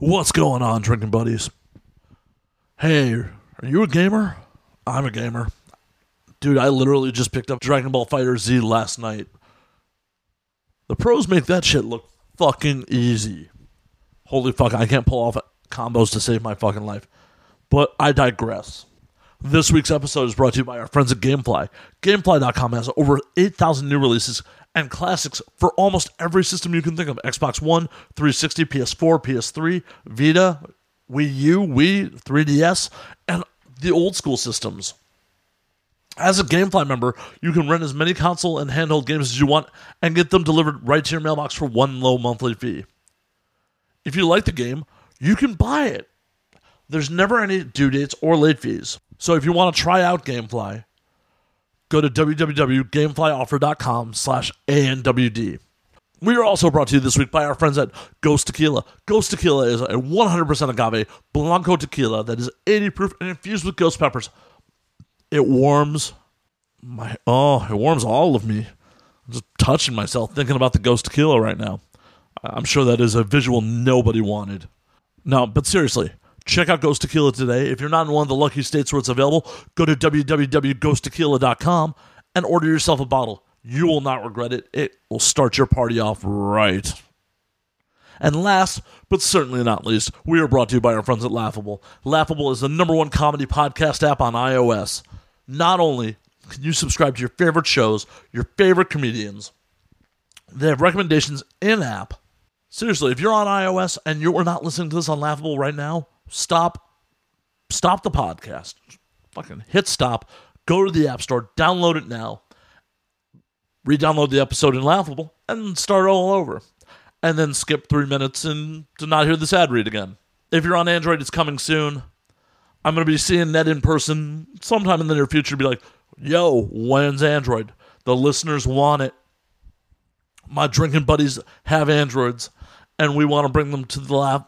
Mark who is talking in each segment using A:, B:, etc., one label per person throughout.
A: What's going on, drinking buddies? Hey, are you a gamer? I'm a gamer. Dude, I literally just picked up Dragon Ball Fighter Z last night. The pros make that shit look fucking easy. Holy fuck, I can't pull off combos to save my fucking life. But I digress. This week's episode is brought to you by our friends at Gamefly. Gamefly.com has over 8,000 new releases and classics for almost every system you can think of Xbox One, 360, PS4, PS3, Vita, Wii U, Wii, 3DS, and the old school systems. As a Gamefly member, you can rent as many console and handheld games as you want and get them delivered right to your mailbox for one low monthly fee. If you like the game, you can buy it. There's never any due dates or late fees. So if you want to try out Gamefly, go to www.gameflyoffer.com slash ANWD. We are also brought to you this week by our friends at Ghost Tequila. Ghost Tequila is a 100% agave Blanco tequila that is 80 proof and infused with ghost peppers. It warms my, oh, it warms all of me. I'm just touching myself thinking about the Ghost Tequila right now. I- I'm sure that is a visual nobody wanted. No, but seriously, check out Ghost Tequila today. If you're not in one of the lucky states where it's available, go to www.ghosttequila.com and order yourself a bottle. You will not regret it. It will start your party off right. And last, but certainly not least, we are brought to you by our friends at Laughable. Laughable is the number one comedy podcast app on iOS. Not only can you subscribe to your favorite shows, your favorite comedians, they have recommendations in app. Seriously, if you're on iOS and you're not listening to this on Laughable right now, stop. Stop the podcast. Fucking hit stop. Go to the App Store, download it now, re download the episode in Laughable, and start all over. And then skip three minutes and to not hear this ad read again. If you're on Android, it's coming soon. I'm going to be seeing Ned in person sometime in the near future. Be like, yo, when's Android? The listeners want it my drinking buddies have androids and we want to bring them to the laugh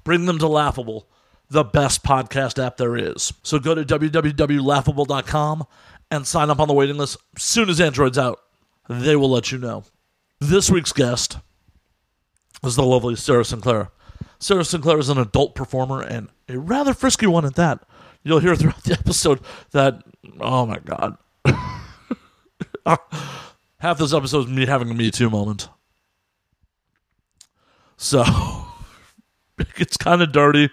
A: bring them to laughable the best podcast app there is so go to www.laughable.com and sign up on the waiting list soon as android's out they will let you know this week's guest is the lovely sarah sinclair sarah sinclair is an adult performer and a rather frisky one at that you'll hear throughout the episode that oh my god half this episode is me having a Me Too moment. So it's kind of dirty.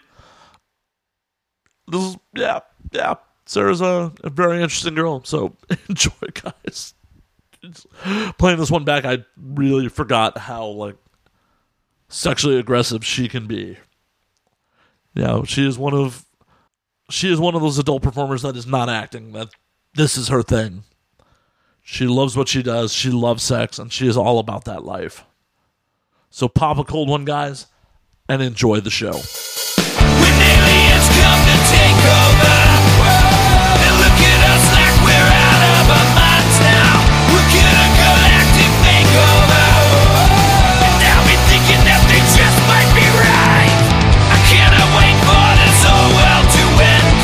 A: This is yeah, yeah. Sarah's a, a very interesting girl, so enjoy, guys. It's- playing this one back, I really forgot how like sexually aggressive she can be. Yeah, she is one of she is one of those adult performers that is not acting. That this is her thing. She loves what she does. She loves sex, and she is all about that life. So pop a cold one, guys, and enjoy the show.
B: When aliens come to take over, they look at us like we're out of our minds now. We're gonna galactic makeover, and now we're thinking that they just might be right. I cannot wait for this whole world to end.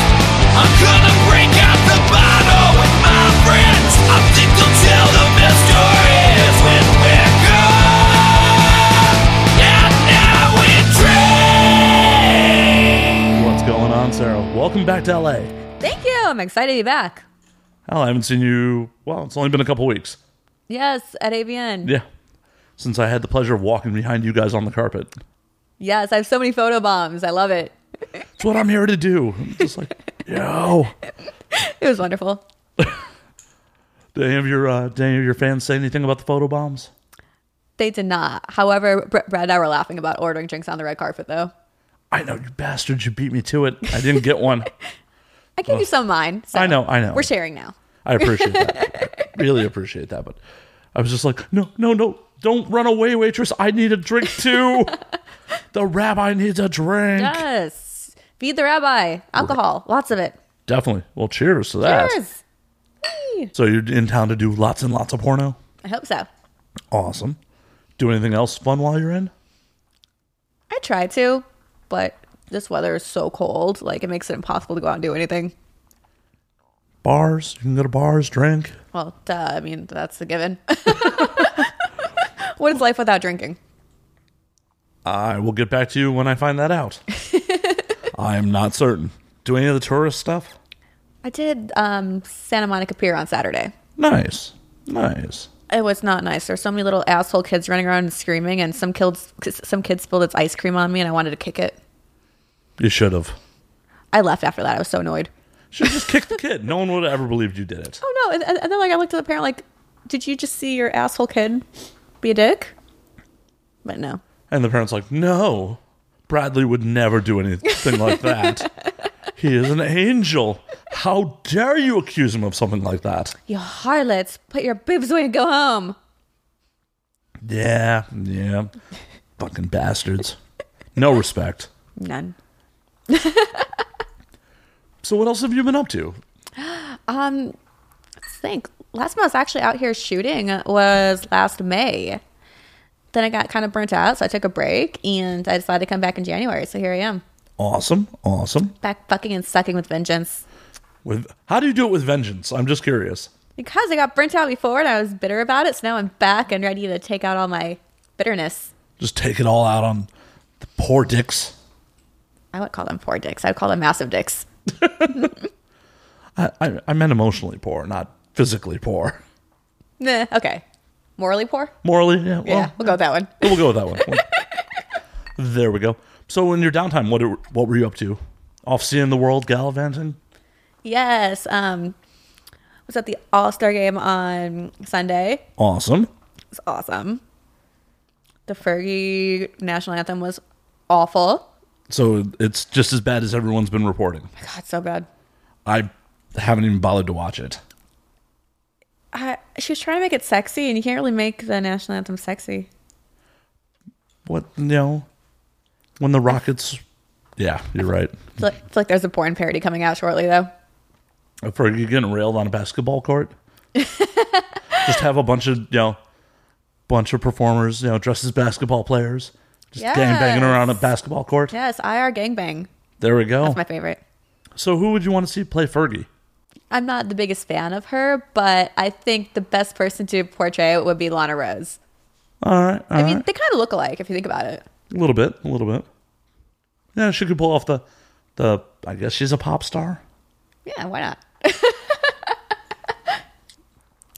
B: I'm gonna break out the bottle with my friends. I think they'll tell them their stories when we're gone. And now we drink.
A: What's going on, Sarah? Welcome back to LA.
C: Thank you. I'm excited to be back.
A: Hell, I haven't seen you. Well, it's only been a couple weeks.
C: Yes, at AVN.
A: Yeah, since I had the pleasure of walking behind you guys on the carpet.
C: Yes, I have so many photo bombs. I love it.
A: It's what I'm here to do. I'm just like, yo.
C: It was wonderful.
A: Did any of your uh, did any of your fans say anything about the photo bombs?
C: They did not. However, Br- Brad and I were laughing about ordering drinks on the red carpet, though.
A: I know you bastards. You beat me to it. I didn't get one.
C: I gave you some of mine. so
A: I know, I know.
C: We're sharing now.
A: I appreciate that. I really appreciate that. But I was just like, no, no, no, don't run away, waitress. I need a drink too. the rabbi needs a drink.
C: Yes. Feed the rabbi. Alcohol. Lots of it.
A: Definitely. Well, cheers to that.
C: Cheers. Hey.
A: So you're in town to do lots and lots of porno.
C: I hope so.
A: Awesome. Do anything else fun while you're in?
C: I try to, but this weather is so cold. Like, it makes it impossible to go out and do anything.
A: Bars. You can go to bars, drink.
C: Well, duh. I mean, that's a given. what is life without drinking?
A: I will get back to you when I find that out. I am not certain. Do any of the tourist stuff?
C: I did um, Santa Monica Pier on Saturday.
A: Nice. Nice.
C: It was not nice. There's so many little asshole kids running around and screaming, and some kids, some kid spilled its ice cream on me, and I wanted to kick it.
A: You should have.
C: I left after that. I was so annoyed.
A: Should have just kicked the kid. No one would have ever believed you did it.
C: Oh no! And, and and then like I looked at the parent, like, did you just see your asshole kid be a dick? But no.
A: And the parents like, no, Bradley would never do anything like that. He is an angel. How dare you accuse him of something like that?
C: You harlots, put your boobs away and go home.
A: Yeah, yeah. Fucking bastards. No respect.
C: None.
A: So what else have you been up to?
C: Let's Um, think. Last time I was actually out here shooting was last May. Then I got kind of burnt out, so I took a break and I decided to come back in January. So here I am,
A: Awesome, awesome.
C: back fucking and sucking with vengeance.
A: With how do you do it with vengeance? I'm just curious.
C: Because I got burnt out before and I was bitter about it, so now I'm back and ready to take out all my bitterness.
A: Just take it all out on the poor dicks.
C: I would call them poor dicks. I'd call them massive dicks.
A: I, I, I meant emotionally poor, not physically poor.
C: Nah, okay. Morally poor?
A: Morally, yeah. Well,
C: yeah, we'll go with that one.
A: We'll go with that one. We'll- there we go. So in your downtime, what are- what were you up to? Off seeing the world, gallivanting.
C: Yes. Um was at the All Star game on Sunday.
A: Awesome.
C: It's awesome. The Fergie national anthem was awful.
A: So it's just as bad as everyone's been reporting.
C: God, so bad.
A: I haven't even bothered to watch it.
C: I, she was trying to make it sexy, and you can't really make the national anthem sexy.
A: What you know? When the Rockets, yeah, you're right.
C: It's like, it's like there's a porn parody coming out shortly, though.
A: For you getting railed on a basketball court, just have a bunch of you know, bunch of performers you know dressed as basketball players, just
C: Yes.
A: gang banging around a basketball court.
C: Yes, IR gangbang.
A: There we go.
C: That's my favorite.
A: so who would you want to see play Fergie?
C: I'm not the biggest fan of her, but I think the best person to portray it would be Lana Rose.
A: All right, all
C: I
A: right,
C: mean, they kind of look alike if you think about it.
A: a little bit, a little bit. Yeah, she could pull off the, the. I guess she's a pop star.
C: Yeah, why not?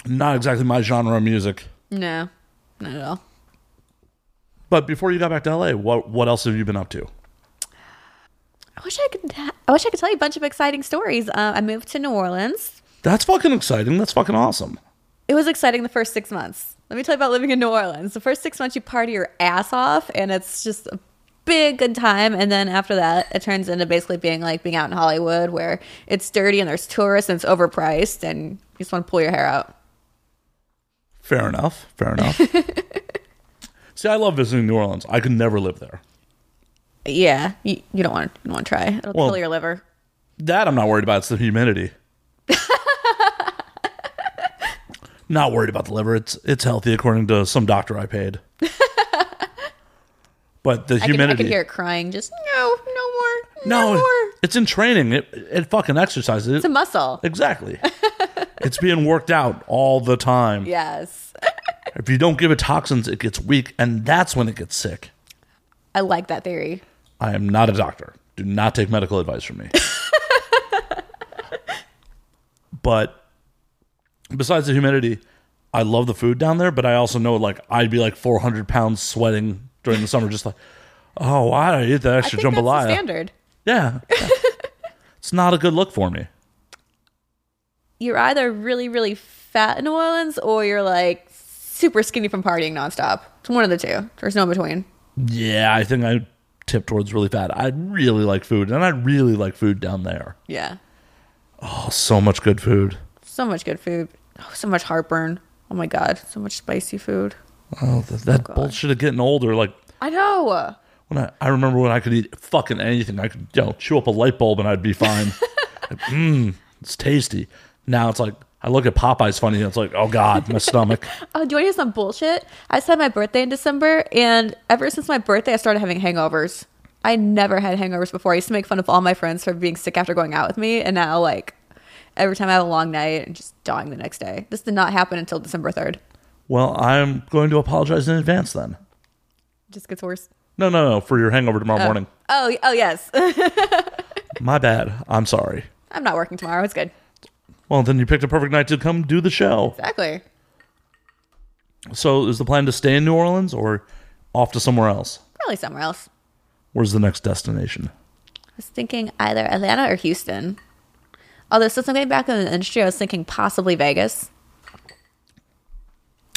A: Not exactly my genre of music.
C: No, not at all.
A: But before you got back to LA, what what else have you been up to?
C: I wish I could. ha- I wish I could tell you a bunch of exciting stories. Uh, I moved to New Orleans.
A: That's fucking exciting. That's fucking awesome.
C: It was exciting the first six months. Let me tell you about living in New Orleans. The first six months, you party your ass off, and it's just a big good time. And then after that, it turns into basically being like being out in Hollywood, where it's dirty and there's tourists and it's overpriced, and you just want to pull your hair out.
A: Fair enough. Fair enough. See, I love visiting New Orleans. I could never live there.
C: Yeah, you, you don't want to want to try. It'll
A: Well-
C: kill your liver.
A: That I'm not worried about. It's the humidity. not worried about the liver. It's it's healthy according to some doctor I paid. But the
C: I can, I
A: humidity.
C: can hear it crying. Just no, no more, no,
A: no,
C: more.
A: it's in training. It it fucking exercises.
C: It's a muscle.
A: exactly. it's being worked out all the time.
C: Yes,
A: If you don't give it toxins, it gets weak, and that's when it gets sick.
C: I like that theory.
A: I am not a doctor. Do not take medical advice from me. but besides the humidity, I love the food down there, but I also know like I'd be like 400 pounds sweating during the summer, just like, oh, why did I eat that
C: I
A: extra
C: think that's the
A: jambalaya?
C: standard.
A: Yeah. it's not a good look for me.
C: you're either really, really fat in New Orleans or you're like super skinny from partying nonstop. It's one of the two. There's no in between.
A: Yeah, I think I tip towards really fat. I really like food, and I really like food down there.
C: Yeah.
A: Oh, so much good food.
C: So much good food. Oh, so much heartburn. Oh my God. So much spicy food.
A: Oh, th- that bullshit of getting older, like
C: I know.
A: When I, I remember when I could eat fucking anything, I could you know, chew up a light bulb and I'd be fine. Mmm, it's tasty. Now it's like I look at Popeye's funny and it's like, oh god, my stomach.
C: Oh, do you want to hear some bullshit? I just had my birthday in December, and ever since my birthday, I started having hangovers. I never had hangovers before. I used to make fun of all my friends for being sick after going out with me, and now, like, every time I have a long night and just dying the next day. This did not happen until December 3rd.
A: well, I'm going to apologize in advance then.
C: It just gets worse.
A: No, no, no. For your hangover tomorrow morning.
C: Oh, oh yes.
A: My bad. I'm sorry.
C: I'm not working tomorrow. It's good.
A: Well, then you picked a perfect night to come do the show.
C: Exactly.
A: So is the plan to stay in New Orleans or off to somewhere else?
C: Probably somewhere else.
A: Where's the next destination?
C: I was thinking either Atlanta or Houston. Although since I'm getting back in the industry, I was thinking possibly Vegas.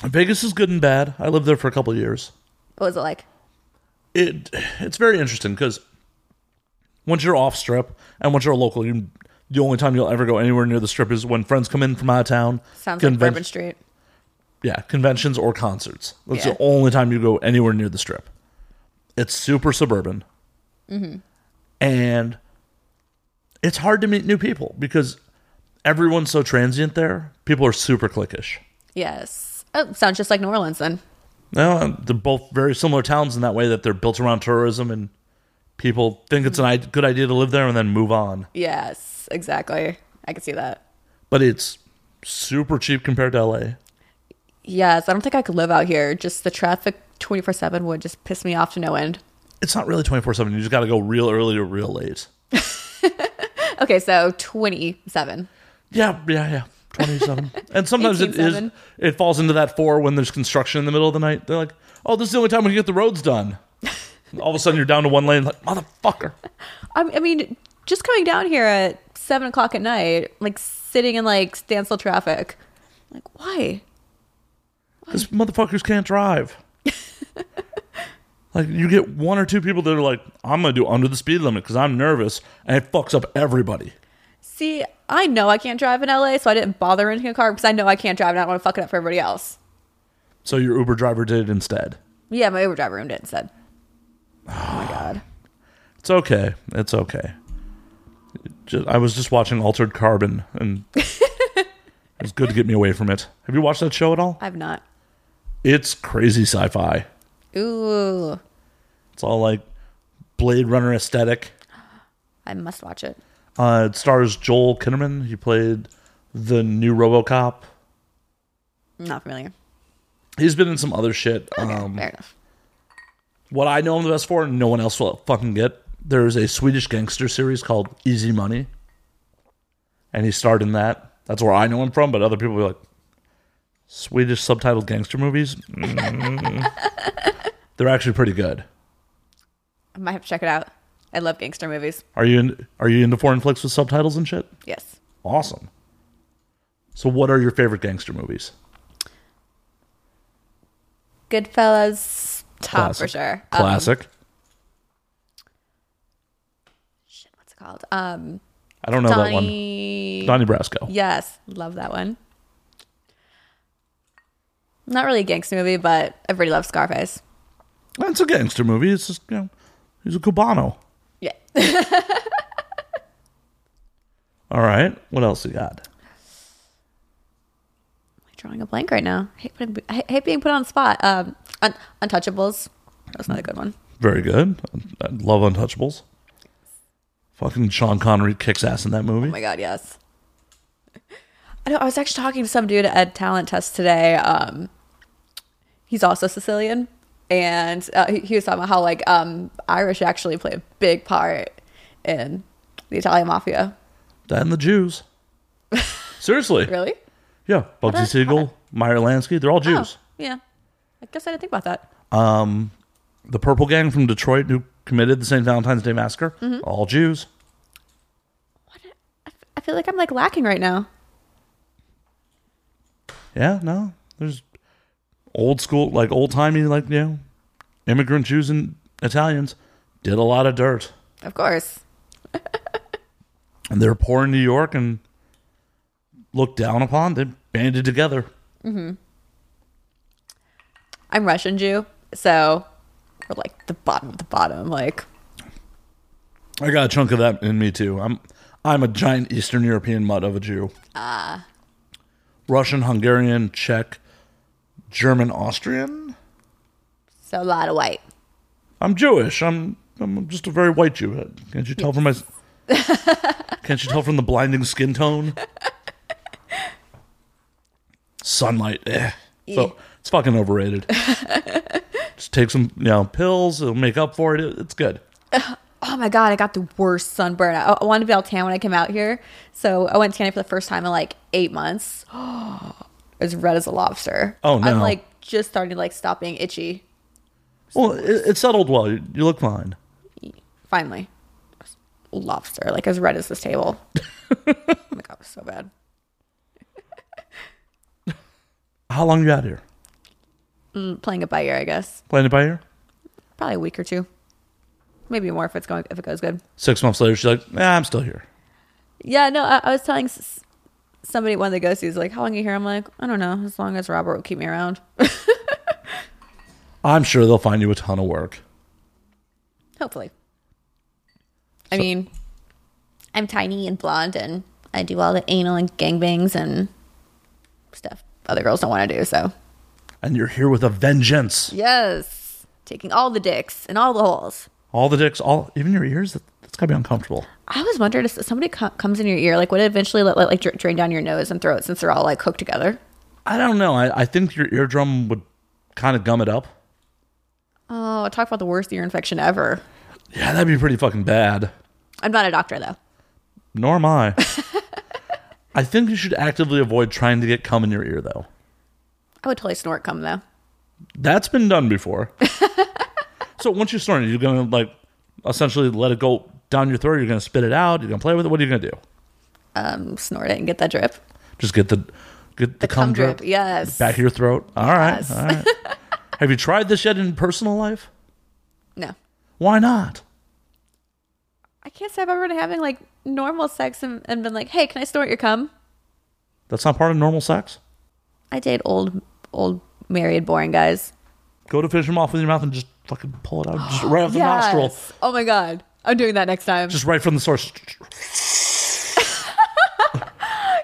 A: Vegas is good and bad. I lived there for a couple of years.
C: What was it like?
A: It it's very interesting because once you're off strip and once you're local, you the only time you'll ever go anywhere near the strip is when friends come in from out of town.
C: Sounds
A: conven-
C: like Bourbon Street.
A: Yeah, conventions or concerts. That's
C: Yeah.
A: the only time you go anywhere near the strip. It's super suburban. And it's hard to meet new people because everyone's so transient there. People are super cliquish.
C: Yes. Oh, sounds just like New Orleans then.
A: Now, they're both very similar towns in that way that they're built around tourism and people think it's an i- good idea to live there and then move on.
C: Yes, exactly. I could see that.
A: But it's super cheap compared to LA.
C: Yes, I don't think I could live out here. Just the traffic 24 7 would just piss me off to no end.
A: It's not really 24 7. You just got to go real early or real late.
C: Okay, so 27.
A: Yeah, yeah, yeah. 27. and sometimes it is
C: 18-7.
A: it falls into that 4 when there's construction in the middle of the night. They're like, "Oh, this is the only time we can get the roads done." All of a sudden you're down to one lane like, "Motherfucker."
C: I, I mean, just coming down here at 7 o'clock at night, like sitting in like standstill traffic. Like, why?
A: Cuz motherfuckers can't drive. like you get one or two people that are like, "I'm going to do under the speed limit cuz I'm nervous." And it fucks up everybody.
C: See, I know I can't drive in LA, so I didn't bother renting a car because I know I can't drive and I don't want to fuck it up for everybody else.
A: So your Uber driver did it instead.
C: Yeah, my Uber driver owned it instead. Oh my God.
A: It's okay. It's okay. It ju- I was just watching Altered Carbon, and it was good to get me away from it. Have you watched that show at all?
C: I've not.
A: It's crazy sci-fi.
C: Ooh,
A: It's all like Blade Runner aesthetic.
C: I must watch it.
A: Uh, it stars Joel Kinnaman. He played the new RoboCop.
C: I'm not familiar.
A: He's been in some other shit.
C: Okay,
A: Um,
C: fair enough.
A: what I know him the best for, no one else will fucking get. There's a Swedish gangster series called Easy Money, and he starred in that. That's where I know him from, but other people be like, Swedish subtitled gangster movies? Mm. They're actually pretty good.
C: I might have to check it out. I love gangster movies.
A: Are you in, are you into foreign flicks with subtitles and shit?
C: Yes.
A: Awesome. So, what are your favorite gangster movies?
C: Goodfellas, top for sure. Um,
A: Classic.
C: shit, what's it called? Um,
A: I don't know that one.
C: Donnie.
A: Donnie Brasco.
C: Yes, love that one. Not really a gangster movie, but everybody loves Scarface.
A: It's a gangster movie. It's just you know, he's a cubano.
C: Yeah.
A: All right. What else you got?
C: drawing a blank right now. I hate, putting, I hate being put on the spot. Um, un- Untouchables. That's not a good one.
A: Very good. I love Untouchables. Fucking Sean Connery kicks ass in that movie.
C: Oh my god, yes. I know. I was actually talking to some dude at Talent Test today. Um, he's also Sicilian, and uh, he, he was talking about how like um, Irish actually play a big part in the Italian mafia.
A: that and the Jews. Seriously.
C: Really?
A: Yeah. Bugsy Siegel, Meyer Lansky, they're all Jews.
C: Oh, yeah. I guess I didn't think about that.
A: The Purple Gang from Detroit who committed the St. Valentine's Day Massacre,
C: Mm-hmm.
A: all Jews.
C: I, I feel like I'm like lacking right now.
A: Yeah, no. There's old school, like old timey, like, you know, immigrant Jews and Italians did a lot of dirt.
C: Of course.
A: And they were poor in New York and looked down upon. They banded together.
C: I'm Russian Jew, so we're like the bottom of the bottom. Like,
A: I got a chunk of that in me too. I'm I'm a giant Eastern European mutt of a Jew. Ah. Russian, Hungarian, Czech, German, Austrian.
C: so a lot of white.
A: I'm Jewish. I'm I'm just a very white Jew. Uh, Can't you tell from my Can't you tell from the blinding skin tone? Sunlight. Eh. So it's fucking overrated. Just take some, you know, pills. It'll make up for it. It- It's good.
C: oh my god, I got the worst sunburn. I, I wanted to be all tan when I came out here, so I went tanning for the first time in like eight months. as red as a lobster.
A: Oh, no.
C: I'm like just starting to like stop being itchy.
A: Well, it, it settled well. You, you look fine.
C: Finally, lobster, like as red as this table. oh my god, it was so bad.
A: How long you out here?
C: I'm playing it by ear, I guess.
A: Playing it by ear?
C: Probably a week or two, maybe more if it's going if it goes good.
A: Six months later, she's like, nah, I'm still here.
C: Yeah, no, I, I was telling s- somebody one of the ghosties like, "How long are you here?" I'm like, "I don't know. As long as Robert will keep me around."
A: I'm sure they'll find you a ton of work.
C: Hopefully. I mean, I'm tiny and blonde, and I do all the anal and gangbangs and stuff other girls don't want to do. So,
A: And you're here with a vengeance.
C: yes, taking all the dicks and all the holes.
A: All the dicks, all even your ears. That, that's gotta be uncomfortable.
C: I always wondered if somebody co- comes in your ear, like, would it eventually let, let like dr- drain down your nose and throat since they're all like hooked together?
A: I don't know. I, I think your eardrum would kind of gum it up.
C: Oh, talk about the worst ear infection ever.
A: Yeah, that'd be pretty fucking bad.
C: I'm not a doctor though.
A: Nor am I. I think you should actively avoid trying to get cum in your ear, though.
C: I would totally snort cum though.
A: That's been done before. so once you snort it, you're gonna like essentially let it go down your throat. You're gonna spit it out. You're gonna play with it. What are you gonna do?
C: Um, snort it and get that drip.
A: Just get the get the, cum, drip,
C: Yes.
A: back of your throat. All right,
C: Yes.
A: all right. Have you tried this yet in personal life?
C: No.
A: Why not?
C: I can't say I've ever been having like normal sex and, and been like, hey, can I snort your cum?
A: That's not part of normal sex.
C: I date old, old, married, boring guys.
A: Go to finish them off with your mouth and just fucking pull it out, just right off the nostril,
C: Oh my God. I'm doing that next time.
A: just right from the source.
C: could,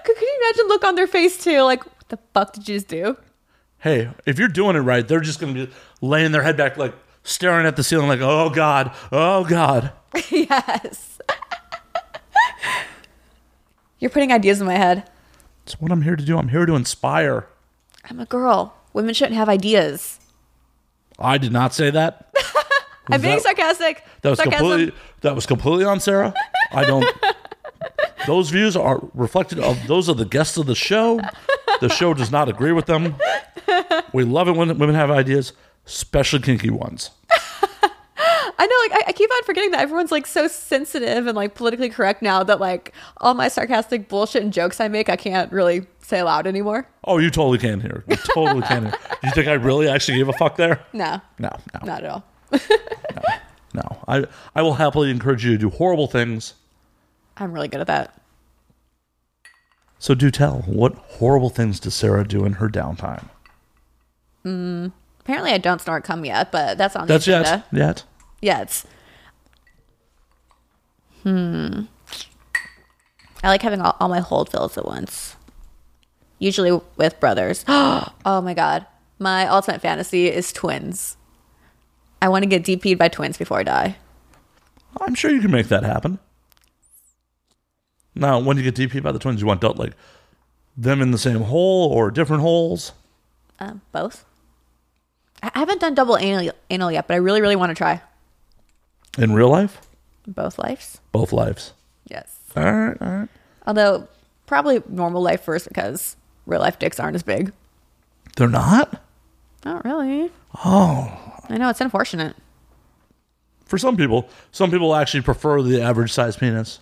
C: could you imagine look on their face too? Like, what the fuck did you just do?
A: Hey, if you're doing it right, they're just gonna be laying their head back, like staring at the ceiling, like, oh god, oh god.
C: yes. You're putting ideas in my head.
A: It's what I'm here to do. I'm here to inspire.
C: I'm a girl. Women shouldn't have ideas.
A: I did not say that.
C: I'm being
A: that-
C: sarcastic.
A: That was
C: Sarcasm.
A: completely that was completely on Sarah. I don't those views are reflected of those are the guests of the show. The show does not agree with them. We love it when women have ideas, especially kinky ones.
C: I know, like I, I keep on forgetting that everyone's like so sensitive and like politically correct now that like all my sarcastic bullshit and jokes I make I can't really say aloud anymore.
A: Oh, you totally can hear. You totally can hear. You think I really actually gave a fuck there?
C: No,
A: No, no,
C: not at all.
A: no. I, I will happily encourage you to do horrible things.
C: I'm really good at that.
A: So do tell, what horrible things does Sarah do in her downtime?
C: Apparently, I don't snort cum yet, but that's on the
A: That's
C: agenda.
A: yet. Yet.
C: Yet. Hmm. I like having all, all my hold fills at once. Usually with brothers. oh my god, my ultimate fantasy is twins. I want to get DP'd by twins before I die.
A: I'm sure you can make that happen. Now, when you get DP by the twins, you want dealt like them in the same hole or different holes.
C: Um, both. I I haven't done double anal, anal yet, but I really, really want to try
A: In real life,
C: both lives.
A: both lives.
C: Yes.
A: All right, all right.
C: Although probably normal life first because real life dicks aren't as big.
A: They're not?
C: Not really.
A: Oh.
C: I know it's unfortunate.
A: For some people, some people actually prefer the average size penis.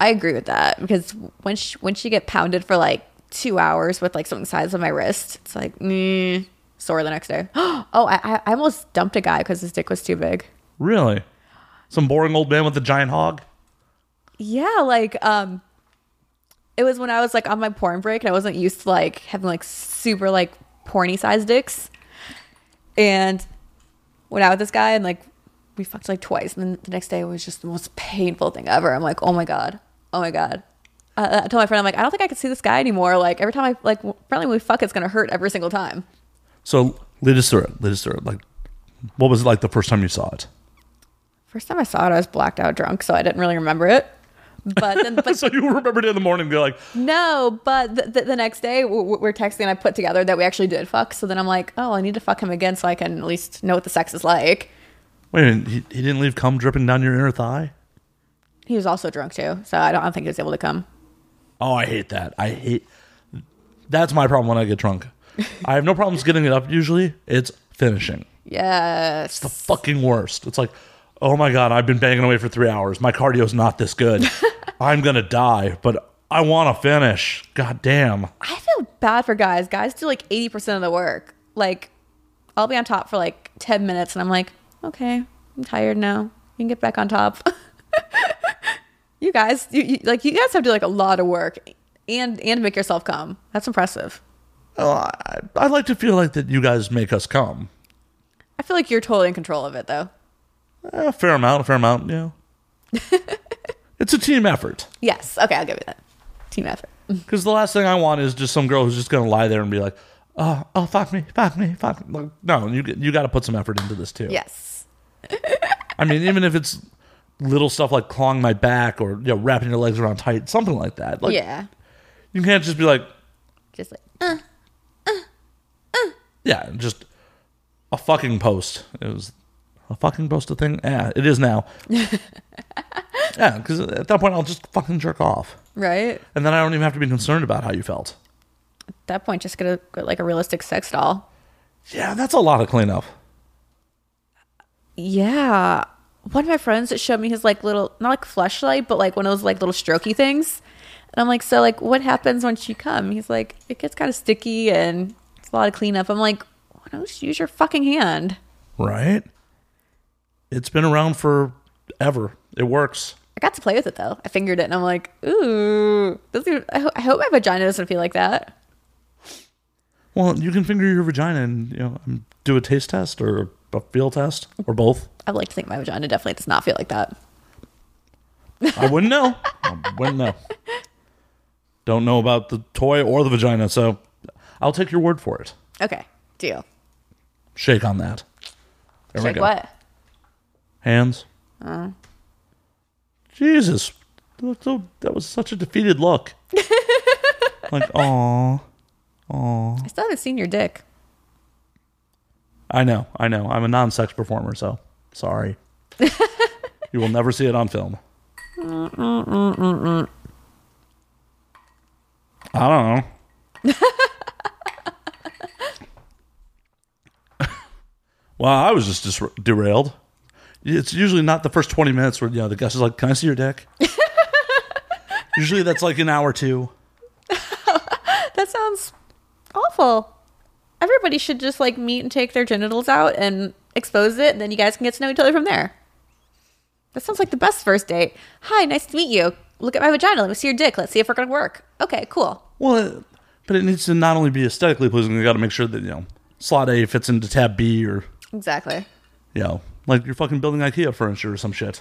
C: I agree with that because once once you get pounded for like two hours with like something the size of my wrist, it's like mm, sore the next day. oh, I, I- I almost dumped a guy because his dick was too big.
A: Really? Some boring old man with a giant hog?
C: Yeah, like um it was when I was like on my porn break and I wasn't used to like having like super like porny sized dicks. And went out with this guy and like we fucked like twice and then the next day was just the most painful thing ever. I'm like, "Oh my god. Oh my god." Uh, I told my friend, I'm like, I don't think I can see this guy anymore. Like every time I like, w- apparently when we fuck, it's gonna hurt every single time.
A: So lead us through it. Lead us through it. Like, what was it like the first time you saw it?
C: First time I saw it, I was blacked out drunk, so I didn't really remember it. But then, but
A: so you remembered in the morning, they're like,
C: no, but th- th- the next day w- w- we're texting and I put together that we actually did fuck. So then I'm like, oh, I need to fuck him again so I can at least know what the sex is like.
A: wait a minute, he, he didn't leave cum dripping down your inner thigh?
C: He was also drunk too, so I don't, I don't think he was able to come.
A: Oh, I hate that. I hate. That's my problem when I get drunk. I have no problems getting it up usually. It's finishing.
C: Yes.
A: The fucking worst. It's like, oh my God, I've been banging away for three hours. My cardio's not this good. I'm going to die, but I want to finish. God damn.
C: I feel bad for guys. Guys do like 80% of the work. Like, I'll be on top for like 10 minutes and I'm like, okay, I'm tired now. You can get back on top. you guys, you, you, like, you guys have to do like a lot of work and and make yourself come. That's impressive.
A: Oh, I, I like to feel like that you guys make us come.
C: I feel like you're totally in control of it though.
A: A fair amount, a fair amount, you know. it's a team effort.
C: Yes. Okay, I'll give you that. Team effort.
A: Because the last thing I want is just some girl who's just gonna lie there and be like, "Oh, oh, fuck me, fuck me, fuck." Me. Like, no, you you got to put some effort into this too.
C: Yes.
A: I mean, even if it's little stuff like clawing my back or you know, wrapping your legs around tight, something like that. Like,
C: yeah.
A: you can't just be like,
C: Just like, uh,
A: yeah, just a fucking post. It was a fucking post a thing. Yeah, it is now. yeah, because at that point I'll just fucking jerk off,
C: right?
A: and then I don't even have to be concerned about how you felt.
C: At that point, just gonna get like a realistic sex doll.
A: Yeah, that's a lot of cleanup.
C: Yeah. One of my friends showed me his like little not like flashlight, but like one of those like little strokey things. And I'm like, so like what happens once you come? He's like, it gets kind of sticky and it's a lot of cleanup. I'm like, why don't you use your fucking hand?
A: Right? It's been around for ever. It works.
C: I got to play with it though. I fingered it and I'm like, ooh, this is, I, ho- I hope my vagina doesn't feel like that.
A: Well, you can finger your vagina and you know um, do a taste test or a feel test or both.
C: I would like to think my vagina definitely does not feel like that.
A: I wouldn't know. I wouldn't know. Don't know about the toy or the vagina, so I'll take your word for it.
C: Okay, deal.
A: Shake on that. There we
C: Like
A: go.
C: what?
A: Hands. Jesus, that that was such a defeated look. like, oh.
C: I still haven't seen your dick.
A: I know, I know. I'm a non-sex performer, so sorry. you will never see it on film. I don't know. well, I was just dis- derailed. It's usually not the first 20 minutes where you know the guest is like, "Can I see your dick?" usually that's like an hour or two.
C: That sounds awful. Everybody should just like meet and take their genitals out and expose it, and then you guys can get to know each other from there. That sounds like the best first date. Hi, nice to meet you. Look at my vagina. Let me see your dick. Let's see if we're gonna work. Okay, cool.
A: Well, it, but it needs to not only be aesthetically pleasing, you got to make sure that you know slot A fits into tab B or
C: Exactly.
A: Yo, like you're fucking building IKEA furniture or some shit.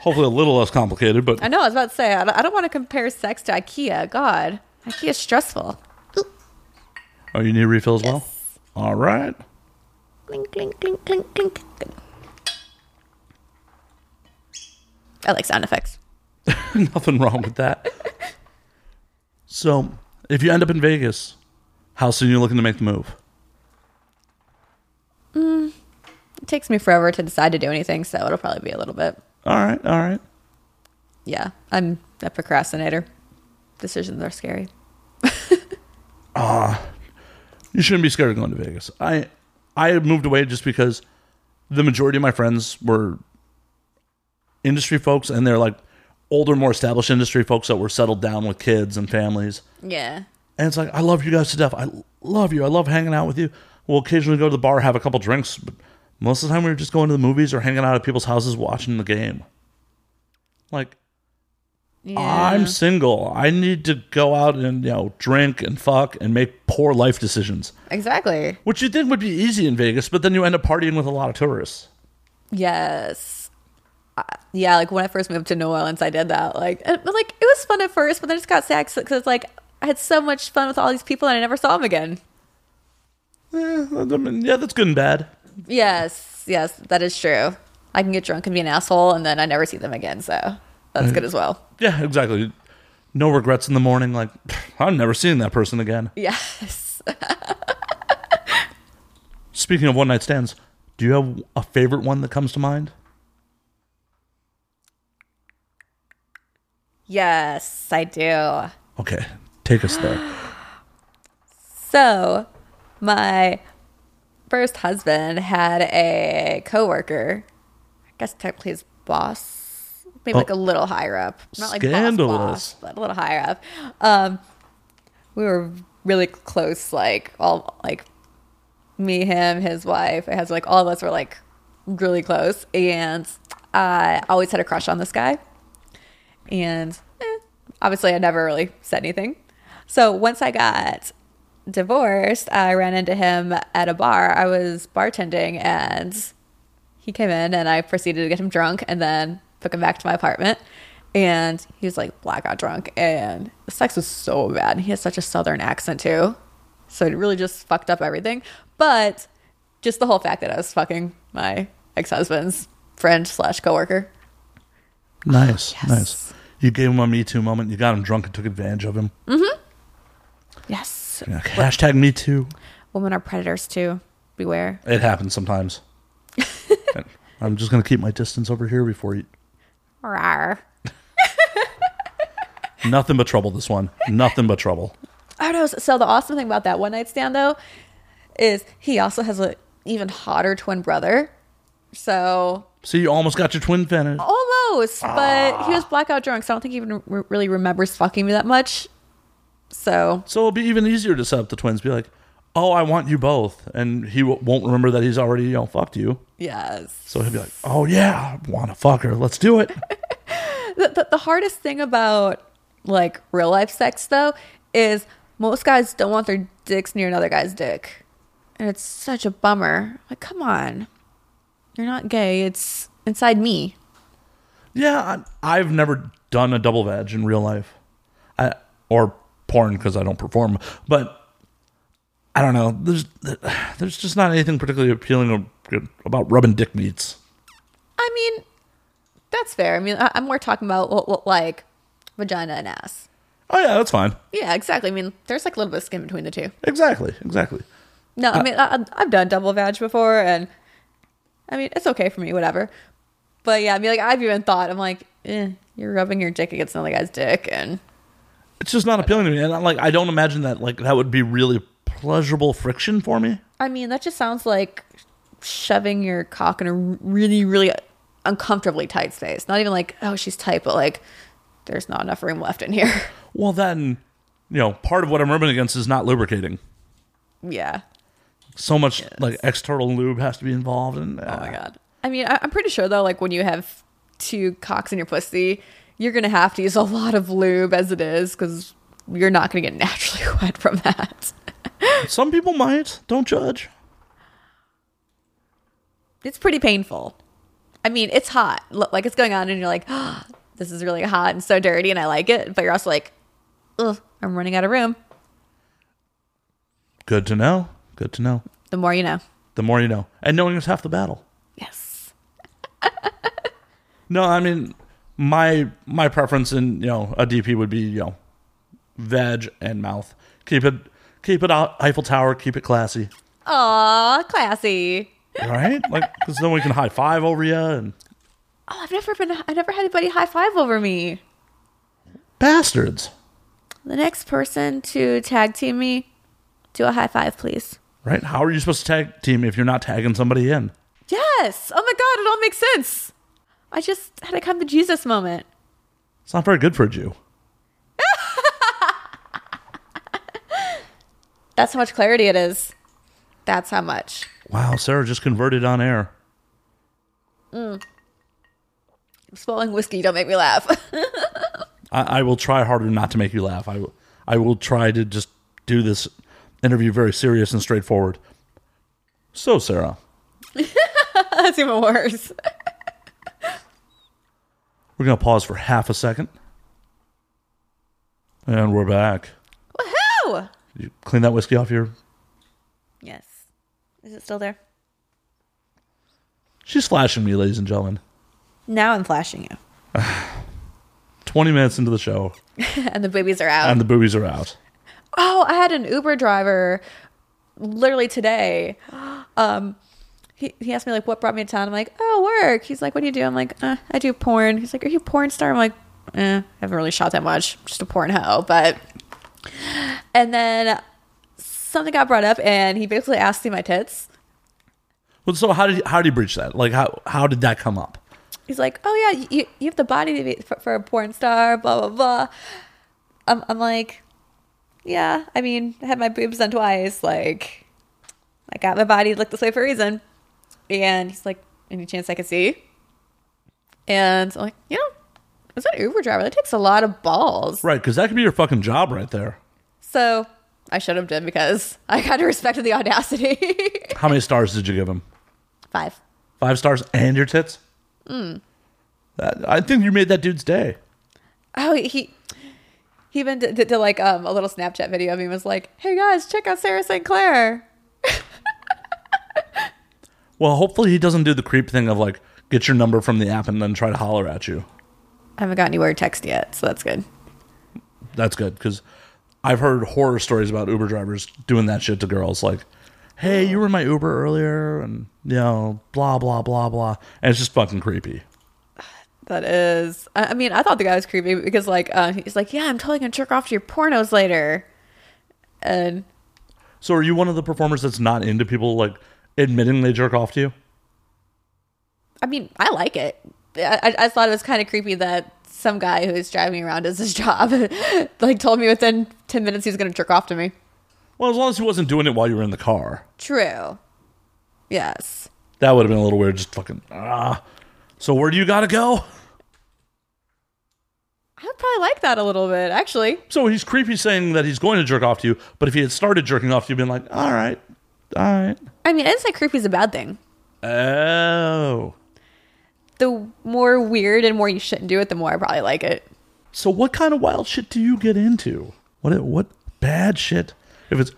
A: Hopefully, a little less complicated, but
C: I know. I was about to say I don't, I don't want to compare sex to IKEA. God, IKEA's stressful.
A: oh, you need a refill as well. All right,
C: Clink, clink, clink, clink, clink. Good. I like sound effects.
A: nothing wrong with that. so, if you end up in Vegas, how soon are you looking to make the move?
C: It takes me forever to decide to do anything, so it'll probably be a little bit.
A: All right, all right.
C: yeah, I'm a procrastinator. Decisions are scary.
A: You shouldn't be scared of going to Vegas. I I moved away just because the majority of my friends were industry folks, and they're like older, more established industry folks that were settled down with kids and families.
C: Yeah.
A: And it's like, I love you guys to death. I love you. I love hanging out with you. We'll occasionally go to the bar, have a couple drinks, but most of the time we were just going to the movies or hanging out at people's houses watching the game. Like,
C: yeah.
A: I'm single. I need to go out and, you know, drink and fuck and make poor life decisions,
C: exactly.
A: which you'd think would be easy in Vegas, but then you end up partying with a lot of tourists.
C: Yes. I- Yeah, like when I first moved to New Orleans, I did that. Like, and, but like it was fun at first, but then I just got sad because it's like I had so much fun with all these people and I never saw them again.
A: Eh, I mean, yeah, that's good and bad.
C: Yes, yes, that is true. I can get drunk and be an asshole, and then I never see them again. So that's good as well.
A: Yeah, exactly. No regrets in the morning. Like, I'm never seeing that person again.
C: Yes.
A: Speaking of one night stands, do you have a favorite one that comes to mind?
C: Yes, I do.
A: Okay, take us there.
C: So, my first husband had a coworker. I guess technically his boss, maybe like
A: Oh.
C: a little higher up, not like boss,
A: Scandalous.
C: boss, but a little higher up. Um, we were really close, like all like me, him, his wife, it has like all of us were like really close, and I always had a crush on this guy and eh, obviously I never really said anything. So once I got divorced, I ran into him at a bar. I was bartending and he came in and I proceeded to get him drunk and then took him back to my apartment. And he was like blackout drunk and the sex was so bad. He has such a southern accent too. So it really just fucked up everything. But just the whole fact that I was fucking my ex husband's friend slash coworker.
A: Nice,
C: Yes.
A: nice. You gave him a Me Too moment. You got him drunk and took advantage of him.
C: Yes.
A: Yeah, Hashtag Me Too.
C: Women are predators too. Beware.
A: It happens sometimes. I'm just gonna keep my distance over here before you.
C: Rawr.
A: Nothing but trouble. This one. Nothing but trouble.
C: Oh no! So the awesome thing about that one night stand though is he also has an even hotter twin brother. So
A: See, you almost got your twin finished.
C: Oh. almost, but he was blackout drunk, so I don't think he even re- really remembers fucking me that much. So
A: So it'll be even easier to set up the twins. Be like, oh, I want you both, and he w- won't remember that he's already you know fucked you.
C: yes,
A: So he'll be like, oh yeah, I want to fuck her. Let's do it.
C: the, the, the hardest thing about like real life sex though is most guys don't want their dicks near another guy's dick, and it's such a bummer. Like, come on, you're not gay. It's inside me.
A: Yeah, I, I've never done a double vag in real life, I, or porn because I don't perform. But I don't know. There's there's just not anything particularly appealing about rubbing dick meats.
C: I mean, that's fair. I mean, I- I'm more talking about what, what, like vagina and ass.
A: Oh yeah, that's fine.
C: Yeah, exactly. I mean, there's like a little bit of skin between the two. Uh,
A: Exactly, exactly.
C: No, I mean, I, I've done double vag before, and I mean, it's okay for me, whatever. But yeah, I mean, like I've even thought, I'm like, eh, you're rubbing your dick against another guy's dick, and
A: It's just not appealing to me, and I, like I don't imagine that like that would be really pleasurable friction for me.
C: I mean, that just sounds like shoving your cock in a really, really uncomfortably tight space. Not even like, oh, she's tight, but like, there's not enough room left in here.
A: Well, then you know part of what I'm rubbing against is not lubricating.
C: yeah.
A: So much like external lube has to be involved, and uh,
C: Oh my god. I mean, I, I'm pretty sure though, like when you have two cocks in your pussy, you're gonna have to use a lot of lube as it is because you're not gonna get naturally wet from that.
A: some people might. Don't judge.
C: It's pretty painful. I mean, it's hot. Look, like it's going on, and you're like, oh, "This is really hot and so dirty," and I like it. But you're also like, "Ugh, I'm running out of room."
A: Good to know. Good to know.
C: The more you know.
A: The more you know. And knowing is half the battle.
C: Yes.
A: No, I mean my my preference in, you know, a DP would be, you know, veg and mouth. Keep it keep it out Eiffel Tower, keep it classy.
C: Aw, classy.
A: Right? Like cuz then we can high five over you and
C: Oh, I've never been. I've never had anybody high five over me.
A: bastards.
C: The next person to tag team me, do a high five, please.
A: Right? How are you supposed to tag team if you're not tagging somebody in?
C: Yes. Oh my God, it all makes sense. I just had a come to Jesus moment.
A: It's not very good for a Jew.
C: That's how much clarity it is. That's how much.
A: Wow, Sarah just converted on air.
C: Swallowing whiskey, don't make me laugh.
A: I, I will try harder not to make you laugh. I, will- I will try to just do this interview very serious and straightforward. So, Sarah,
C: That's even worse.
A: we're going to pause for half a second. And we're back.
C: Woohoo!
A: You clean that whiskey off your.
C: Yes. Is it still there?
A: She's flashing me, ladies and gentlemen.
C: Now I'm flashing you.
A: 20 minutes into the show,
C: and the boobies are out.
A: and the boobies are out.
C: oh, I had an Uber driver literally today. Um, he, he asked me like what brought me to town. I'm like, oh, work. He's like, what do you do? I'm like, uh, I do porn. He's like, are you a porn star? I'm like, eh, I haven't really shot that much. Just a porn hoe, but. And then something got brought up, and he basically asked me my tits.
A: Well, so how did how did you breach that? Like how how did that come up?
C: He's like, "Oh yeah, you you have the body to be for, for a porn star, blah blah blah." I'm I'm like, "Yeah, I mean, I had my boobs done twice. Like, I got my body to look this way for a reason." And he's like, "Any chance I could see?" And I'm like, "You know, is that an Uber driver? That takes a lot of balls."
A: Right, because that could be your fucking job right there.
C: So I should have done because I kind of respected the audacity.
A: How many stars did you give him?
C: Five.
A: Five stars and your tits. That, I think you made that dude's day.
C: Oh, he he even did, did, did, like um, a little Snapchat video of me and was like, "Hey guys, check out Sarah St. Clair."
A: Well, hopefully he doesn't do the creep thing of like get your number from the app and then try to holler at you.
C: I haven't got any word text yet, so that's good.
A: That's good because I've heard horror stories about Uber drivers doing that shit to girls. Like, hey, you were in my Uber earlier, and you know, blah blah blah blah, and it's just fucking creepy.
C: That is, I, I mean, I thought the guy was creepy because like uh, he's like, "Yeah, I'm totally gonna jerk off to your pornos later," and
A: So, are you one of the performers that's not into people like admitting they jerk off to you?
C: I mean, I like it. I, I- I just thought it was kind of creepy that some guy who was driving me around as his job like told me within ten minutes he was gonna jerk off to me.
A: Well, as long as he wasn't doing it while you were in the car,
C: True. Yes.
A: that would have been a little weird. Just fucking ah. So, where do you gotta go?
C: I would probably like that a little bit, actually.
A: So he's creepy saying that he's going to jerk off to you, but if he had started jerking off to you, been like, all right, all right,
C: I mean, I didn't say creepy is a bad thing.
A: oh.
C: The more weird and more you shouldn't do it, the more I probably like it.
A: So what kind of wild shit do you get into? What what bad shit? If it's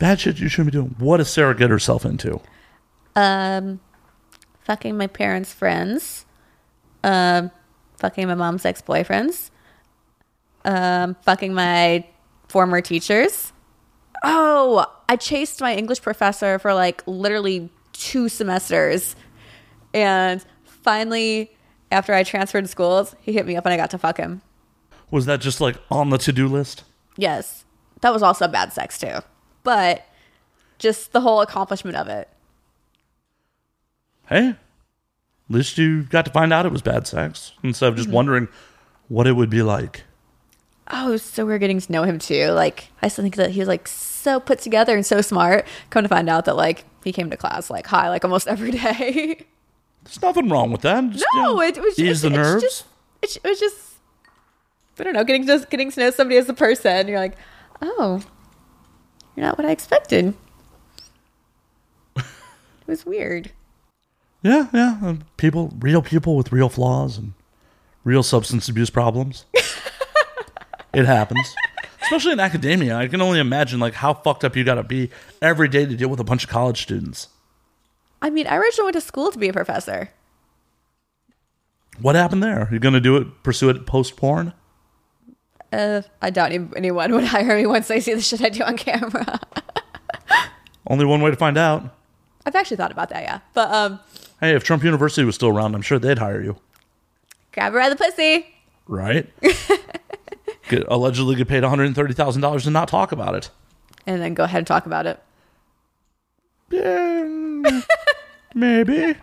A: bad shit you shouldn't be doing, what does Sarah get herself into?
C: Um, fucking my parents' friends. Um, fucking my mom's ex boyfriends. Um, fucking my former teachers. Oh, I chased my English professor for like literally two semesters. And finally, after I transferred schools, he hit me up and I got to fuck him.
A: Was that just like on the to do list?
C: Yes. That was also bad sex too. But just the whole accomplishment of it.
A: Hey, at least you got to find out it was bad sex instead of just
C: Mm-hmm.
A: wondering what it would be like.
C: Oh, so we are getting to know him too. Like I still think that he was like so put together and so smart. Come to find out that like he came to class like high like almost every day.
A: There's nothing wrong with that. Just,
C: no,
A: you know,
C: it was
A: ease
C: just,
A: the
C: it's
A: nerves.
C: just- it's- it was just I don't know, getting just getting to know somebody as a person. You're like, oh, you're not what I expected. it was weird.
A: Yeah, yeah. um, People, real people with real flaws and real substance abuse problems. it happens, especially in academia. I can only imagine like how fucked up you got to be every day to deal with a bunch of college students.
C: I mean, I originally went to school to be a professor.
A: What happened there? You're gonna do it, pursue it post porn.
C: Uh, I doubt any- anyone would hire me once they see the shit I do on camera.
A: Only one way to find out.
C: I've actually thought about that, yeah. But um,
A: Hey, if Trump University was still around, I'm sure they'd hire you,
C: grab her by the pussy.
A: right? Get, allegedly, get paid 130 thousand dollars to not talk about it.
C: And then go ahead and talk about it.
A: Yeah, maybe.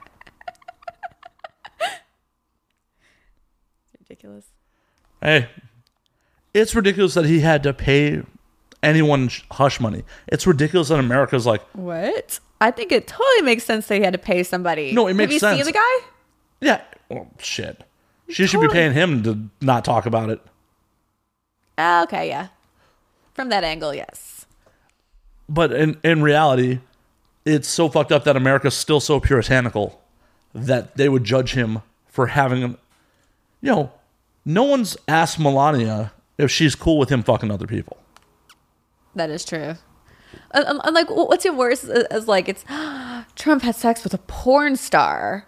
C: Ridiculous.
A: Hey, it's ridiculous that he had to pay anyone sh- hush money. It's ridiculous that America's like,
C: What? I think it totally makes sense that he had to pay somebody.
A: No, it makes
C: Have you
A: sense.
C: seen the guy?
A: yeah, well, shit. She should be
C: Totally.
A: paying him to not talk about it.
C: Ah, okay, yeah. From that angle, yes.
A: But in, in reality, it's so fucked up that America's still so puritanical that they would judge him for having him. You know, no one's asked Melania if she's cool with him fucking other people.
C: That is true. I'm, I'm like, what's even worse is, is like it's Trump had sex with a porn star.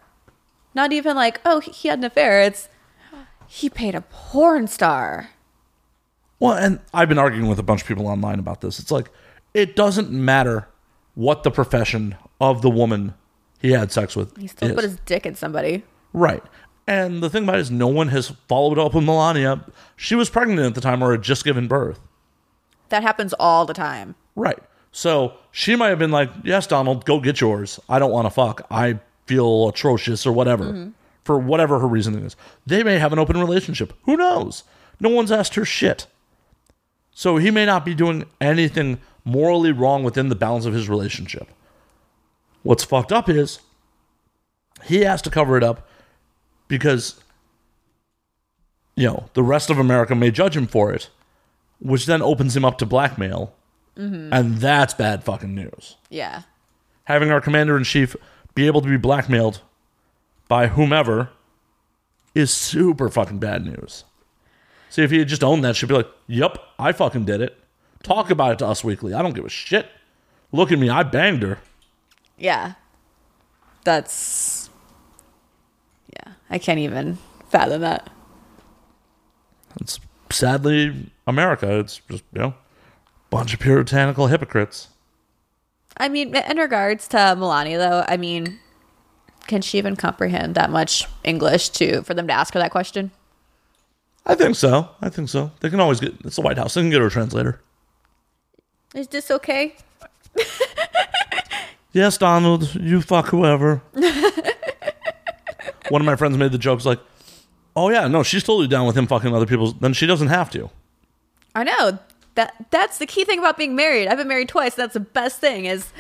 C: Not even like, oh, he had an affair. It's he paid a porn star.
A: Well, and I've been arguing with a bunch of people online about this. It's like it doesn't matter what the profession of the woman he had sex with.
C: He still
A: is.
C: put his dick in somebody.
A: right. And the thing about it is, no one has followed up with Melania. She was pregnant at the time or had just given birth.
C: That happens all the time.
A: Right. So she might have been like, "Yes, Donald, go get yours. I don't want to fuck. I feel atrocious or whatever." For whatever her reasoning is. They may have an open relationship. Who knows? No one's asked her shit. So he may not be doing anything morally wrong within the bounds of his relationship. What's fucked up is he has to cover it up because you know, the rest of America may judge him for it, which then opens him up to blackmail. And that's bad fucking news.
C: Yeah.
A: Having our commander in chief be able to be blackmailed by whomever is super fucking bad news. See, if he had just owned that, she'd be like, yep, I fucking did it. Talk about it to Us Weekly. I don't give a shit. Look at me. I banged her.
C: Yeah. That's Yeah, I can't even fathom that.
A: It's sadly America. It's just, you know, bunch of puritanical hypocrites.
C: I mean, in regards to Melania, though, I mean, can she even comprehend that much English to for them to ask her that question?
A: I think so. I think so. They can always get, it's the White House. They can get her a translator.
C: Is this okay?
A: Yes, Donald, you fuck whoever. One of my friends made the jokes like, "Oh yeah, no, she's totally down with him fucking other people. Then she doesn't have to."
C: I know that that's the key thing about being married. I've been married twice. That's the best thing is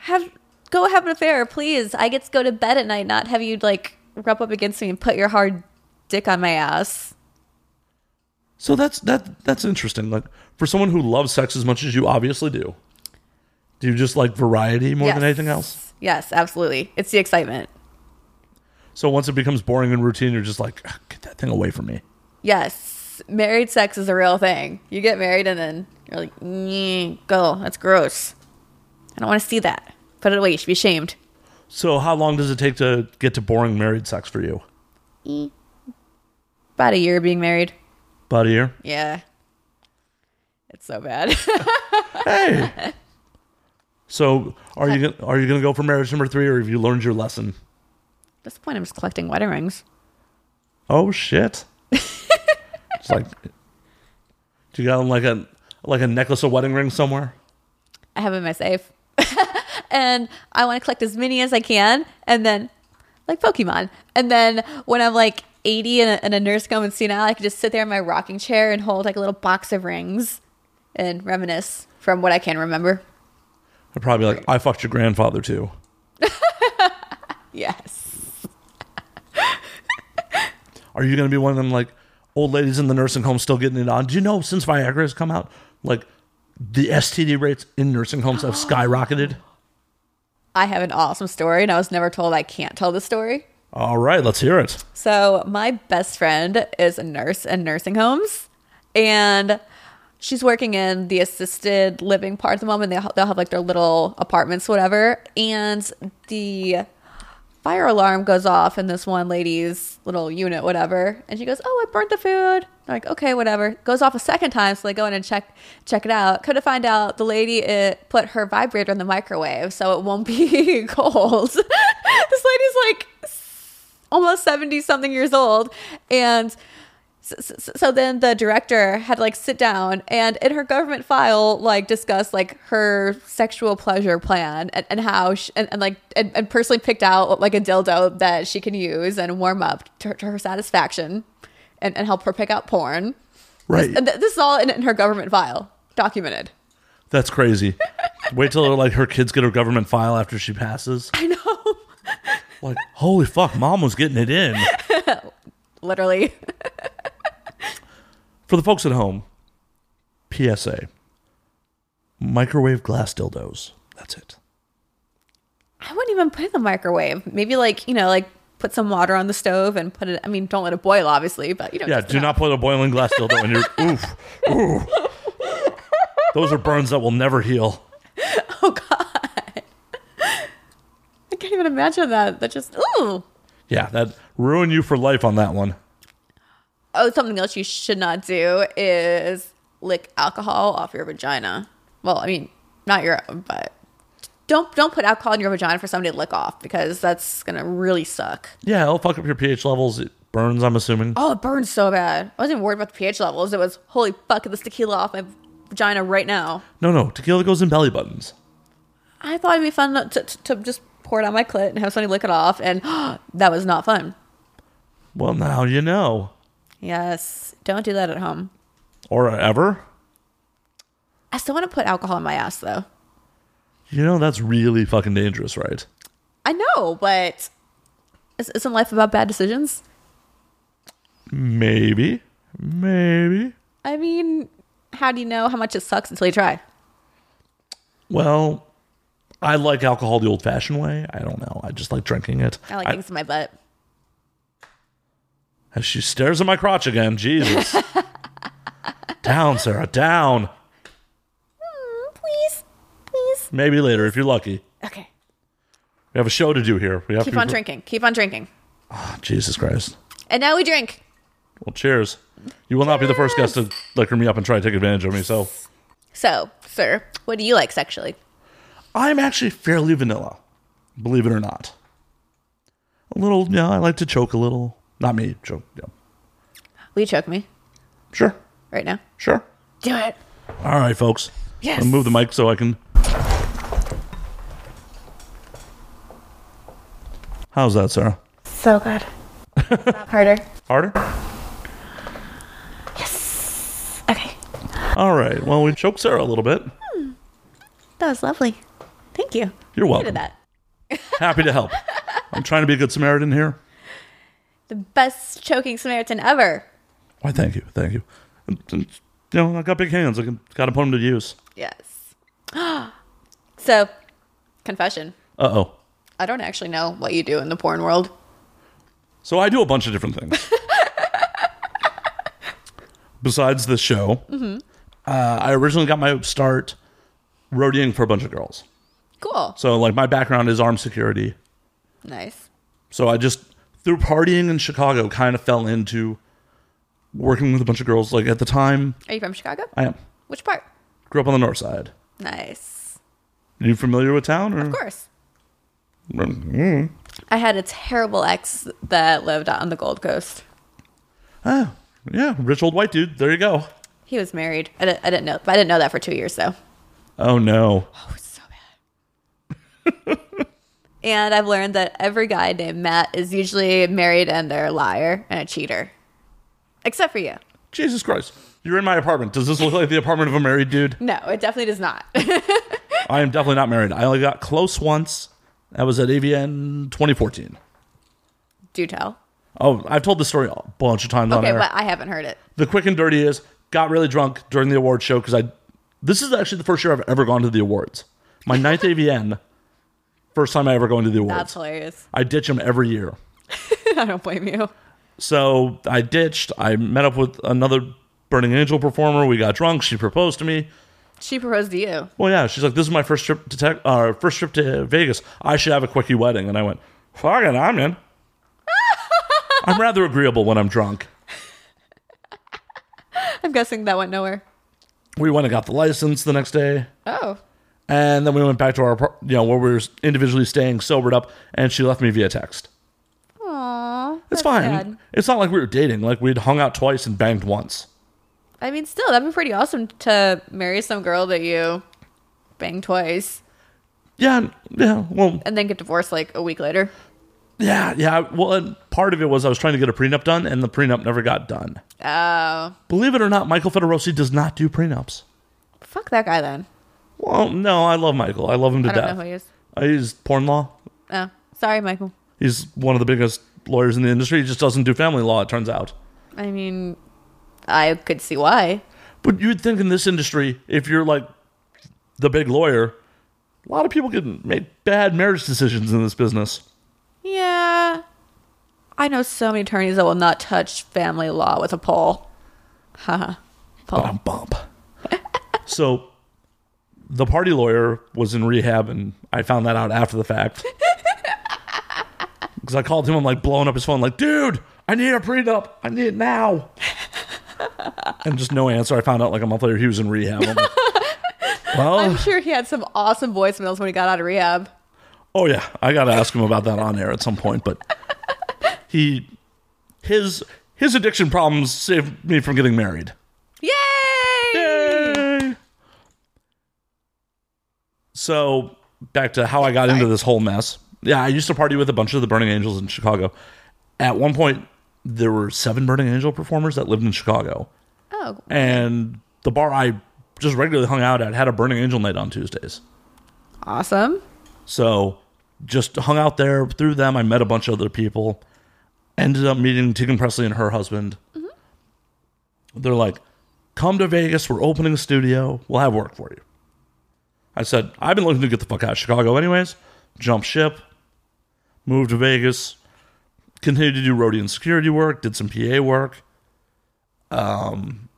C: have go have an affair, please. I get to go to bed at night, not have you like rub up against me and put your hard dick on my ass.
A: So that's that that's interesting. Like for someone who loves sex as much as you obviously do, do you just like variety more than
C: Yes.
A: anything else?
C: Yes, absolutely. It's the excitement.
A: So once it becomes boring and routine, you're just like, "Ugh, "Get that thing away from me."
C: Yes, married sex is a real thing. You get married and then you're like, "Nyeh, go. That's gross. I don't want to see that. Put it away. You should be ashamed.
A: So how long does it take to get to boring married sex for you?
C: About a year being married.
A: About a year.
C: Yeah. It's so bad.
A: Hey. So are you gonna, are you going to go for marriage number three, or have you learned your lesson?
C: At this point, I'm just collecting wedding rings.
A: oh shit it's like do you got like a like a necklace of wedding ring somewhere
C: I have them in my safe. and I want to collect as many as I can. And then, like Pokemon. And then when I'm like 80 and a, and a nurse comes and see now, I can just sit there in my rocking chair and hold like a little box of rings and reminisce from what I can remember.
A: i'd probably be like i fucked your grandfather too
C: Yes.
A: are you gonna be one of them like old ladies in the nursing home still getting it on do you know since viagra has come out like the std rates in nursing homes have skyrocketed
C: I have an awesome story, and I was never told I can't tell the story.
A: all right let's hear it
C: So, my best friend is a nurse in nursing homes, and she's working in the assisted living part at the moment. They, they'll have like their little apartments, whatever. And the fire alarm goes off in this one lady's little unit, whatever. And she goes, "Oh, I burnt the food." They're like, "Okay, whatever." Goes off a second time, so they go in and check check it out. Come to find out, the lady it, put her vibrator in the microwave, so it won't be cold. this lady's like almost 70 something years old and so, so- so then the director had to like sit down and in her government file like discuss like her sexual pleasure plan and, and how she, and, and like and, and personally picked out like a dildo that she can use and warm up to, to her satisfaction and, and help her pick out porn
A: right
C: and th- this is all in, in her government file documented
A: that's crazy wait till like her kids get her government file after she passes
C: i know
A: like holy fuck mom was getting it in
C: literally
A: For the folks at home, PSA microwave glass dildos. That's it.
C: I wouldn't even put it in the microwave. Maybe like, you know, like put some water on the stove and put it I mean, don't let it boil obviously, but you know,
A: Yeah,
C: just
A: do
C: enough.
A: not put a boiling glass dildo in your. Oof. Ooh. Those are burns that will never heal.
C: Oh god. can't even imagine that. That just ooh.
A: Yeah, that ruined you for life on that one.
C: Oh, something else you should not do is lick alcohol off your vagina. Well, I mean, not your own, but don't don't put alcohol in your vagina for somebody to lick off because that's gonna really suck.
A: Yeah, it'll fuck up your pH levels. It burns, I'm assuming.
C: Oh, it burns so bad. I wasn't worried about the pH levels. It was holy fuck, get this tequila off my vagina right now.
A: No, no, tequila goes in belly buttons.
C: I thought it'd be fun to, to, to just pour it on my clit and have somebody lick it off, and that was not fun.
A: Well, now you know.
C: Yes, don't do that at home.
A: Or ever.
C: I still want to put alcohol in my ass though.
A: You know, that's really fucking dangerous, right?
C: I know, but is- isn't life about bad decisions?
A: Maybe. Maybe.
C: I mean, how do you know how much it sucks until you try?
A: Well, I like alcohol the old fashioned way. I don't know. I just like drinking it.
C: I like things in my butt.
A: As she stares at my crotch again, Jesus. down, Sarah, down.
C: Hmm, Please, please.
A: Maybe later if you're lucky.
C: Okay,
A: We have a show to do here. We have
C: keep
A: to
C: on drinking. Keep on drinking.
A: Jesus Christ.
C: And now we drink.
A: Well, cheers. You will not be the first guest to liquor me up and try to take advantage of me. So
C: So, sir, what do you like sexually?
A: I'm actually fairly vanilla, believe it or not. A little, yeah. I like to choke a little. Not me, choke. Yeah.
C: Will you choke me
A: Sure,
C: right now?
A: sure.
C: Do it.
A: All right, folks.
C: Yes.
A: I'll move the mic so I can. How's that, Sarah?
C: So good. Harder.
A: Harder?
C: Okay.
A: All right. Well, we choked Sarah a little bit.
C: That was lovely. Thank you.
A: You're
C: Look
A: welcome.
C: at that.
A: Happy to help. I'm trying to be a good Samaritan here.
C: The best choking Samaritan ever.
A: Why, thank you. Thank you. And- and, You know, I got big hands. I can, gotta put them to use.
C: Yes. so, confession.
A: Uh oh.
C: I don't actually know what you do in the porn world.
A: So I do a bunch of different things. Besides the show,
C: Mm-hmm.
A: uh, I originally got my start roadieing for a bunch of girls.
C: Cool.
A: So, like, my background is armed security.
C: Nice.
A: So I just through partying in Chicago kind of fell into working with a bunch of girls. Like at the time,
C: Are you from Chicago?
A: I am
C: Which part?
A: grew up on the north side.
C: Nice.
A: Are you familiar with town? Or?
C: Of course.
A: Mm.
C: I had a terrible ex that lived on the Gold Coast.
A: Oh, yeah, rich old white dude. There you go.
C: He was married. I didn't, I didn't know. I didn't know that for two years though.
A: Oh no.
C: Oh, it's so bad. and I've learned that every guy named Matt is usually married and they're a liar and a cheater, except for you.
A: Jesus Christ. You're in my apartment. Does this look like the apartment of a married dude?
C: No, it definitely does not.
A: I am definitely not married. I only got close once. That was at AVN 2014.
C: Do tell.
A: Oh, I've told this story a bunch of times on
C: Okay,
A: air.
C: but I haven't heard it.
A: the quick and dirty is got really drunk during the award show because I this is actually the first year I've ever gone to the awards. My ninth AVN, first time I ever going to the awards.
C: That's hilarious.
A: I ditch them every year.
C: I don't blame you.
A: So I ditched. I met up with another Burning Angel performer. We got drunk. She proposed to me.
C: She proposed to you.
A: Well, yeah. She's like, "This is my first trip to tech, uh, first trip to Vegas. I should have a quickie wedding." And I went, "Fuck it, I'm in." I'm rather agreeable when I'm drunk.
C: I'm guessing that went nowhere.
A: We went and got the license the next day.
C: Oh,
A: And then we went back to our, apart- you know, where we were individually staying, sobered up, and she left me via text.
C: Aww,
A: It's fine. It's not like we were dating. Like we'd hung out twice and banged once.
C: I mean, still, that'd be pretty awesome to marry some girl that you banged twice
A: Yeah, and- yeah. Well,
C: and then get divorced like a week later.
A: yeah, yeah. Well, and part of it was I was trying to get a prenup done, and the prenup never got done.
C: Oh,
A: Believe it or not, Michael Federosi does not do prenups.
C: fuck that guy then.
A: Well, no, I love Michael. I love him to
C: I don't
A: death.
C: know who he is.
A: Uh, He's porn law.
C: Oh, sorry, Michael.
A: He's one of the biggest lawyers in the industry. He just doesn't do family law. It turns out.
C: I mean, I could see why.
A: But you'd think in this industry, if you're like the big lawyer, a lot of people can make bad marriage decisions in this business.
C: Yeah. I know so many attorneys that will not touch family law with a pole. Haha. pole.
A: Bump bump. so the party lawyer was in rehab and I found that out after the fact. Because I called him, I'm like blowing up his phone, like, dude, I need a prenup. I need it now. and just no answer. I found out like a month later he was in rehab. I'm like, well,
C: I'm sure he had some awesome voicemails when he got out of rehab.
A: Oh yeah, I got to ask him about that on air at some point. But he, his his addiction problems saved me from getting married.
C: Yay!
A: Yay! So back to how I got into this whole mess. Yeah, I used to party with a bunch of the Burning Angels in Chicago. At one point, there were seven Burning Angel performers that lived in Chicago,
C: Oh,
A: and the bar I just regularly hung out at had a Burning Angel night on Tuesdays.
C: awesome.
A: So just hung out there through them. I met a bunch of other people. Ended up meeting Tegan Presley and her husband. They're like, come to Vegas. We're opening a studio. We'll have work for you. I said, I've been looking to get the fuck out of Chicago anyways. Jump ship, moved to Vegas, continued to do roadie and security work, did some PA work. Um,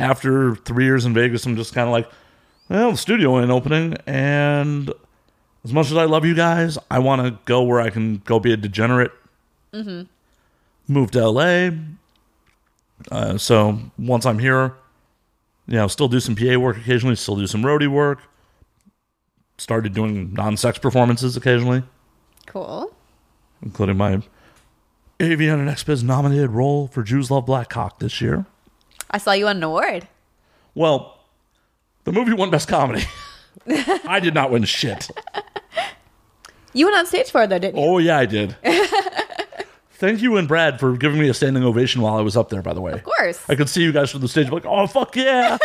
A: after three years in Vegas, I'm just kind of like, well, the studio ain't opening, and as much as I love you guys, I want to go where I can go be a degenerate. Move to LA. Uh, so once I'm here, you know, still do some PA work occasionally, still do some roadie work. Started doing non sex performances occasionally,
C: Cool.
A: including my AVN and XBiz nominated role for Jews Love Black Cock this year.
C: I saw you on an award.
A: Well, the movie won Best Comedy. I did not win shit.
C: You went on stage for it though, didn't you?
A: Oh yeah, I did. Thank you and Brad for giving me a standing ovation while I was up there. By the way, of
C: course.
A: Oh. I could see you guys from the stage. Like, oh fuck yeah!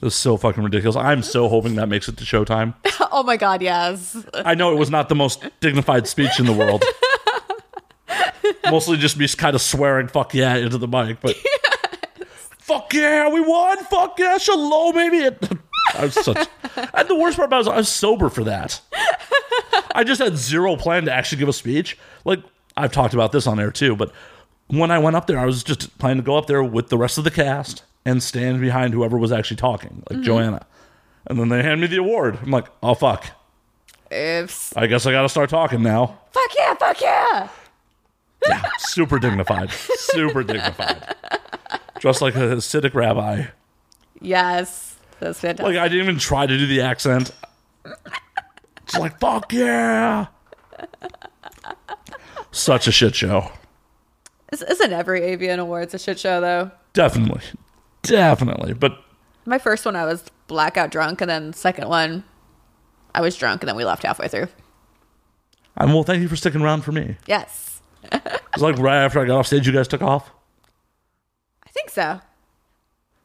A: this is so fucking ridiculous. I'm so hoping that makes it to Showtime.
C: Oh my god, yes.
A: I know it was not the most dignified speech in the world. Mostly just me kind of swearing "fuck yeah" into the mic, but "fuck yeah, we won!" "fuck yeah, shalom, baby." I was such, and the worst part about it is I was sober for that. I just had zero plan to actually give a speech. Like I've talked about this on air too, but when I went up there, I was just planning to go up there with the rest of the cast and stand behind whoever was actually talking, like Joanna. And then they hand me the award. I'm like, oh fuck.
C: Oops.
A: I guess I got to start talking now.
C: Fuck yeah, fuck yeah.
A: Yeah, super dignified, super dignified, dressed like a Hasidic rabbi.
C: Yes. That's fantastic.
A: Like I didn't even try to do the accent. It's like fuck yeah, such a shit show.
C: Is- Isn't every avian awards a shit show though?
A: Definitely, definitely. But
C: My first one I was blackout drunk and then second one I was drunk and then we left halfway through.
A: um, well, thank you for sticking around for me.
C: Yes.
A: It's like right after I got off stage, you guys took off.
C: I think so.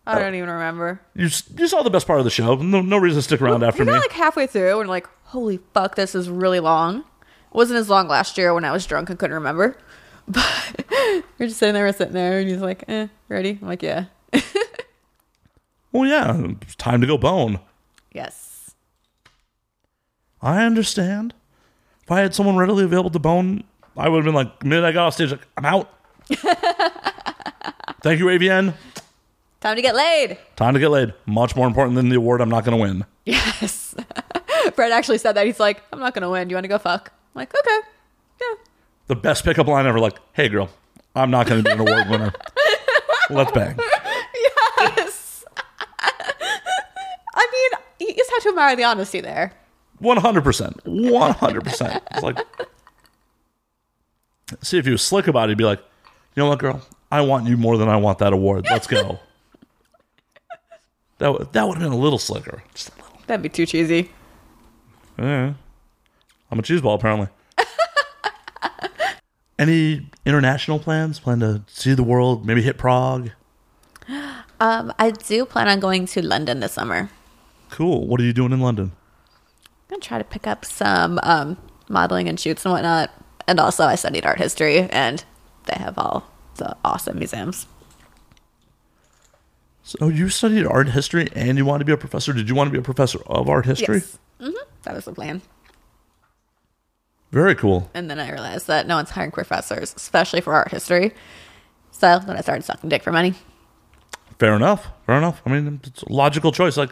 C: I don't even remember.
A: You s- you saw the best part of the show. No, no reason to stick around after
C: You're
A: me.
C: not like halfway through and like, holy fuck, this is really long. It wasn't as long last year when I was drunk and couldn't remember. But we're just sitting there, we're sitting there, and he's like, eh, ready? I'm like, yeah.
A: well, yeah, it's time to go bone.
C: Yes.
A: I understand. If I had someone readily available to bone, I would have been like, the minute I got off stage, like, I'm out. Thank you, AVN.
C: Time to get laid.
A: Time to get laid. Much more important than the award I'm not going to win.
C: Yes. Brett actually said that. He's like, I'm not going to win. Do you want to go fuck? I'm like, okay. Yeah.
A: The best pickup line ever. Like, hey, girl, I'm not going to be an award winner. Let's bang.
C: I mean, you just have to admire the honesty there.
A: 100%. 100%. It's like, see, if he was slick about it, he'd be like, you know what, girl? I want you more than I want that award. Let's go. that, would- that would have been a little slicker. Just a little.
C: That'd be too cheesy.
A: Yeah. I'm a cheese ball, apparently. Any international plans? Plan to see the world? Maybe hit Prague?
C: Um, I do plan on going to London this summer.
A: Cool. What are you doing in London?
C: I'm gonna try to pick up some um, modeling and shoots and whatnot. And also, I studied art history, and they have all the awesome museums.
A: So oh, you studied art history and you want to be a professor. Did you want to be a professor of art history?
C: Yes, hmm that was the plan.
A: Very cool.
C: And then I realized that no one's hiring professors, especially for art history. So then I started sucking dick for money.
A: Fair enough. Fair enough. I mean, it's a logical choice. Like,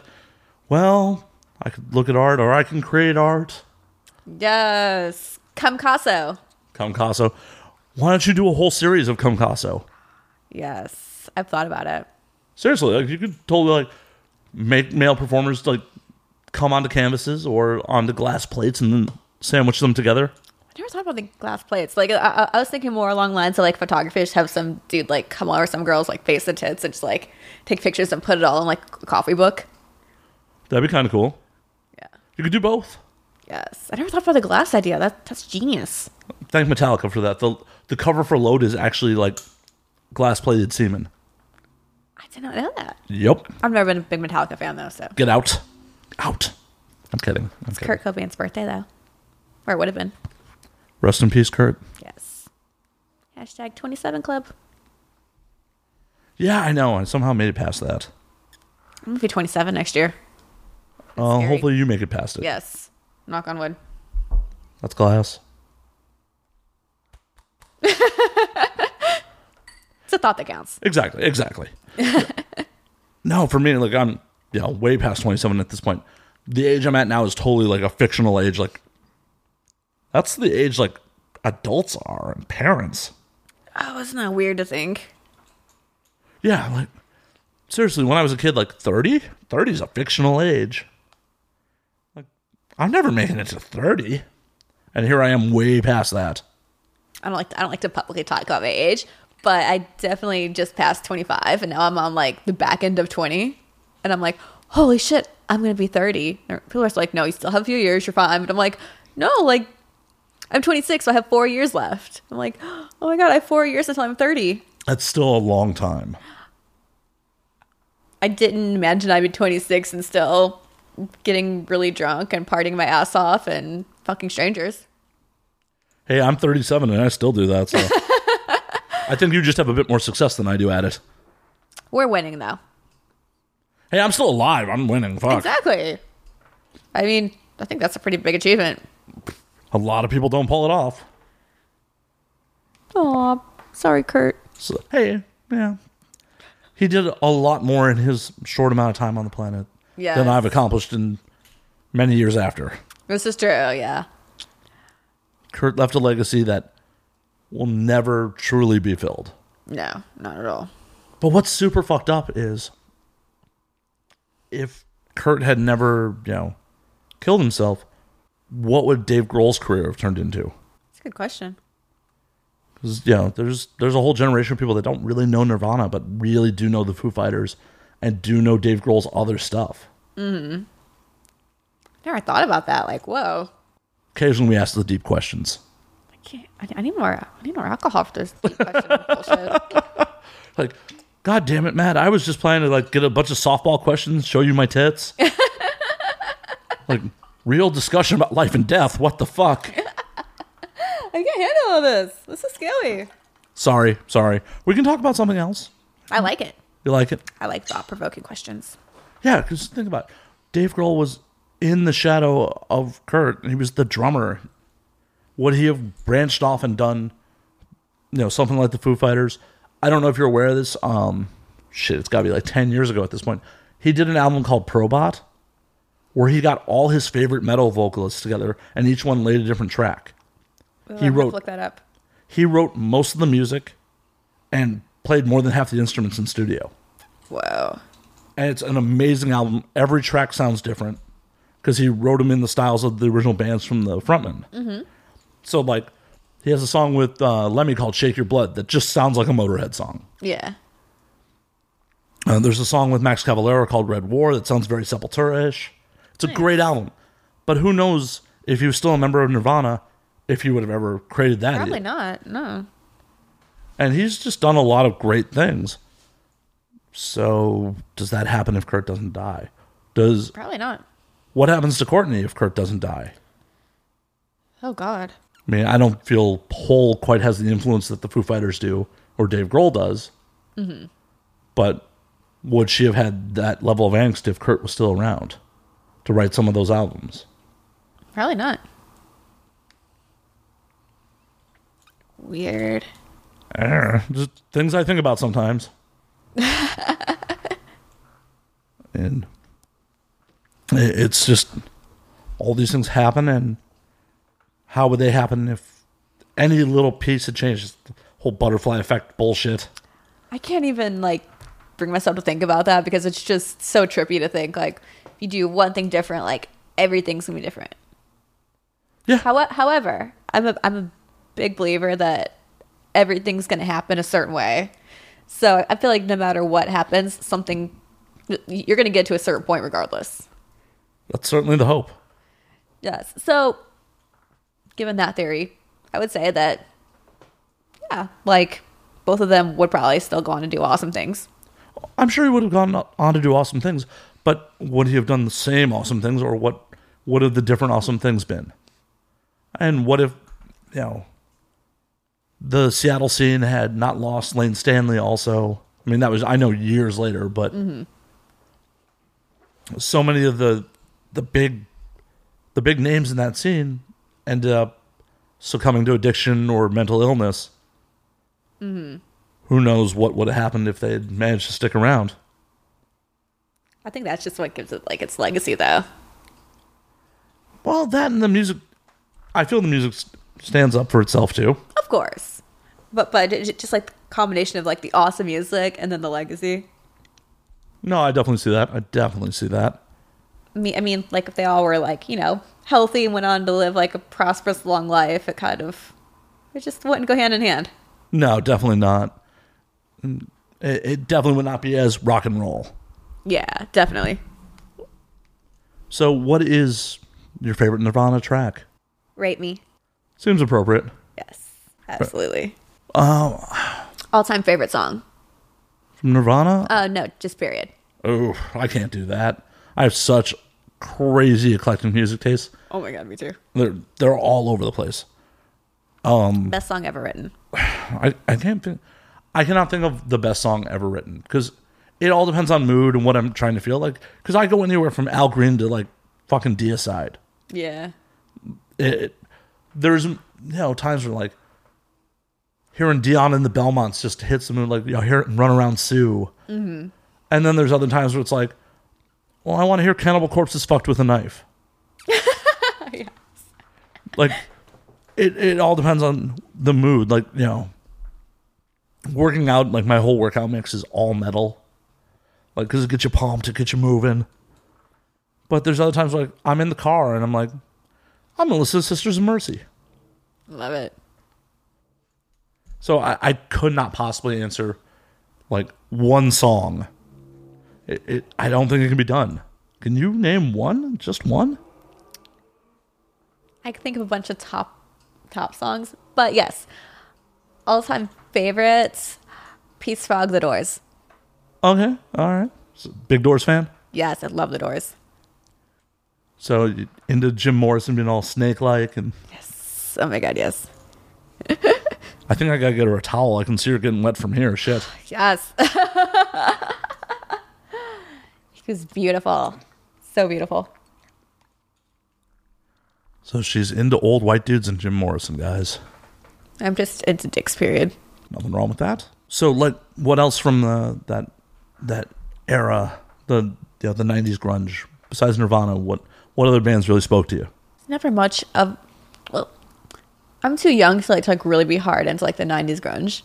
A: well, I could look at art or I can create art.
C: Yes, Caso.
A: Comcaso. Why don't you do a whole series of Comcaso?
C: Yes, I've thought about it.
A: Seriously, like you could totally like make male performers like come onto canvases or onto glass plates and then sandwich them together.
C: I never thought about the glass plates. Like I- I, I was thinking more along lines of like photography. Just have some dude like come over, some girls like face the tits and just like take pictures and put it all in like a coffee book.
A: That'd be kind of cool.
C: Yeah.
A: You could do both.
C: Yes, I never thought about the glass idea. That that's genius.
A: Thank Metallica for that. The the cover for Load is actually like glass plated semen.
C: I did not know that.
A: Yep.
C: I've never been a big Metallica fan though. So
A: Get out. Out. I'm kidding. I'm kidding.
C: Kurt Cobain's birthday though, or it would have been.
A: Rest in peace, Kurt.
C: Yes. Hashtag twenty seven club.
A: Yeah, I know. I somehow made it past that.
C: I'm gonna be twenty seven next year.
A: Uh,
C: scary.
A: hopefully, you make it past it.
C: Yes. Knock on wood.
A: That's glass.
C: It's a thought that counts.
A: Exactly. Exactly. no, for me, like I'm, you know, way past 27 at this point. The age I'm at now is totally like a fictional age. Like that's the age like adults are and parents.
C: Oh, isn't that weird to think?
A: Yeah, like seriously, when I was a kid, like 30, 30 is a fictional age. Like I'm never making it to 30. And here I am way past that.
C: I don't like to, I don't like to publicly talk about my age, but I definitely just passed 25 and now I'm on like the back end of 20 and I'm like, "Holy shit, I'm going to be 30." And People are still like, "No, you still have a few years, you're fine." But I'm like, "No, like I'm 26, so I have 4 years left." I'm like, "Oh my god, I have 4 years until I'm 30."
A: That's still a long time.
C: I didn't imagine I'd be 26 and still getting really drunk and partying my ass off and fucking strangers.
A: Hey, I'm 37 and I still do that. So I think you just have a bit more success than I do at it.
C: We're winning though.
A: Hey, I'm still alive. I'm winning. Fuck.
C: Exactly. I mean, I think that's a pretty big achievement.
A: A lot of people don't pull it off.
C: Aw, sorry, Kurt.
A: So, hey, yeah. He did a lot more in his short amount of time on the planet
C: Yes.
A: than I've accomplished in many years after.
C: This is true, oh, yeah.
A: Kurt left a legacy that will never truly be filled.
C: No, not at all.
A: But what's super fucked up is if Kurt had never, you know, killed himself, what would Dave Grohl's career have turned into?
C: It's a good question.
A: 'Cause, you know, there's there's a whole generation of people that don't really know Nirvana, but really do know the Foo Fighters and do know Dave Grohl's other stuff.
C: Never thought about that. Like, whoa.
A: Occasionally, we ask the deep questions.
C: I can't. I, I need more. I need more alcohol for this deep question of bullshit.
A: Like, God damn it, Matt! I was just planning to like get a bunch of softball questions, show you my tits. like, real discussion about life and death. What the fuck?
C: I can't handle all this. This is scary.
A: Sorry, sorry. We can talk about something else.
C: I like it.
A: You like it?
C: I like thought provoking questions.
A: Yeah, because think about it. Dave Grohl was in the shadow of Kurt, and he was the drummer. Would he have branched off and done, you know, something like the Foo Fighters? I don't know if you're aware of this. Um, shit, it's got to be like ten years ago at this point. He did an album called Probot, where he got all his favorite metal vocalists together, and each one laid a different track.
C: Ooh,
A: He
C: I'm gonna
A: wrote-
C: Look that up.
A: He wrote most of the music, and played more than half the instruments in studio.
C: Whoa.
A: and it's an amazing album. Every track sounds different because he wrote them in the styles of the original bands from the frontman. Mm-hmm. So like, he has a song with uh, Lemmy called "Shake Your Blood" that just sounds like a Motorhead song.
C: Yeah.
A: Uh, there's a song with Max Cavalera called "Red War" that sounds very Sepultura-ish. It's a great album, but who knows if he was still a member of Nirvana, if he would have ever created that?
C: Probably not. No.
A: And he's just done a lot of great things. So does that happen if Kurt doesn't die? Does
C: Probably not.
A: what happens to Courtney if Kurt doesn't die?
C: Oh God.
A: I mean, I don't feel Paul quite has the influence that the Foo Fighters do or Dave Grohl does. But would she have had that level of angst if Kurt was still around to write some of those albums?
C: Probably not. Weird.
A: I don't know. Just things I think about sometimes. and i- it's just all these things happen, and How would they happen if any little piece of change? Just the Whole butterfly effect bullshit.
C: I can't even like bring myself to think about that because it's just so trippy to think like if you do one thing different, like everything's gonna be different.
A: Yeah.
C: How- however, I'm a I'm a big believer that everything's gonna happen a certain way. So I feel like no matter what happens, something you're gonna get to a certain point regardless.
A: That's certainly the hope.
C: Yes. So, given that theory, I would say that, yeah, like both of them would probably still go on to do awesome things.
A: I'm sure he would have gone on to do awesome things, but would he have done the same awesome things, or what would have the different awesome things been? And what if, you know, the Seattle scene had not lost Lane Stanley also? I mean, that was, I know, years later, but so many of the, the big, the big names in that scene ended up succumbing to addiction or mental illness who knows what would have happened if they had managed to stick around.
C: I think that's just what gives it like its legacy, though.
A: Well, that and the music, I feel the music s- stands up for itself too.
C: Of course, but but j- j- just like the combination of like the awesome music and then the legacy.
A: No, I definitely see that. I definitely see that.
C: I mean, I mean, like if they all were like you know healthy and went on to live like a prosperous long life, it kind of it just wouldn't go hand in hand.
A: No, definitely not. Mm, It, it definitely would not be as rock and roll.
C: Yeah, definitely.
A: So, what is your favorite Nirvana track?
C: Rate me.
A: Seems appropriate.
C: Yes, absolutely.
A: Um,
C: All time favorite song.
A: from Nirvana?
C: Oh no, just period.
A: oh, I can't do that. I have such crazy eclectic music tastes.
C: Oh my god, me too.
A: They're they're all over the place.
C: Best song ever written.
A: I, I can't think I cannot think of the best song ever written because it all depends on mood and what I'm trying to feel like. Because I go anywhere from Al Green to like fucking Deicide.
C: Yeah.
A: It, it- there's you know times where like hearing Dion and the Belmonts just hits the mood like you know hear it in Run Around Sue, mm-hmm. and then there's other times where it's like, well I want to hear Cannibal Corpse is fucked with a knife. like it, it all depends on the mood like you know working out like my whole workout mix is all metal like because it gets you pumped it gets you moving but there's other times like i'm in the car and i'm like i'm gonna listen to sisters of mercy
C: Love it.
A: so i, I could not possibly answer like one song it, it, i don't think it can be done can you name one just one
C: I can think of a bunch of top top songs, but yes, all time favorites. Peace Frog, The Doors.
A: okay all right So, big doors fan
C: Yes, I love The Doors.
A: so you- into jim morrison being all snake-like and
C: Oh my god, yes,
A: I think I gotta get her a towel. I can see her getting wet from here. Shit.
C: yes. he was beautiful, so beautiful.
A: So she's into old white dudes and Jim Morrison, guys.
C: I'm just into dicks. Period.
A: Nothing wrong with that. So like, what else from the that that era, the you know, the '90s grunge? Besides Nirvana, what what other bands really spoke to you?
C: Never much of. Well, I'm too young to like to like really be hard into like the '90s grunge.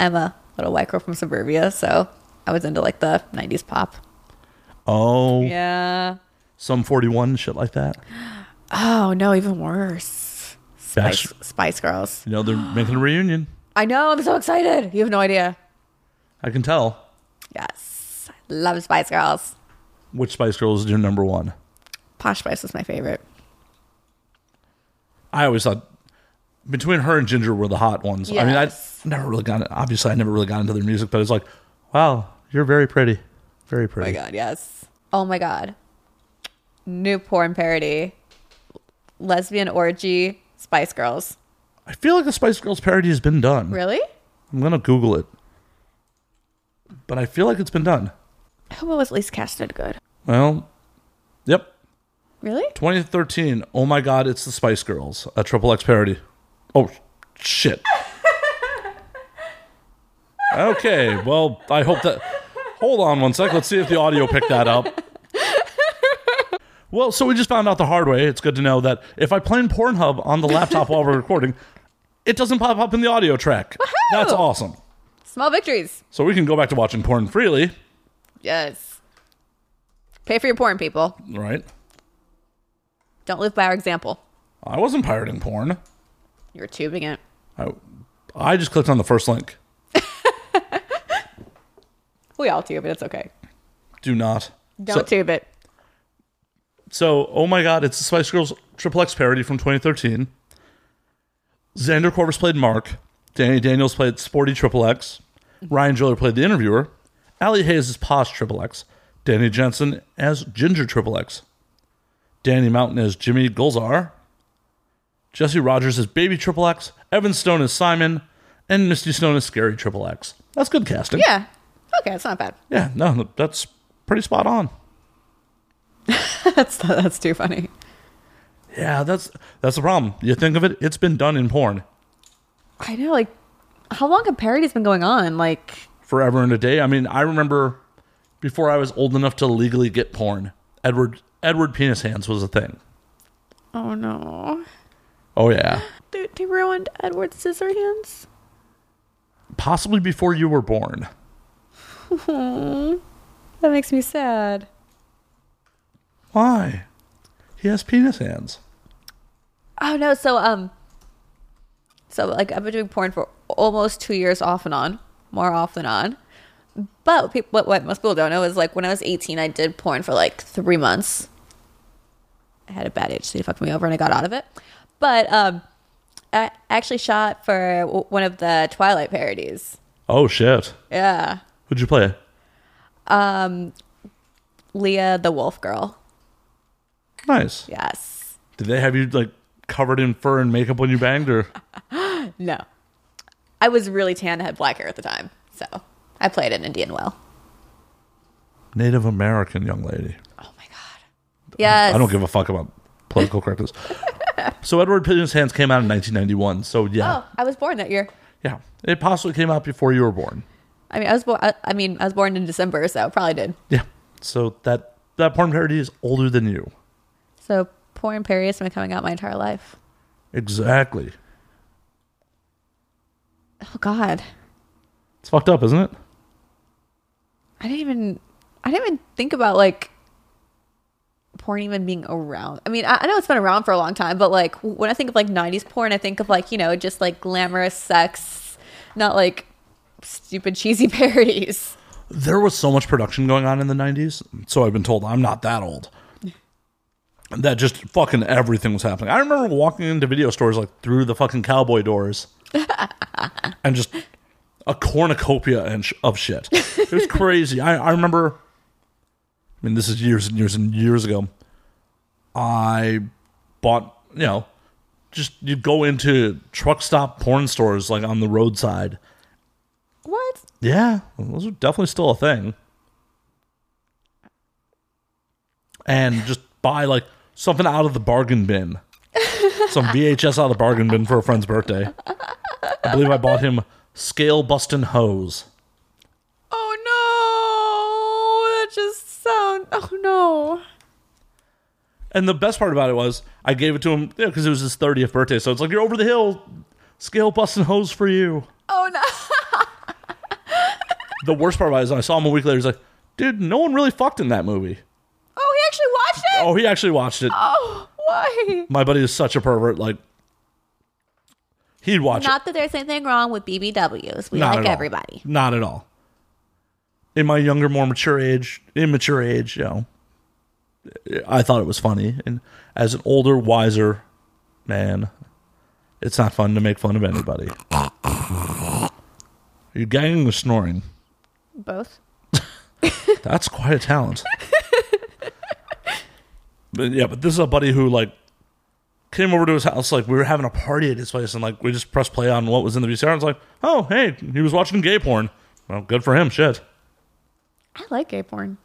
C: I'm a little white girl from suburbia, so I was into like the '90s pop.
A: Oh,
C: Yeah.
A: some 41 shit like that.
C: Oh no, even worse. Spice,
A: Bash-
C: Spice Girls.
A: You know, they're making a reunion.
C: I know. I'm so excited. You have no idea.
A: I can tell.
C: Yes, I love Spice Girls.
A: Which Spice Girls is your number one?
C: Posh Spice was my favorite.
A: I always thought between her and Ginger were the hot ones. I mean, I
C: Yes.
A: never really got obviously I never really got into their music, but it's like, wow, you're very pretty, very pretty.
C: Oh god, yes. Oh my god. New porn parody. Lesbian orgy. Spice Girls.
A: I feel like the Spice Girls parody has been done.
C: Really?
A: I'm gonna Google it, but I feel like it's been done.
C: Who was least casted good?
A: Well, yep,
C: Really?
A: 2013. Oh my god, it's the Spice Girls, a triple X parody. Oh shit. okay, well, I hope that. Hold on one sec. Let's see if the audio picked that up. Well, so we just found out the hard way. It's good to know that if I plan Pornhub on the laptop while we're recording, it doesn't pop up in the audio track. That's awesome.
C: Small victories.
A: So we can go back to watching porn freely,
C: Yes. Pay for your porn, people.
A: right?
C: Don't live by our example.
A: I wasn't pirating porn.
C: You're tubing it.
A: I, I just clicked on the first link.
C: We all tube it. It's okay.
A: Do not.
C: Don't
A: So,
C: tube it.
A: so, oh my God, it's the Spice Girls Triple X parody from 2013. Xander Corvus played Mark. Danny Daniels played Sporty Triple X. Ryan Joller played the interviewer. Allie Hayes is Posh Triple X. Danny Jensen as Ginger Triple X. Danny Mountain as Jimmy Gulzar. Jesse Rogers as Baby Triple X. Evan Stone as Simon. And Misty Stone as Scary Triple X. That's good casting.
C: Yeah. Okay, it's not bad.
A: Yeah, no, that's pretty spot on.
C: That's that's too funny.
A: Yeah, that's that's the problem. You think of it, it's been done in porn
C: I know, like, how long have parodies been going on? Like,
A: forever and a day. I mean, I remember before I was old enough to legally get porn, Edward Edward penis hands was a thing.
C: oh no,
A: Oh yeah,
C: they, they ruined Edward Scissorhands.
A: possibly before you were born.
C: That makes me sad.
A: Why? He has penis hands.
C: Oh no, so um, so like I've been doing porn for almost two years off and on, more off than on. But people, what, what most people don't know is like when I was 18, I did porn for like three months. I had a bad itch, so he fucked me over and I got out of it. But um, I actually shot for w- one of the Twilight parodies.
A: Oh shit!
C: Yeah.
A: Who'd you play?
C: Um, Leah the Wolf Girl.
A: Nice.
C: Yes.
A: Did they have you like covered in fur and makeup when you banged, or
C: No. I was really tan. I had black hair at the time, so I played an Indian well.
A: Native American young lady?
C: Oh my god. Yes. Oh,
A: I don't give a fuck about political correctness. so Edward Pigeon's Hands came out in 1991. So yeah,
C: Oh, I was born that year.
A: yeah, it possibly came out before you were born.
C: I mean, I was born. I, I mean, I was born in December, so it probably did.
A: Yeah. So that that porn parody is older than you.
C: So porn parody has been coming out my entire life.
A: Exactly.
C: Oh god.
A: It's fucked up, isn't it?
C: I didn't even. I didn't even think about like porn even being around. I mean, I, I know it's been around for a long time, but like when I think of like '90s porn, I think of like you know just like glamorous sex, not like stupid cheesy parodies.
A: There was so much production going on in the 90s. So I've been told I'm not that old. That just fucking everything was happening. I remember walking into video stores like through the fucking cowboy doors and just a cornucopia and sh- of shit. It was crazy. I, I remember, I mean, this is years and years and years ago. I bought, you know, just you'd go into truck stop porn stores like on the roadside.
C: What?
A: Yeah, those are definitely still a thing. And just buy like something out of the bargain bin. Some VHS out of the bargain bin for a friend's birthday. I believe I bought him Scale Bustin' Hose.
C: Oh no! That just sound. Oh no!
A: And the best part about it was I gave it to him because it was his 30th birthday. So it's like, you're over the hill, Scale Bustin' Hose for you.
C: Oh no!
A: The worst part about it is when I saw him a week later, he's like, dude, no one really fucked in that movie.
C: Oh, he actually watched it.
A: Oh, he actually watched it.
C: Oh, why?
A: My buddy is such a pervert. Like, he'd watch it.
C: Not that there's anything wrong with BBWs. We
A: Not
C: like
A: at all.
C: everybody.
A: Not at all. In my younger, more mature age, immature age, you know, I thought it was funny. And as an older, wiser man, it's not fun to make fun of anybody. Are you ganging or snoring?
C: Both.
A: That's quite a talent. but yeah, but this is a buddy who like came over to his house. Like we were having a party at his place, and like we just pressed play on what was in the VCR. And it's like, oh hey, he was watching gay porn. Well, good for him. Shit.
C: I like gay porn.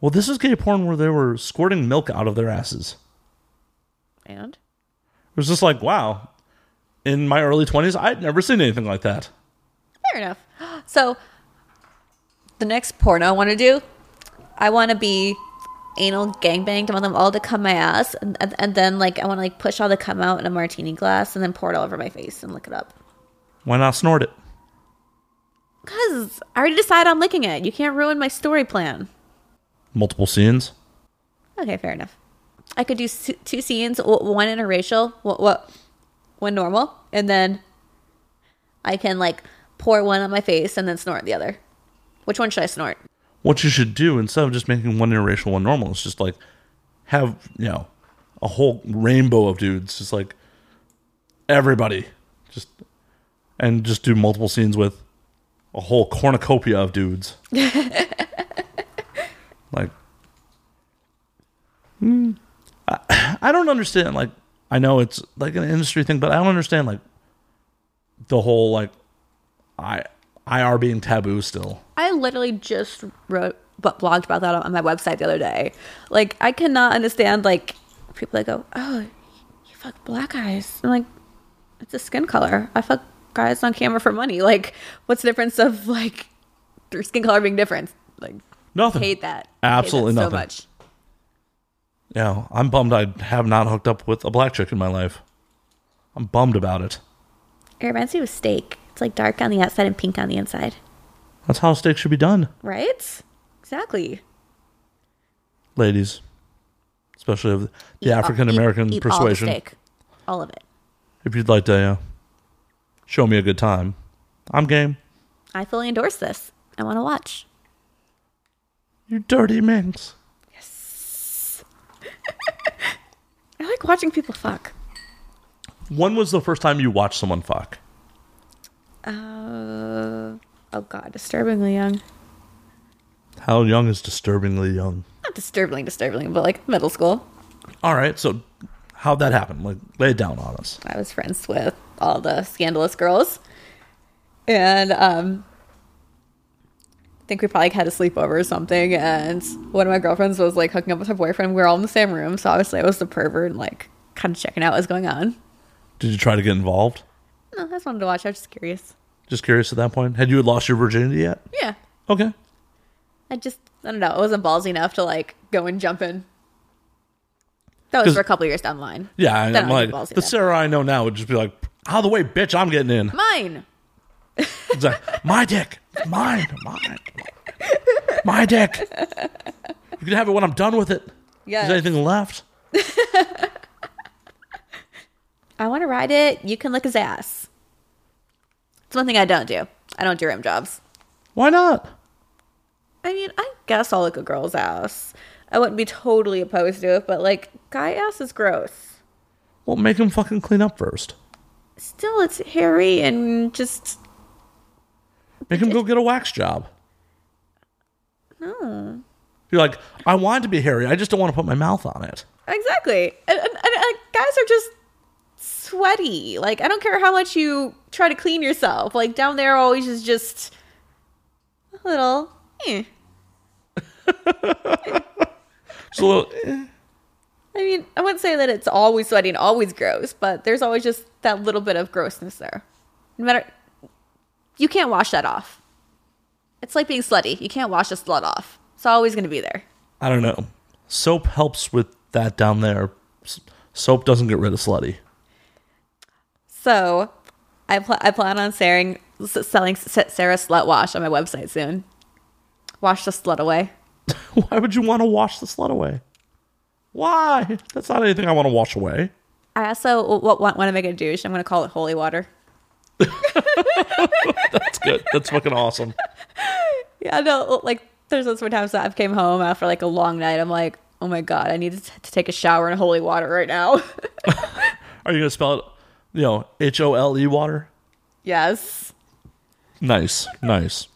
A: Well, this is gay porn where they were squirting milk out of their asses.
C: And
A: It was just like, wow. In my early twenties, I'd never seen anything like that.
C: fair enough. So the next porno I want to do, I want to be anal gangbanged. I want them all to come my ass, and, and, and then like I want to like push all the cum out in a martini glass, and then pour it all over my face and lick it up.
A: Why not snort it?
C: Cause I already decided I'm licking it. You can't ruin my story plan.
A: Multiple scenes.
C: Okay, fair enough. I could do s- two scenes, w- one interracial, what, what, one normal, and then I can like pour one on my face and then snort the other. Which one should I snort?
A: What you should do instead of just making one interracial, one normal, is just like have you know a whole rainbow of dudes, just like everybody, just and just do multiple scenes with a whole cornucopia of dudes. like, hmm, I, I don't understand. Like, I know it's like an industry thing, but I don't understand like the whole like I IR being taboo still.
C: I literally just wrote but blogged about that on my website the other day. Like I cannot understand like people that go, "Oh, you fuck black guys." I'm like, it's a skin color. I fuck guys on camera for money. Like, what's the difference of like your skin color being different? Like,
A: Nothing.
C: hate that.
A: Absolutely
C: hate that
A: nothing.
C: So much.
A: Yeah, I'm bummed I have not hooked up with a black chick in my life. I'm bummed about it.
C: It reminds me of steak. It's like dark on the outside and pink on the inside,
A: That's how steak should be done,
C: right? Exactly.
A: ladies. Especially of the
C: Eat all-
A: African American
C: eat- eat all the
A: persuasion.
C: steak. all of it.
A: if you'd like to uh, show me a good time, I'm game.
C: I fully endorse this. I want to watch.
A: You dirty minx.
C: I like watching people fuck.
A: When was the first time you watched someone fuck?
C: Uh, oh god, disturbingly young.
A: How young is disturbingly young?
C: Not disturbingly, disturbingly, but like middle school.
A: All right, so how'd that happen? Like, lay it down on us.
C: I was friends with all the scandalous girls, and um, I think we probably had a sleepover or something. And one of my girlfriends was like hooking up with her boyfriend. We were all in the same room, so obviously I was the pervert and like kind of checking out what's going on.
A: Did you try to get involved?
C: No, I just wanted to watch. I was just curious.
A: Just curious at that point. Had you lost your virginity yet?
C: Yeah,
A: Okay.
C: I just I don't know. I wasn't ballsy enough to like go and jump in. That was
A: 'Cause-
C: for a couple years down the line.
A: Yeah, I-
C: Then
A: I'm
C: I'll
A: like
C: get ballsy
A: the
C: then.
A: Sarah I know now would just be like, "Out of the way, bitch! I'm getting in."
C: Mine.
A: It's like, my dick, mine, mine, my dick. You can have it when I'm done with it.
C: Yes.
A: Is there anything left?
C: I want to ride it. You can lick his ass. It's one thing I don't do. I don't do rim jobs.
A: Why not?
C: I mean, I guess I'll lick a girl's ass. I wouldn't be totally opposed to it, but like, guy ass is gross.
A: Well, make him fucking clean up first.
C: Still, it's hairy and just
A: Make him go get a wax job.
C: no.
A: You're like, I want it to be hairy. I just don't want to put my mouth on it.
C: Exactly. And, and, and, like, guys are just sweaty. Like, I don't care how much you try to clean yourself. Like, down there always is just a little. Eh.
A: So eh,
C: I mean, I wouldn't say that it's always sweaty and always gross, but there's always just that little bit of grossness there. No matter, you can't wash that off. It's like being slutty. You can't wash a slut off. It's always going to be there.
A: I don't know. Soap helps with that down there. S- Soap doesn't get rid of slutty.
C: So, I pl- I plan on sharing, s- selling S- Sarah Slut Wash on my website soon. Wash the slut away.
A: Why would you want to wash the slut away? Why? That's not anything I want to wash away.
C: I also w- want to make a douche. I'm going to call it holy water.
A: That's good. That's fucking awesome.
C: Yeah, no, like there's those one times that I've came home after like a long night. I'm like, oh my god, I need to, t- to take a shower in holy water right now.
A: Are you gonna spell it? You know, H O L E water.
C: yes,
A: Nice, nice,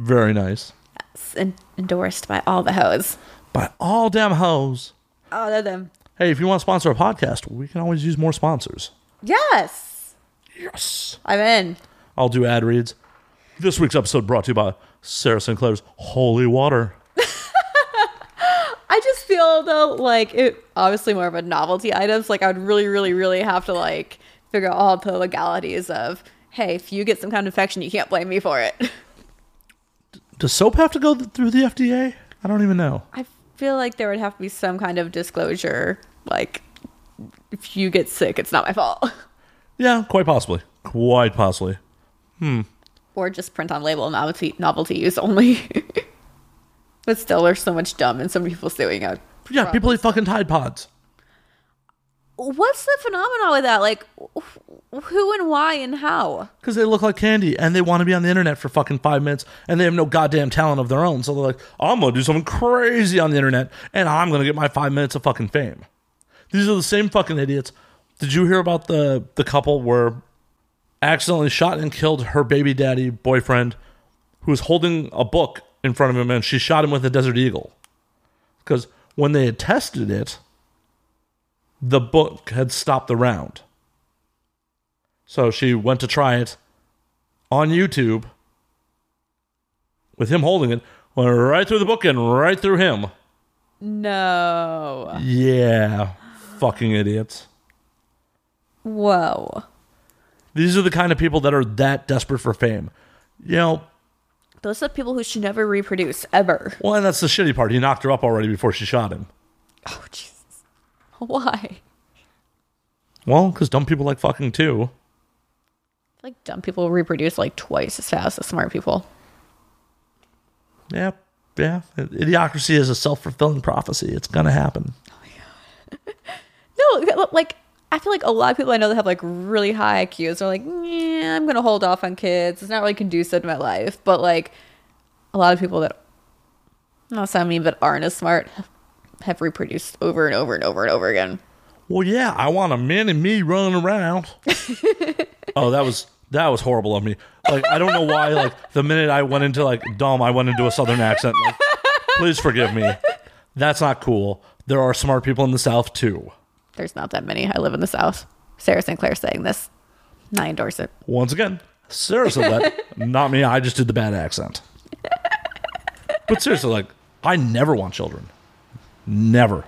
A: very nice.
C: It's en- endorsed by all the hoes.
A: By all damn hoes.
C: All of them.
A: Hey, if you want to sponsor a podcast, we can always use more sponsors.
C: Yes,
A: Yes.
C: I'm in.
A: I'll do ad reads. This week's episode brought to you by Sarah Sinclair's Holy Water.
C: I just feel though like it obviously more of a novelty item. So like I would really, really, really have to like figure out all the legalities of hey, if you get some kind of infection, you can't blame me for it.
A: Does soap have to go th- through the FDA? I don't even know.
C: I feel like there would have to be some kind of disclosure. Like, if you get sick, it's not my fault.
A: Yeah, quite possibly. Quite possibly.
C: Or just print on label novelty, novelty use only. but still, there's so much dumb and so many people suing out.
A: Yeah, people eat fucking Tide Pods.
C: What's the phenomenon with that? Like, wh- who and why and how?
A: Because they look like candy and they want to be on the internet for fucking five minutes and they have no goddamn talent of their own. So they're like, I'm going to do something crazy on the internet and I'm going to get my five minutes of fucking fame. These are the same fucking idiots. Did you hear about the, the couple where accidentally shot and killed her baby daddy boyfriend who was holding a book in front of him and she shot him with a Desert Eagle? Because when they had tested it, the book had stopped the round. So she went to try it on YouTube with him holding it, went right through the book and right through him.
C: No.
A: Yeah, fucking idiots.
C: Whoa.
A: These are the kind of people that are that desperate for fame. You know,
C: Those are people who should never reproduce, ever.
A: well, and that's the shitty part. He knocked her up already before she shot him.
C: Oh, Jesus. Why?
A: Well, because dumb people like fucking too.
C: Like, dumb people reproduce like twice as fast as smart people.
A: Yeah, yeah. Idiocracy is a self fulfilling prophecy. It's going to happen.
C: No, like I feel like a lot of people I know that have like really high IQs are like, yeah, I'm gonna hold off on kids. It's not really conducive to my life. But like a lot of people that not sound mean but aren't as smart have reproduced over and over and over and over again.
A: Well, yeah, I want a man and me running around. oh, that was that was horrible of me. Like, I don't know why. Like, the minute I went into like dumb, I went into a southern accent. Like, please forgive me. That's not cool. There are smart people in the South too.
C: There's not that many. I live in the South. Sarah Sinclair saying this. And I endorse it.
A: Once again, Sarah said that, not me. I just did the bad accent. But seriously, like, I never want children. Never.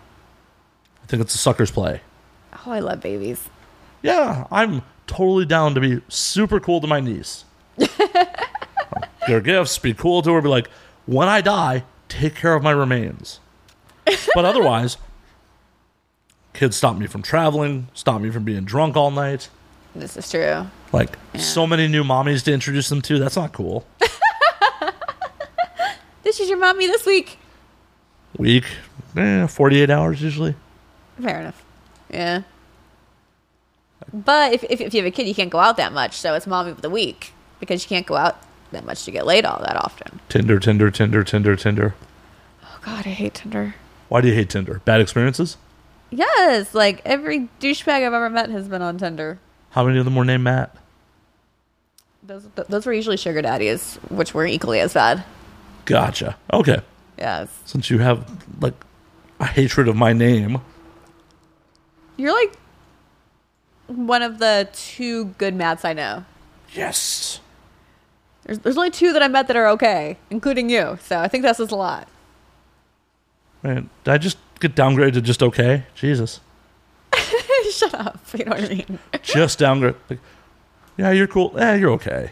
A: I think it's a sucker's play.
C: Oh, I love babies.
A: yeah, I'm totally down to be super cool to my niece. Get her gifts, be cool to her, be like, when I die, take care of my remains. But otherwise, kids stop me from traveling, stop me from being drunk all night.
C: This is true.
A: Like, so many new mommies to introduce them to. That's not cool.
C: This is your mommy this week.
A: Week, eh, 48 hours usually.
C: Fair enough. Yeah. But if, if, if you have a kid, you can't go out that much. So it's mommy of the week because you can't go out that much to get laid all that often.
A: Tinder, Tinder, Tinder, Tinder, Tinder.
C: Oh, God, I hate Tinder.
A: Why do you hate Tinder? Bad experiences?
C: Yes. Like every douchebag I've ever met has been on Tinder.
A: How many of them were named Matt?
C: Those, th- those were usually sugar daddies, which were equally as bad.
A: Gotcha. Okay.
C: Yes.
A: since you have like a hatred of my name.
C: You're like one of the two good mats I know.
A: Yes.
C: There's, there's only two that I met that are okay, including you. So I think that says a lot.
A: Man, did I just get downgraded to just okay? Jesus.
C: Shut up. You know what I mean?
A: Just downgrade. Like, yeah, you're cool. Yeah, you're okay.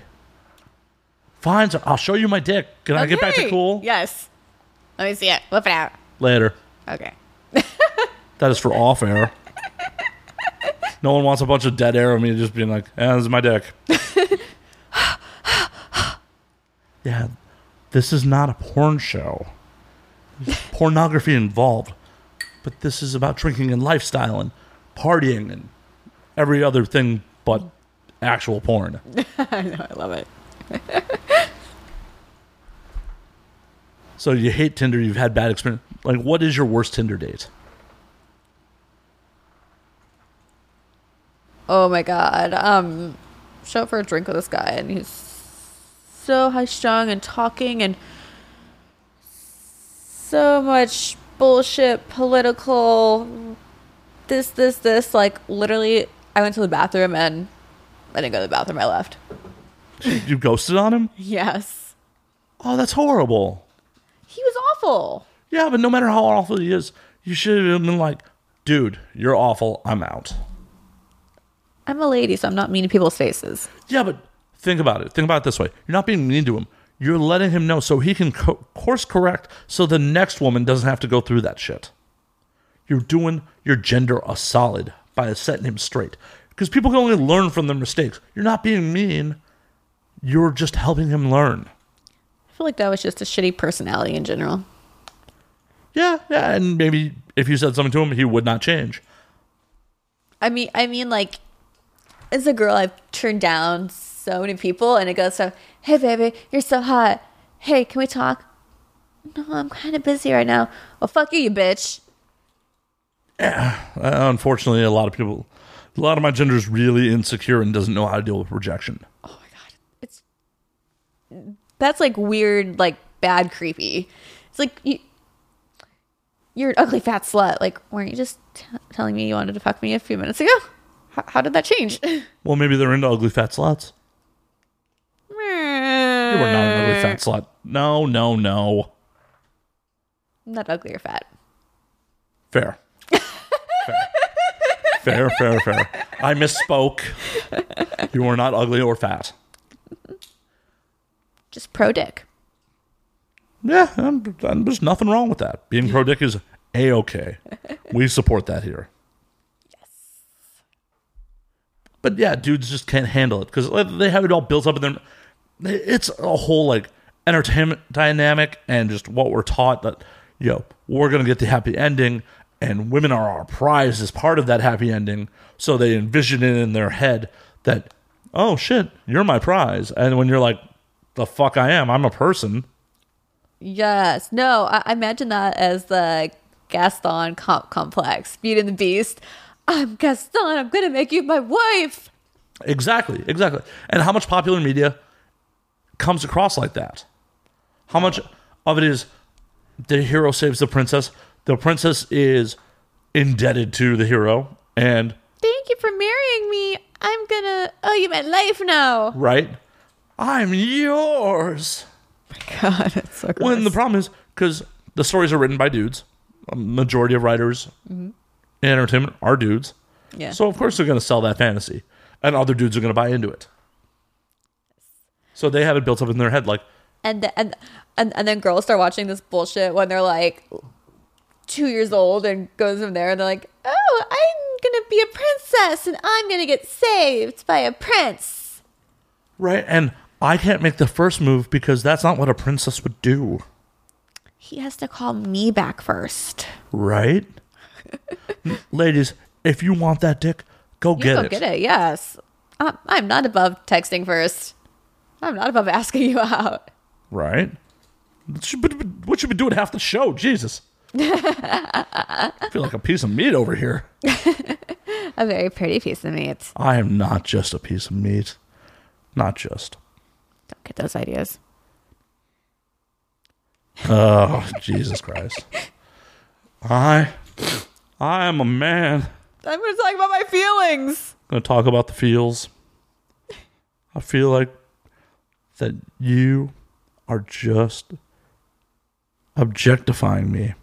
A: Fine, so I'll show you my dick. Can I get back to
C: Okay.
A: cool?
C: Yes. Let me see it. Whip it out.
A: Later.
C: Okay.
A: That is for off air. no one wants a bunch of dead air of me just being like, eh, this is my dick. yeah, this is not a porn show. There's pornography involved, but this is about drinking and lifestyle and partying and every other thing but actual porn.
C: I know. I love it.
A: So you hate Tinder, you've had bad experience. Like, what is your worst Tinder date?
C: Oh my god. Um, show up for a drink with this guy, and he's so high strung and talking and so much bullshit, political, this, this, this. Like literally, I went to the bathroom and I didn't go to the bathroom. I left.
A: You ghosted on him?
C: Yes.
A: Oh, that's horrible.
C: He was awful.
A: Yeah, but no matter how awful he is, you should have been like, dude, you're awful. I'm out.
C: I'm a lady, so I'm not mean to people's faces.
A: Yeah, but think about it. Think about it this way. You're not being mean to him. You're letting him know so he can co- course correct so the next woman doesn't have to go through that shit. You're doing your gender a solid by setting him straight because people can only learn from their mistakes. You're not being mean, you're just helping him learn.
C: I feel like that was just a shitty personality in general.
A: Yeah, yeah, and maybe if you said something to him, he would not change.
C: I mean, I mean, like, as a girl, I've turned down so many people, and it goes so, "Hey, baby, you're so hot. Hey, can we talk? No, I'm kind of busy right now. Well, fuck you, you bitch.
A: Uh, unfortunately, a lot of people, a lot of my gender is really insecure and doesn't know how to deal with rejection.
C: Oh my god, it's that's like weird, like bad, creepy. It's like you, you're an ugly fat slut. Like, weren't you just t- telling me you wanted to fuck me a few minutes ago? How, how did that change? you
A: Well, maybe they're into ugly fat sluts. You were not an ugly fat slut. No, no, no.
C: Not ugly or fat.
A: Fair. Fair, fair, fair. fair. I misspoke. You were not ugly or fat.
C: Just pro dick.
A: Yeah, I'm, I'm- there's nothing wrong with that. Being pro dick is a okay. We support that here. Yes. But yeah, dudes just can't handle it because they have it all built up in their. It's a whole like entertainment dynamic and just what we're taught that you know we're gonna get the happy ending and women are our prize as part of that happy ending. So they envision it in their head that oh shit, you're my prize, and when you're like the fuck I am, I'm a person.
C: Yes. No, I, I imagine that as the Gaston com- complex, Beauty and the Beast. I'm Gaston. I'm going to make you my wife.
A: Exactly, exactly. And how much popular media comes across like that? How much of it is the hero saves the princess, the princess is indebted to the hero, and
C: Thank you for marrying me. I'm going to owe you my life now.
A: right, I'm yours.
C: God, it's so gross.
A: When the problem is because the stories are written by dudes, a majority of writers in entertainment are dudes,
C: yeah.
A: so of course they're going to sell that fantasy, and other dudes are going to buy into it. So they have it built up in their head, like.
C: and, the, and, and, and then girls start watching this bullshit when they're like two years old and goes from there and they're like, oh, I'm going to be a princess and I'm going to get saved by a prince.
A: Right, and I can't make the first move because that's not what a princess would do.
C: He has to call me back first.
A: Right? Ladies, if you want that dick, go
C: You
A: get
C: go
A: it.
C: get it. Yes, I'm, I'm not above texting first. I'm not above asking you out.
A: Right? What you been- What you been doing half the show? Jesus. I feel like a piece of meat over here.
C: A very pretty piece of meat.
A: I am not just a piece of meat. Not just.
C: Don't get those ideas.
A: Oh, Jesus Christ. I I am a man.
C: I'm going to talk about my feelings.
A: going to talk about the feels. I feel like that you are just objectifying me.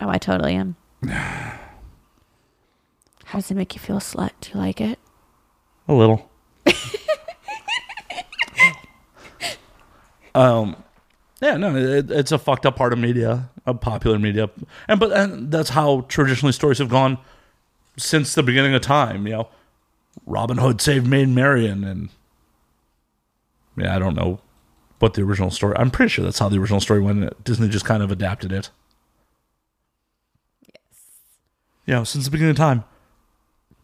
C: Oh, I totally am. How does it make you feel, slut? Do you like it?
A: A little. um, yeah, no, it, it's a fucked up part of media, of popular media, and but and that's how traditionally stories have gone since the beginning of time. You know, Robin Hood saved Maid Marian, and yeah, I don't know what the original story. I'm pretty sure that's how the original story went. Disney just kind of adapted it. Yes. You know, since the beginning of time,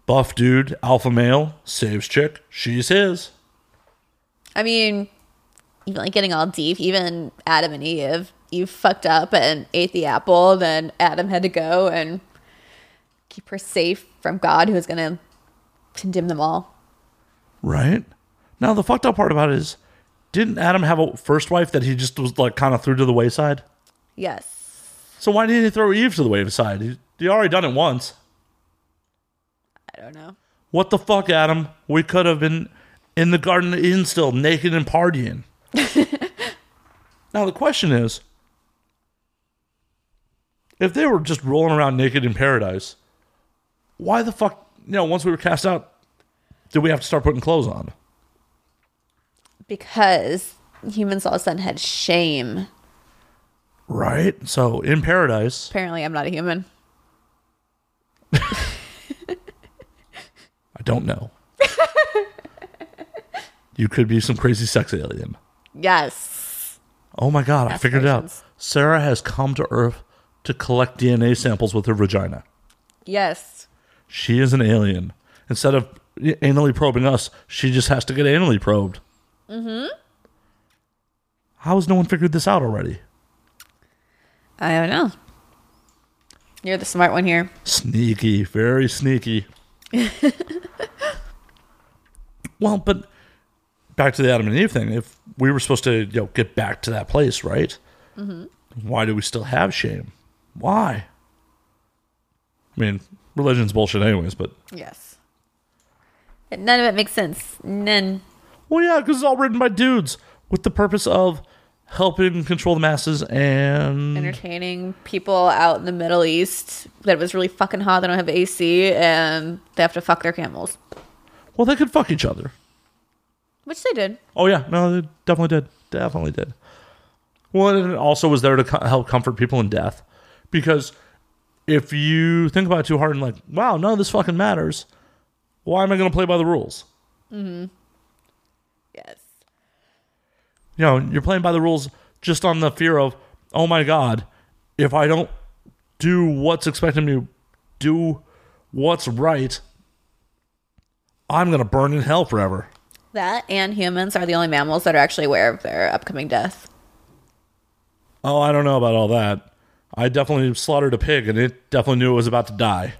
A: buff dude, alpha male, saves chick, she's his.
C: I mean, even like getting all deep, even Adam and Eve, Eve fucked up and ate the apple. Then Adam had to go and keep her safe from God, who was going to condemn them all.
A: Right? Now the fucked up part about it is didn't Adam have a first wife that he just was like kind of threw to the wayside?
C: Yes.
A: So why didn't he throw Eve to the wayside? He, he already done it once.
C: I don't know.
A: What the fuck, Adam? We could have been in the Garden of Eden still, naked and partying. now the question is if they were just rolling around naked in paradise, why the fuck, you know, once we were cast out, did we have to start putting clothes on?
C: Because humans all of a sudden had shame.
A: Right? So in paradise,
C: Apparently, I'm not a human.
A: I don't know. you could be some crazy sex alien.
C: Yes.
A: Oh my god, I figured it out.
C: Aspirations.
A: Sarah has come to Earth to collect DNA samples with her vagina.
C: Yes.
A: She is an alien. Instead of anally probing us, she just has to get anally probed. Mm-hmm. How has no one figured this out already?
C: I don't know. You're the smart one here.
A: Sneaky, very sneaky. well, but back to the Adam and Eve thing. If we were supposed to, you know, get back to that place, right? Why do we still have shame? Why? I mean, religion's bullshit, anyways. But
C: Yes. None of it makes sense. None.
A: well, yeah, because it's all written by dudes with the purpose of helping control the masses and
C: Entertaining people out in the Middle East that was really fucking hot. They don't have AC and they have to fuck their camels,
A: well, they could fuck each other.
C: which they did.
A: Oh yeah, no, they definitely did. Definitely did. Well, and it also was there to co- help comfort people in death, because if you think about it too hard and like, wow, none of this fucking matters. Why am I going to play by the rules?
C: Yes.
A: You know, you're playing by the rules just on the fear of, oh my god, if I don't do what's expected of me, do what's right, I'm going to burn in hell forever.
C: That and humans are the only mammals that are actually aware of their upcoming death.
A: Oh, I don't know about all that. I definitely slaughtered a pig, and it definitely knew it was about to die.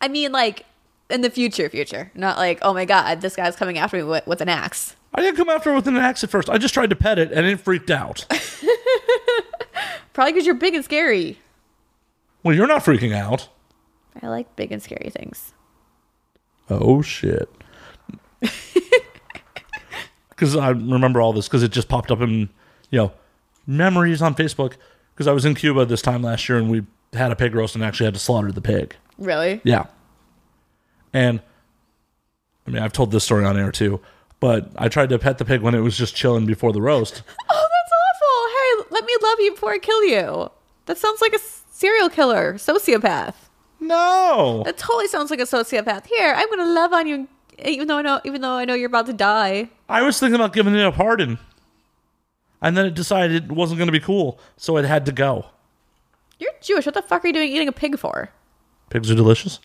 C: I mean, like in the future, future, not like, oh my god, this guy's coming after me with, with an axe.
A: I didn't come after it with an axe at first. I just tried to pet it and it freaked out.
C: Probably because you're big and scary.
A: well, you're not freaking out.
C: I like big and scary things.
A: Oh, shit. Because I remember all this because it just popped up in, you know, memories on Facebook. Because I was in Cuba this time last year and we had a pig roast and actually had to slaughter the pig.
C: Really?
A: Yeah. And I mean, I've told this story on air too, but I tried to pet the pig when it was just chilling before the roast.
C: Oh, that's awful. Hey, let me love you before I kill you. That sounds like a s- serial killer, sociopath.
A: no.
C: That totally sounds like a sociopath. Here, I'm gonna love on you, even though I know, even though I know you're about to die.
A: I was thinking about giving it a pardon. And then it decided it wasn't going to be cool, so it had to go.
C: You're Jewish. What the fuck are you doing eating a pig for?
A: Pigs are delicious.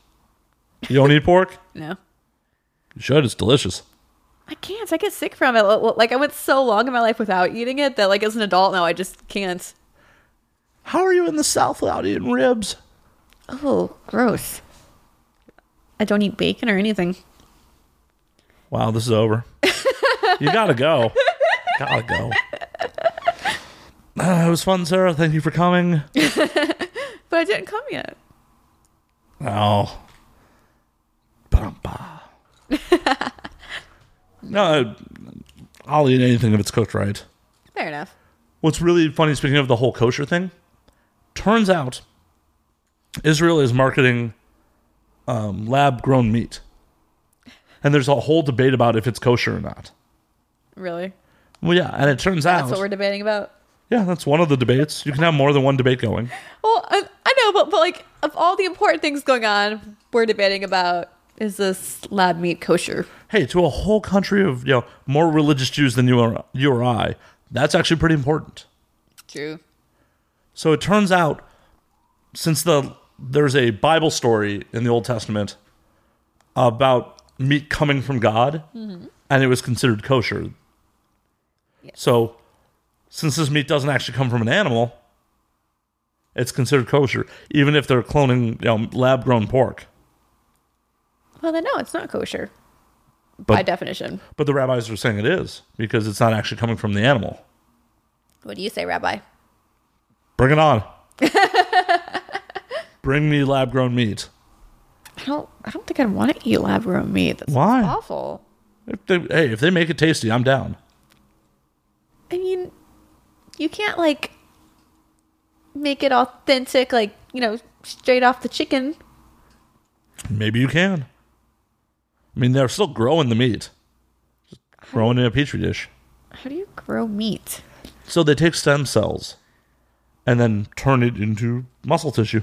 A: You don't eat pork?
C: No,
A: You should. It's delicious.
C: I can't. I get sick from it. L- Like I went so long in my life without eating it that, like, as an adult now, I just can't.
A: How are you in the South without eating ribs?
C: Oh, gross. I don't eat bacon or anything.
A: Wow, this is over. you gotta go. Gotta go. Ah, it was fun, Sarah. Thank you for coming.
C: But I didn't come yet.
A: Oh. Ba-dum-ba. no, I'll eat anything if it's cooked right.
C: Fair enough.
A: What's really funny, speaking of the whole kosher thing, turns out Israel is marketing um, lab grown meat. And there's a whole debate about if it's kosher or not.
C: Really?
A: Well, yeah, and it turns out.
C: That's what we're debating about.
A: yeah, that's one of the debates. You can have more than one debate going.
C: Well, I, I know, but, but like of all the important things going on, we're debating about is this lab meat kosher?
A: Hey, to a whole country of you know more religious Jews than you or, you or I, that's actually pretty important.
C: True.
A: So it turns out, since the there's a Bible story in the Old Testament about meat coming from God, and it was considered kosher. So, since this meat doesn't actually come from an animal, it's considered kosher, even if they're cloning you know, lab-grown pork.
C: Well, then no, it's not kosher by
A: But
C: definition.
A: but the rabbis are saying it is because it's not actually coming from the animal.
C: What do you say, Rabbi?
A: Bring it on. Bring me lab-grown meat.
C: I don't. I don't think I'd want to eat lab grown meat. That's
A: Why?
C: awful.
A: If they, hey, if they make it tasty, I'm down.
C: I mean, you can't like make it authentic, like you know, straight off the chicken.
A: Maybe you can. I mean, they're still growing the meat, just growing in a petri dish.
C: How do you grow meat?
A: So they take stem cells and then turn it into muscle tissue.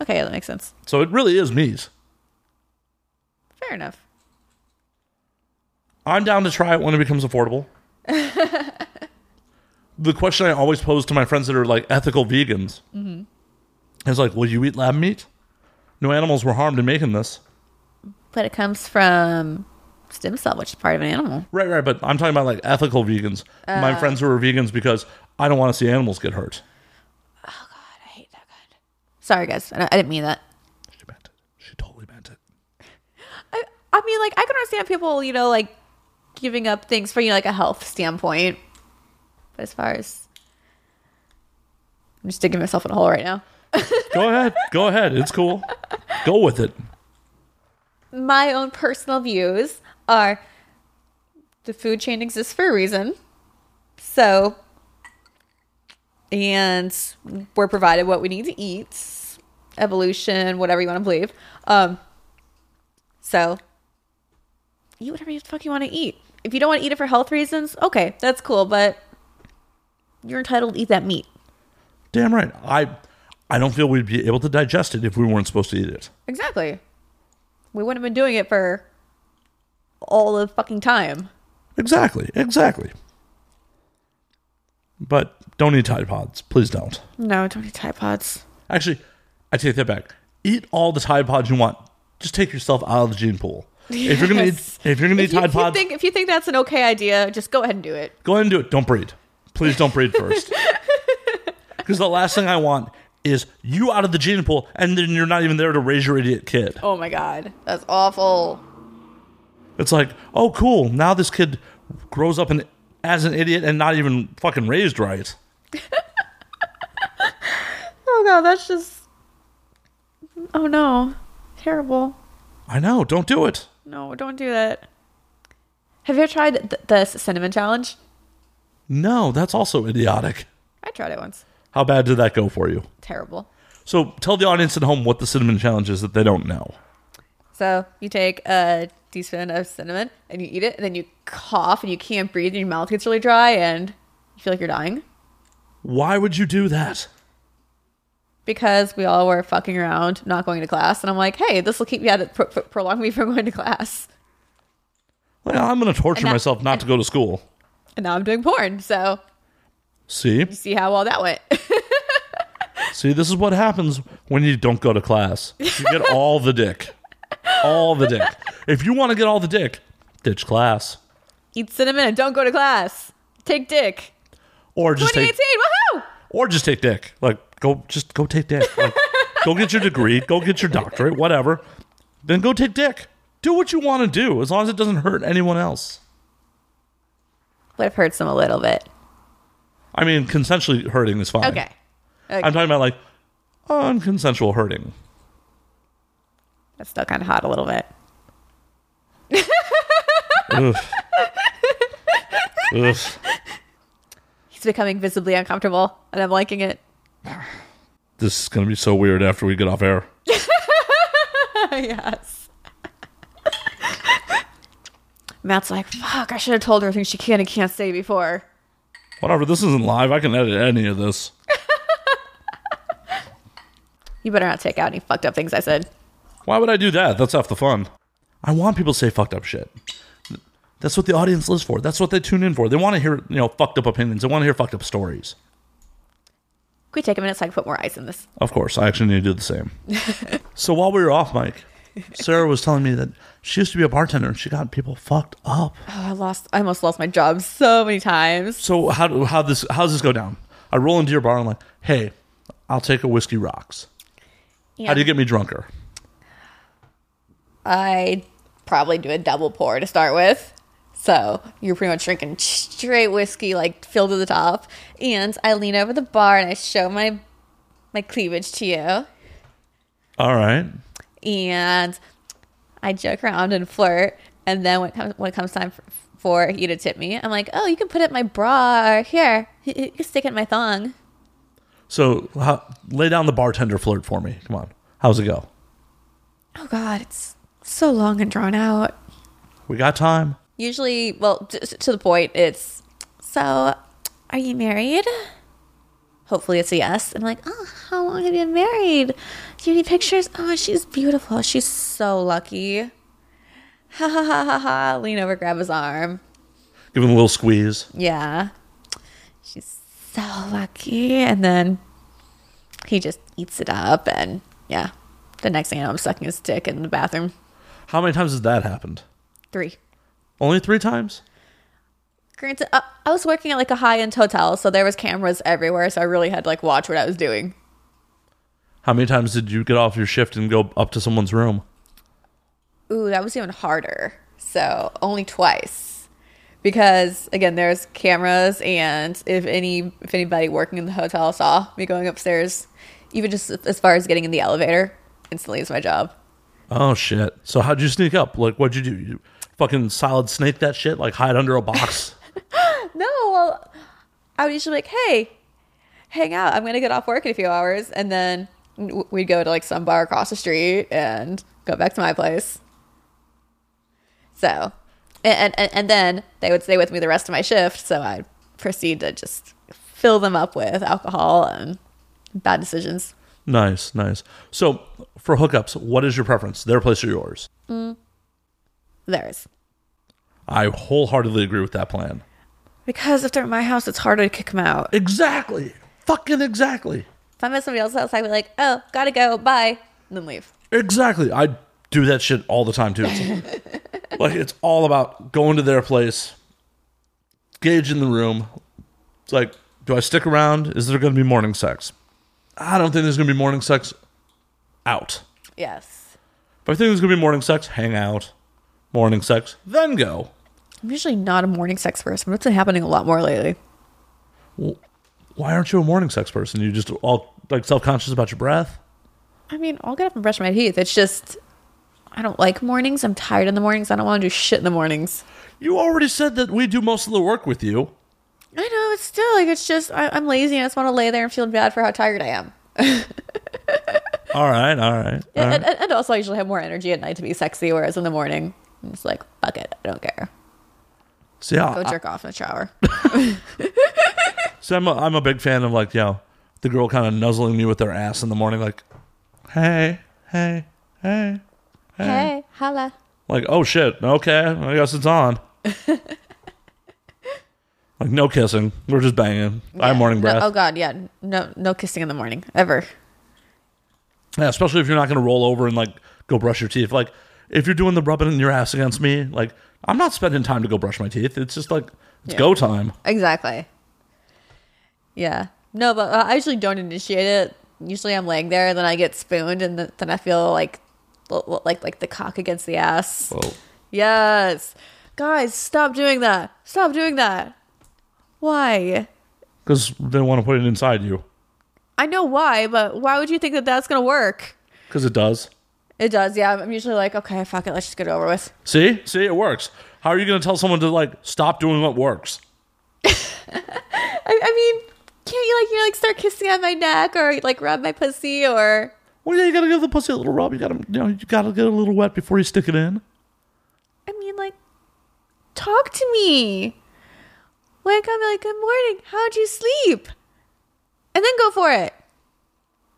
C: Okay, that makes sense.
A: So it really is meat.
C: Fair enough.
A: I'm down to try it when it becomes affordable. the question I always pose to my friends that are like ethical vegans is like, will you eat lab meat? No animals were harmed in making this.
C: But it comes from stem cell, which is part of an animal.
A: Right, right, but I'm talking about like ethical vegans. my friends who are vegans because I don't want to see animals get hurt.
C: I hate that God. Sorry, guys. I I didn't mean that.
A: She meant it. She totally meant it.
C: I, I mean, like, I can understand people, you know, like giving up things for you, know, like a health standpoint. But as far as I'm just digging myself in a hole right now.
A: Go ahead. Go ahead. It's cool. Go with it.
C: My own personal views are the food chain exists for a reason. So, and we're provided what we need to eat, evolution, whatever you want to believe. Um, so eat whatever you fuck you want to eat. If you don't want to eat it for health reasons, okay, that's cool, but you're entitled to eat that meat.
A: Damn right. I I don't feel we'd be able to digest it if we weren't supposed to eat it.
C: Exactly. We wouldn't have been doing it for all the fucking time.
A: Exactly. Exactly. But don't eat Tide Pods. Please don't.
C: No, don't eat Tide Pods.
A: Actually, I take that back. Eat all the Tide Pods you want. Just take yourself out of the gene pool. If you're gonna eat,
C: Yes.
A: if you're gonna
C: If
A: eat
C: you,
A: Tide
C: if, you
A: Pods,
C: think, if you think that's an okay idea, just go ahead and do it.
A: go ahead and do it. Don't breed. Please don't breed first. Because the last thing I want is you out of the gene pool, and then you're not even there to raise your idiot kid.
C: Oh my god, that's awful.
A: It's like, oh, cool. Now this kid grows up an, as an idiot and not even fucking raised right.
C: Oh god, that's just. Oh no, terrible.
A: I know. Don't do it.
C: No, don't do that. Have you ever tried th- the cinnamon challenge?
A: No, that's also idiotic.
C: I tried it once.
A: How bad did that go for you?
C: Terrible.
A: So tell the audience at home what the cinnamon challenge is that they don't know.
C: So you take a teaspoon of cinnamon and you eat it, and then you cough and you can't breathe, and your mouth gets really dry, and you feel like you're dying
A: Why would you do that?
C: because we all were fucking around, not going to class. And I'm like, hey, this will keep me out of pro- pro- prolong me from going to class.
A: Well, I'm going to torture
C: And that-
A: myself not to go to school.
C: And now I'm doing porn. So
A: See?
C: see how well that went.
A: See, this is what happens when you don't go to class. You get all the dick. All the dick. If you want to get all the dick, ditch class.
C: eat cinnamon and don't go to class. Take dick.
A: Or just take
C: 2018. Woohoo!
A: or just take dick. Like go just go take dick. Like, go get your degree, go get your doctorate, whatever. Then go take dick. Do what you want to do as long as it doesn't hurt anyone else.
C: Would have hurts them a little bit.
A: I mean, consensually hurting is fine.
C: Okay.
A: I'm talking about like unconsensual hurting.
C: That's still kind of hot a little bit.
A: Ugh. Ugh.
C: He's becoming visibly uncomfortable, and I'm liking it.
A: This is going to be so weird after we get off air.
C: yes. Matt's like, fuck, I should have told her things she can and can't say before.
A: Whatever, this isn't live. I can edit any of this.
C: You better not take out any fucked up things I said.
A: Why would I do that? That's half the fun. I want people to say fucked up shit. That's what the audience lives for. That's what they tune in for. They want to hear, you know, fucked up opinions. They want to hear fucked up stories.
C: Could we take a minute so I can put more ice in this?
A: Of course, I actually need to do the same. so while we were off mic, Sarah was telling me that she used to be a bartender and she got people fucked up.
C: Oh, I lost, I almost lost my job so many times.
A: So how do, how this how's this go down? I roll into your bar and I'm like, hey, I'll take a whiskey rocks. How do you get me drunker?
C: I probably do a double pour to start with. So you're pretty much drinking straight whiskey, like filled to the top. And I lean over the bar and I show my my cleavage to you.
A: All right.
C: And I joke around and flirt. And then when it comes, when it comes time for, for you to tip me, I'm like, oh, you can put it in my bra or here. You can stick it in my thong.
A: So how, lay down the bartender flirt for me. Come on. How's it go?
C: Oh, God, it's so long and drawn out.
A: We got time.
C: Usually, well, t- to the point, it's so, are you married? Hopefully, it's a yes. And I'm like, oh, how long have you been married? Do you need pictures? Oh, she's beautiful. She's so lucky. Ha ha ha ha ha. Lean over, grab his arm.
A: Give him a little squeeze.
C: Yeah. She's so lucky. And then he just eats it up. And yeah, the next thing I know, I'm sucking his dick in the bathroom.
A: How many times has that happened?
C: Three.
A: Only three times?
C: Granted, I, I was working at like a high end hotel, so there was cameras everywhere. So I really had to like watch what I was doing.
A: How many times did you get off your shift and go up to someone's room?
C: Ooh, that was even harder. So only twice. Because again, there's cameras, and if any if anybody working in the hotel saw me going upstairs, even just as far as getting in the elevator, instantly is my job.
A: Oh shit. So how'd you sneak up? Like what'd you do? You fucking solid snake that shit? Like hide under a box?
C: No, well, I would usually be like, hey, hang out. I'm gonna get off work in a few hours, and then w- we'd go to like some bar across the street and go back to my place. So, and and, and then they would stay with me the rest of my shift, so I'd proceed to just fill them up with alcohol and bad decisions.
A: nice, nice. So for hookups, what is your preference? Their place or yours?
C: Theirs.
A: I wholeheartedly agree with that plan.
C: Because if they're at my house, it's harder to kick them out.
A: Exactly. Fucking exactly.
C: If I'm at somebody else's house, I'd be like, oh, gotta go, bye, and then leave.
A: Exactly. I do that shit all the time too. It's- like it's all about going to their place, gauge in the room. It's like, do I stick around? Is there going to be morning sex? I don't think there's going to be morning sex. Out.
C: Yes.
A: If I think there's going to be morning sex, hang out. Morning sex, then go.
C: I'm usually not a morning sex person, but it's been happening a lot more lately.
A: Why aren't you a morning sex person? You just all like self conscious about your breath.
C: I mean, I'll get up and brush my teeth. It's just I don't like mornings. I'm tired in the mornings. I don't want to do shit in the mornings.
A: You already said that we do most of the work with you.
C: I know it's still like it's just I, I'm lazy and I just want to lay there and feel bad for how tired I am.
A: All right, all right. all right.
C: And, and, and also, I usually have more energy at night to be sexy, whereas in the morning, I'm just like fuck it, I don't care.
A: See, I-
C: Go jerk off in the shower.
A: So I'm a, I'm a big fan of like, you know, the girl kind of nuzzling me with their ass in the morning, like, hey, hey, hey.
C: hey, holla.
A: Like, oh shit, okay, I guess it's on. like, no kissing. We're just banging. I have morning
C: No-
A: breath.
C: oh god, yeah. No, no kissing in the morning ever.
A: Yeah, especially if you're not going to roll over and like go brush your teeth. Like, if you're doing the rubbing your ass against me, like, I'm not spending time to go brush my teeth. It's just like, it's
C: Yeah.
A: go time.
C: Exactly. Yeah. No, but uh, I usually don't initiate it. Usually I'm laying there, then I get spooned, and th- then I feel like l- l- like like the cock against the ass.
A: Whoa.
C: Yes. Guys, stop doing that. Stop doing that. Why?
A: Because they want to put it inside you.
C: I know why, but why would you think that that's going to work?
A: Because it does.
C: It does. Yeah, I'm usually like, okay, fuck it, let's just get it over with.
A: See? See, it works. How are you going to tell someone to like stop doing what works?
C: I, I mean, can't you like you know like start kissing on my neck or like rub my pussy or
A: Well, yeah, you gotta give the pussy a little rub. You gotta, you know, you gotta get a little wet before you stick it in.
C: I mean, like, talk to me. Wake up, like, good morning. How'd you sleep? And then go for it.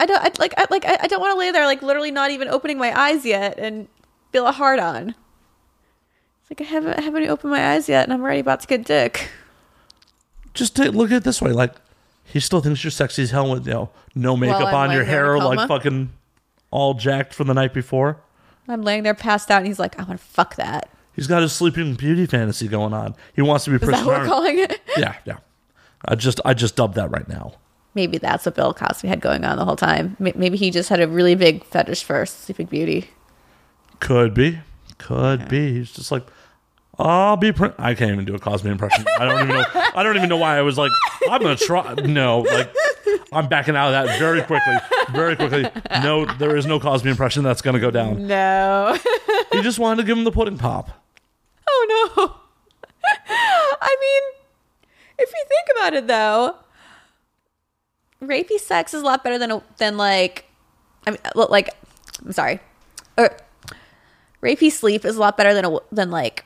C: I don't I, like. I like. I, I don't want to lay there, like, literally not even opening my eyes yet, and feel a hard on. It's like I haven't I haven't opened my eyes yet, and I'm already about to get dick.
A: Just take, look at it this way: like he still thinks you're sexy as hell with you know, no makeup
C: I'm
A: on, your
C: laying there
A: hair
C: in a
A: like
C: coma.
A: fucking all jacked from the night before.
C: I'm laying there, passed out, and he's like, "I want to fuck that."
A: He's got his Sleeping Beauty fantasy going on. He wants to be
C: Is that what we're calling it?
A: Yeah, yeah. I just, I just dubbed that right now.
C: Maybe that's what Bill Cosby had going on the whole time. May- Maybe he just had a really big fetish for Sleeping Beauty.
A: Could be, could be. He's just like, I'll be. Prin-. I can't even do a Cosby impression. I don't even know. I don't even know why I was like, I'm gonna try. No, like, I'm backing out of that very quickly, very quickly. No, there is no Cosby impression that's gonna go down.
C: No.
A: He just wanted to give him the pudding pop.
C: Oh no. I mean, if you think about it though, rapey sex is a lot better than a- than like I mean l- like Uh, I'm sorry. Or rapey sleep is a lot better than a, than like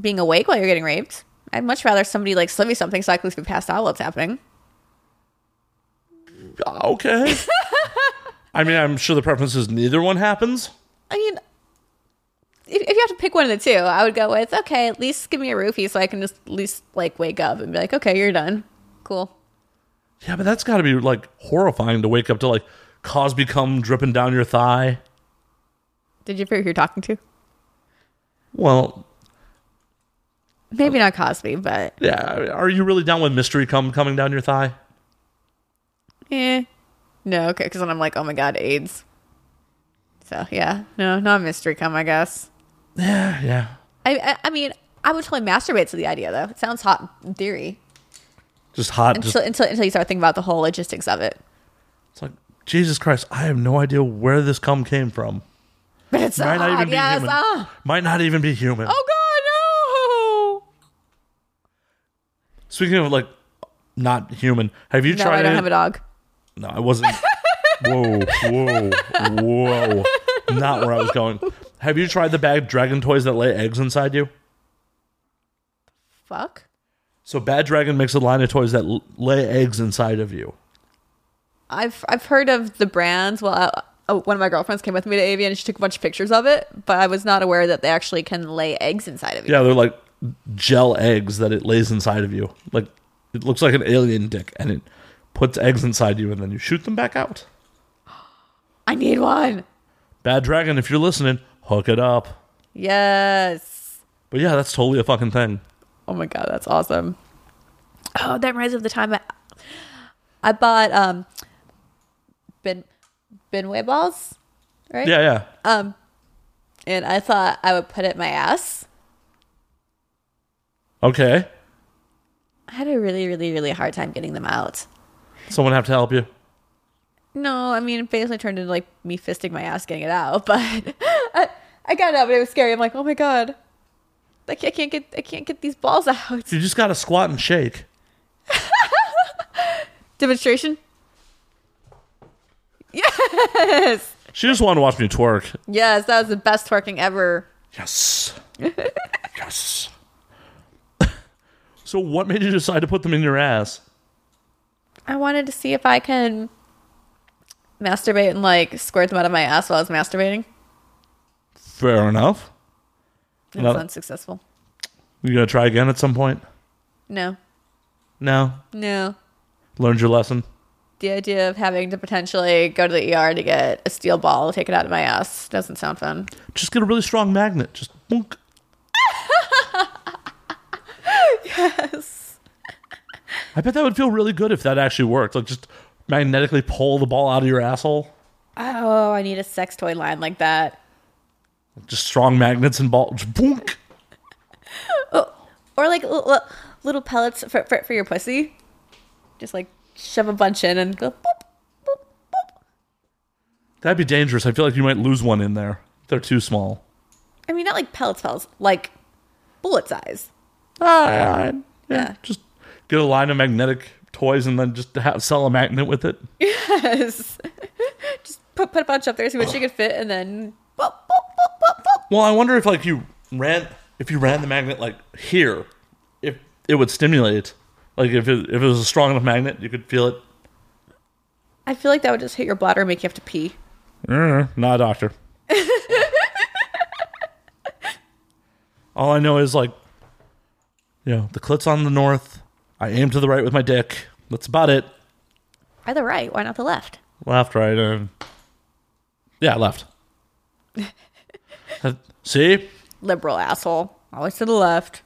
C: being awake while you're getting raped. I'd much rather somebody like slip me something so I could at least be passed out while it's happening.
A: Ah, Okay. I mean, I'm sure the preference is neither one happens.
C: I mean, if, if you have to pick one of the two, I would go with okay. At least give me a roofie so I can just at least like wake up and be like, okay, you're done, cool.
A: Yeah, but that's got to be like horrifying to wake up to like Cosby cum dripping down your thigh.
C: Did you figure who you're talking to?
A: Well,
C: Maybe not Cosby, but
A: yeah. Are you really down with mystery cum coming down your thigh?
C: eh, no, okay. Because then I'm like, oh my god, AIDS. So yeah, no, not mystery cum, I guess.
A: Yeah, yeah.
C: I, I, I mean, I would totally masturbate to the idea though. It sounds hot in theory
A: Just hot. Just,
C: until until, until you start thinking about the whole logistics of it.
A: it's like Jesus Christ. I have no idea where this cum came from.
C: But it's so
A: Might not
C: hot.
A: even be
C: Yes.
A: human.
C: Oh.
A: Might not even be human.
C: oh god, no.
A: Speaking of like not human, have you
C: No,
A: tried?
C: I don't
A: it?
C: have a dog.
A: No, I wasn't. whoa, whoa, whoa! Not where I was going. Have you tried the bad dragon toys that lay eggs inside you?
C: Fuck.
A: So Bad Dragon makes a line of toys that l- lay eggs inside of you.
C: I've I've heard of the brands. Well, I, oh, one of my girlfriends came with me to Avian and she took a bunch of pictures of it, but I was not aware that they actually can lay eggs inside of you.
A: Yeah, they're like gel eggs that it lays inside of you. Like it looks like an alien dick, and it puts eggs inside you, and then you shoot them back out.
C: I need one.
A: Bad Dragon, if you're listening, hook it up.
C: Yes.
A: But yeah, that's totally a fucking thing.
C: Oh my god, that's awesome. Oh, that reminds me of the time I, I bought um bin binway balls, right?
A: Yeah, yeah.
C: Um, and I thought I would put it in my ass.
A: Okay.
C: I had a really, really, really hard time getting them out.
A: Someone have to help you.
C: No, I mean, it basically turned into like me fisting my ass getting it out, but I, I got it out, but it was scary. I'm like, oh my god, I can't, I can't get, I can't get these balls out.
A: You just gotta squat and shake.
C: Demonstration.
A: She just wanted to watch me twerk.
C: Yes, that was the best twerking ever.
A: Yes. yes. so what made you decide to put them in your ass?
C: I wanted to see if I can masturbate and like squirt them out of my ass while I was masturbating.
A: Fair enough.
C: It
A: No.
C: was unsuccessful.
A: You gonna try again at some point?
C: No,
A: No.
C: no.
A: Learned your lesson.
C: The idea of having to potentially go to the ER to get a steel ball taken out of my ass doesn't sound fun.
A: Just get a really strong magnet. Just boonk. yes. I bet that would feel really good if that actually worked. Like just magnetically pull the ball out of your asshole.
C: Oh, I need a sex toy line like that.
A: Just strong magnets and ball. Just boonk.
C: Or like l- l- little pellets for, for, for your pussy. Just like shove a bunch in and go boop.
A: That'd be dangerous. I feel like you might lose one in there. They're too small.
C: I mean, not like pellets, pellets, like bullet size.
A: Ah, yeah.
C: Yeah.
A: Just get a line of magnetic toys and then just have, sell a magnet with it.
C: Yes. Just put, put a bunch up there, see what you could fit, and then boop, boop, boop, boop, boop.
A: Well, I wonder if like you ran if you ran the magnet like here, if it would stimulate. Like if it, if it was a strong enough magnet, you could feel it.
C: I feel like that would just hit your bladder and make you have to pee.
A: Mm, Not a doctor. All I know is like, you know, the clit's on the north. I aim to the right with my dick. That's about it.
C: Or the right, why not the left?
A: Left, right, and yeah, left. That- See?
C: Liberal asshole. Always to the left.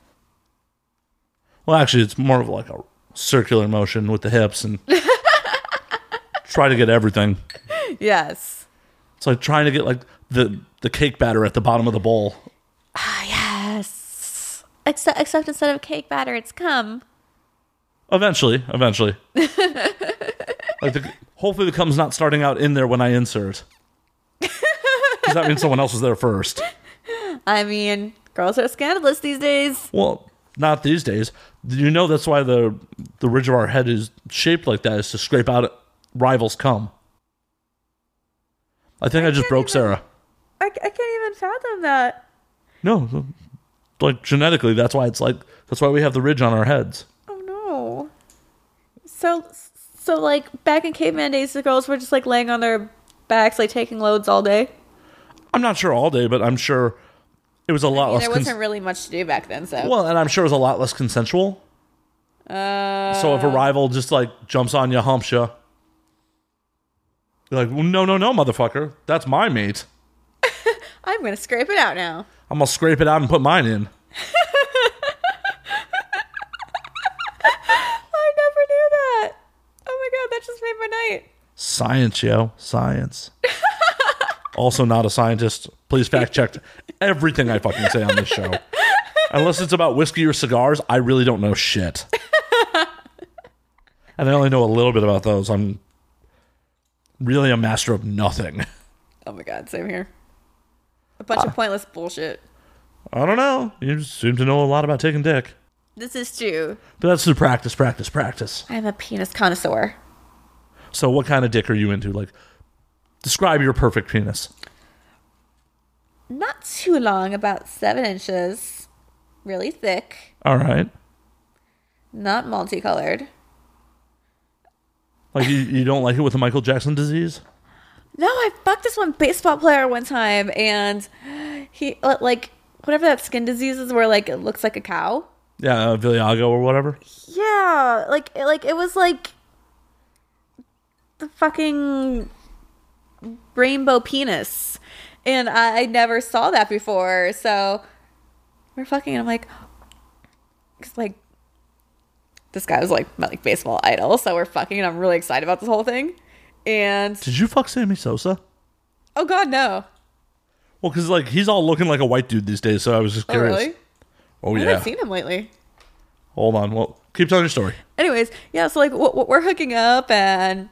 A: Well, actually, it's more of like a circular motion with the hips and try to get everything.
C: Yes.
A: It's like trying to get like the the cake batter at the bottom of the bowl.
C: Yes. Except, except instead of cake batter, it's cum.
A: Eventually, eventually. like the, hopefully, the cum's not starting out in there when I insert. Because that means someone else was there first.
C: I mean, girls are scandalous these days.
A: Well, not these days. You know that's why the the ridge of our head is shaped like that is to scrape out rivals cum. I think I, just broke Sarah.
C: I, I can't even fathom that.
A: No, like genetically. That's why it's like that's why we have the ridge on our heads.
C: Oh no. So so like back in caveman days, the girls were just like laying on their backs, like taking loads all day.
A: I'm not sure all day, but I'm sure it was a lot less.
C: there
A: cons-
C: wasn't really much to do back then, so
A: well, and I'm sure it was a lot less consensual.
C: uh,
A: So if a rival just like jumps on you, humps you, you're like, well, no, no, no, motherfucker, that's my mate.
C: I'm gonna scrape it out now.
A: I'm gonna scrape it out and put mine in.
C: I never knew that. Oh my god, that just made my night.
A: Science, yo, science. also, not a scientist. Please fact check everything I fucking say on this show. Unless it's about whiskey or cigars, I really don't know shit. and I only know a little bit about those. I'm really a master of nothing.
C: Oh my god, same here. A bunch of pointless bullshit.
A: I don't know. You seem to know a lot about taking dick.
C: This is true.
A: But that's the practice, practice, practice.
C: I'm a penis connoisseur.
A: So, what kind of dick are you into? Like, describe your perfect penis.
C: Not too long, about seven inches. Really thick.
A: All right.
C: Not multicolored.
A: Like, you, you don't like it with the Michael Jackson disease?
C: No, I fucked this one baseball player one time, and he uh, like whatever that skin disease is, where like it looks like a cow.
A: Yeah, uh, Viliago or whatever.
C: Yeah, like it- like it was like the fucking rainbow penis, and I, I never saw that before. So we're fucking, and I'm like, because like this guy was like my like baseball idol, so we're fucking, and I'm really excited about this whole thing. And
A: Did you fuck Sammy Sosa?
C: oh god, no!
A: Well, because like he's all looking like a white dude these days, so I was just
C: Oh
A: curious.
C: really?
A: Oh
C: I
A: yeah.
C: haven't seen him lately.
A: Hold on. Well, keep telling your story.
C: anyways, yeah, so like w- w- we're hooking up and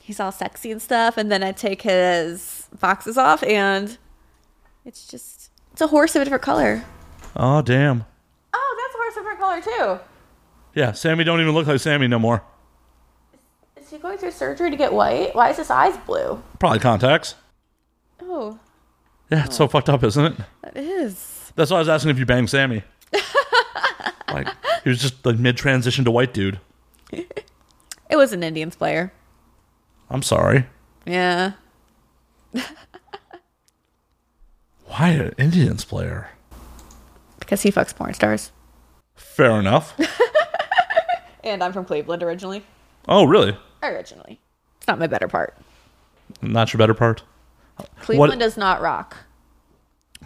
C: he's all sexy and stuff. And then I take his boxes off and it's just, it's a horse of a different color.
A: Oh damn.
C: Oh, that's a horse of a different color
A: Yeah, Sammy don't even look like Sammy no more.
C: too. Is he going through surgery to get white? Why is his eyes blue?
A: Probably contacts.
C: Oh,
A: Yeah, it's so fucked up, isn't it?
C: that is.
A: That's why I was asking if you banged Sammy. like he was just like mid transition to white dude.
C: It was an Indians player.
A: I'm sorry.
C: Yeah.
A: Why an Indians player?
C: Because he fucks porn stars.
A: Fair enough.
C: And I'm from Cleveland originally.
A: oh really?
C: Originally. It's not my better part.
A: Not your better part.
C: Cleveland does not rock,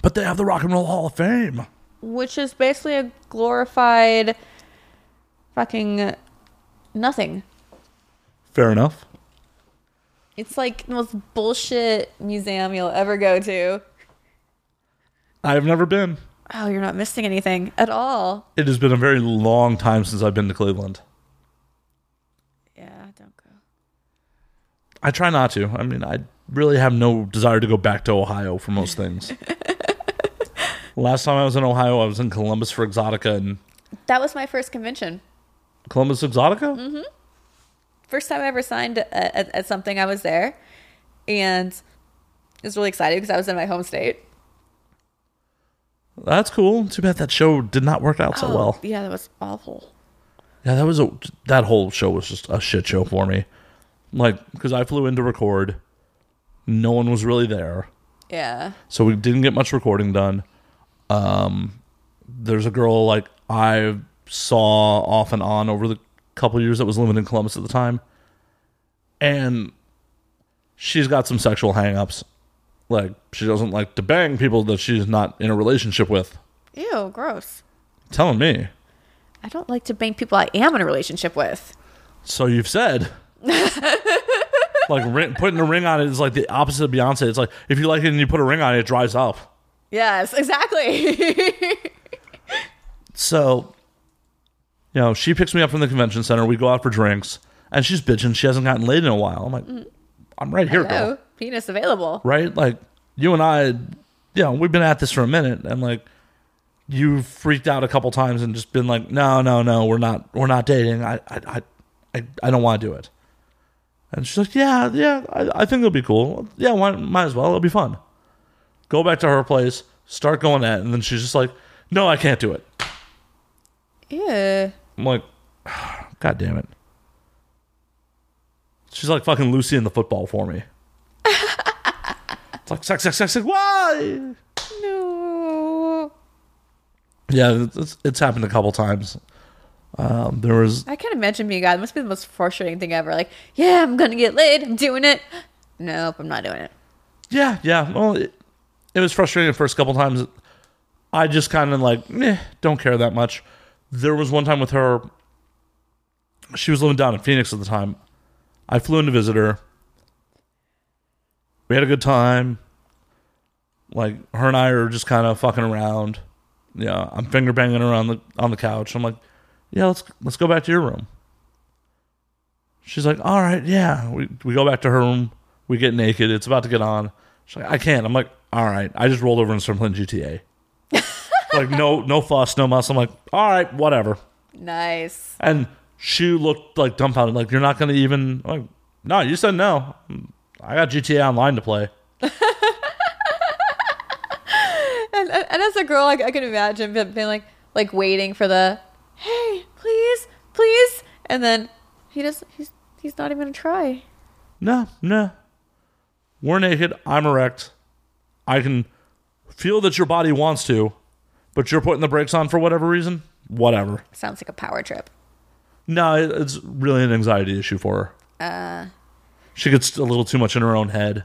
A: But they have the Rock and Roll Hall of Fame.
C: which is basically a glorified fucking nothing.
A: Fair enough.
C: It's like the most bullshit museum you'll ever go to.
A: I've never been.
C: Oh, you're not missing anything at all.
A: It has been a very long time since I've been to Cleveland.
C: Yeah, don't go.
A: I try not to. I mean, I really have no desire to go back to Ohio for most things. Last time I was in Ohio, I was in Columbus for Exotica and
C: That was my first convention.
A: Columbus Exotica.
C: First time I ever signed at, at, at something, I was there and I was really excited because I was in my home state.
A: That's cool. Too bad that show did not work out so well.
C: Yeah, that was awful.
A: Yeah, that was a that whole show was just a shit show for me. Like, because I flew in to record, no one was really there.
C: Yeah.
A: so we didn't get much recording done. Um, there's a girl like I saw off and on over the couple years that was living in Columbus at the time, and she's got some sexual hangups. Like she doesn't like to bang people that she's not in a relationship with.
C: Ew, gross.
A: Telling me,
C: I don't like to bang people I am in a relationship with.
A: so you've said. like ring, putting a ring on it is like the opposite of Beyonce. It's like if you like it and you put a ring on it, it dries up.
C: Yes, exactly.
A: So, you know, she picks me up from the convention center. We go out for drinks, and she's bitching. She hasn't gotten laid in a while. I'm like, I'm right here,
C: oh,
A: girl.
C: penis available.
A: Right? Like, you and I, you know, we've been at this for a minute, and like, you freaked out a couple times and just been like, no, no, no, we're not, we're not dating. I, I, I, I, I don't want to do it. And she's like, yeah, yeah, I, I think it'll be cool. Yeah, why, might as well. It'll be fun. Go back to her place, start going at, it, and then she's just like, no, I can't do it.
C: Ew.
A: I'm like, God damn it. She's like fucking Lucy in the football for me. it's like, sex, sex, sex, sex, why?
C: No.
A: Yeah, it's, it's happened a couple times. Um, there was
C: I can't imagine being a guy. It must be the most frustrating thing ever. Like, yeah, I'm gonna get laid. I'm doing it. Nope, I'm not doing it.
A: Yeah, yeah. Well, it, it was frustrating the first couple times. I just kind of like, meh, don't care that much. There was one time with her. She was living down in Phoenix at the time. I flew in to visit her. We had a good time. Like her and I are just kind of fucking around. Yeah, I'm finger banging her on the on the couch. I'm like, yeah, let's let's go back to your room. She's like, all right, yeah. We, we go back to her room. We get naked. It's about to get on. She's like, I can't. I'm like, all right. I just rolled over and started playing GTA. like, no, no fuss, no muss. I'm like, all right, whatever.
C: Nice.
A: And she looked like dumbfounded. Like, you're not going to even, I'm like, no, you said no. I got GTA Online to play.
C: And, and, and as a girl, I, I can imagine be- being like, like waiting for the, hey, please, please, and then he does. He's he's not even gonna try.
A: No, no. We're naked. I'm erect. I can feel that your body wants to, but you're putting the brakes on for whatever reason. Whatever.
C: Sounds like a power trip.
A: No, it- it's really an anxiety issue for her. Uh, she gets a little too much in her own head.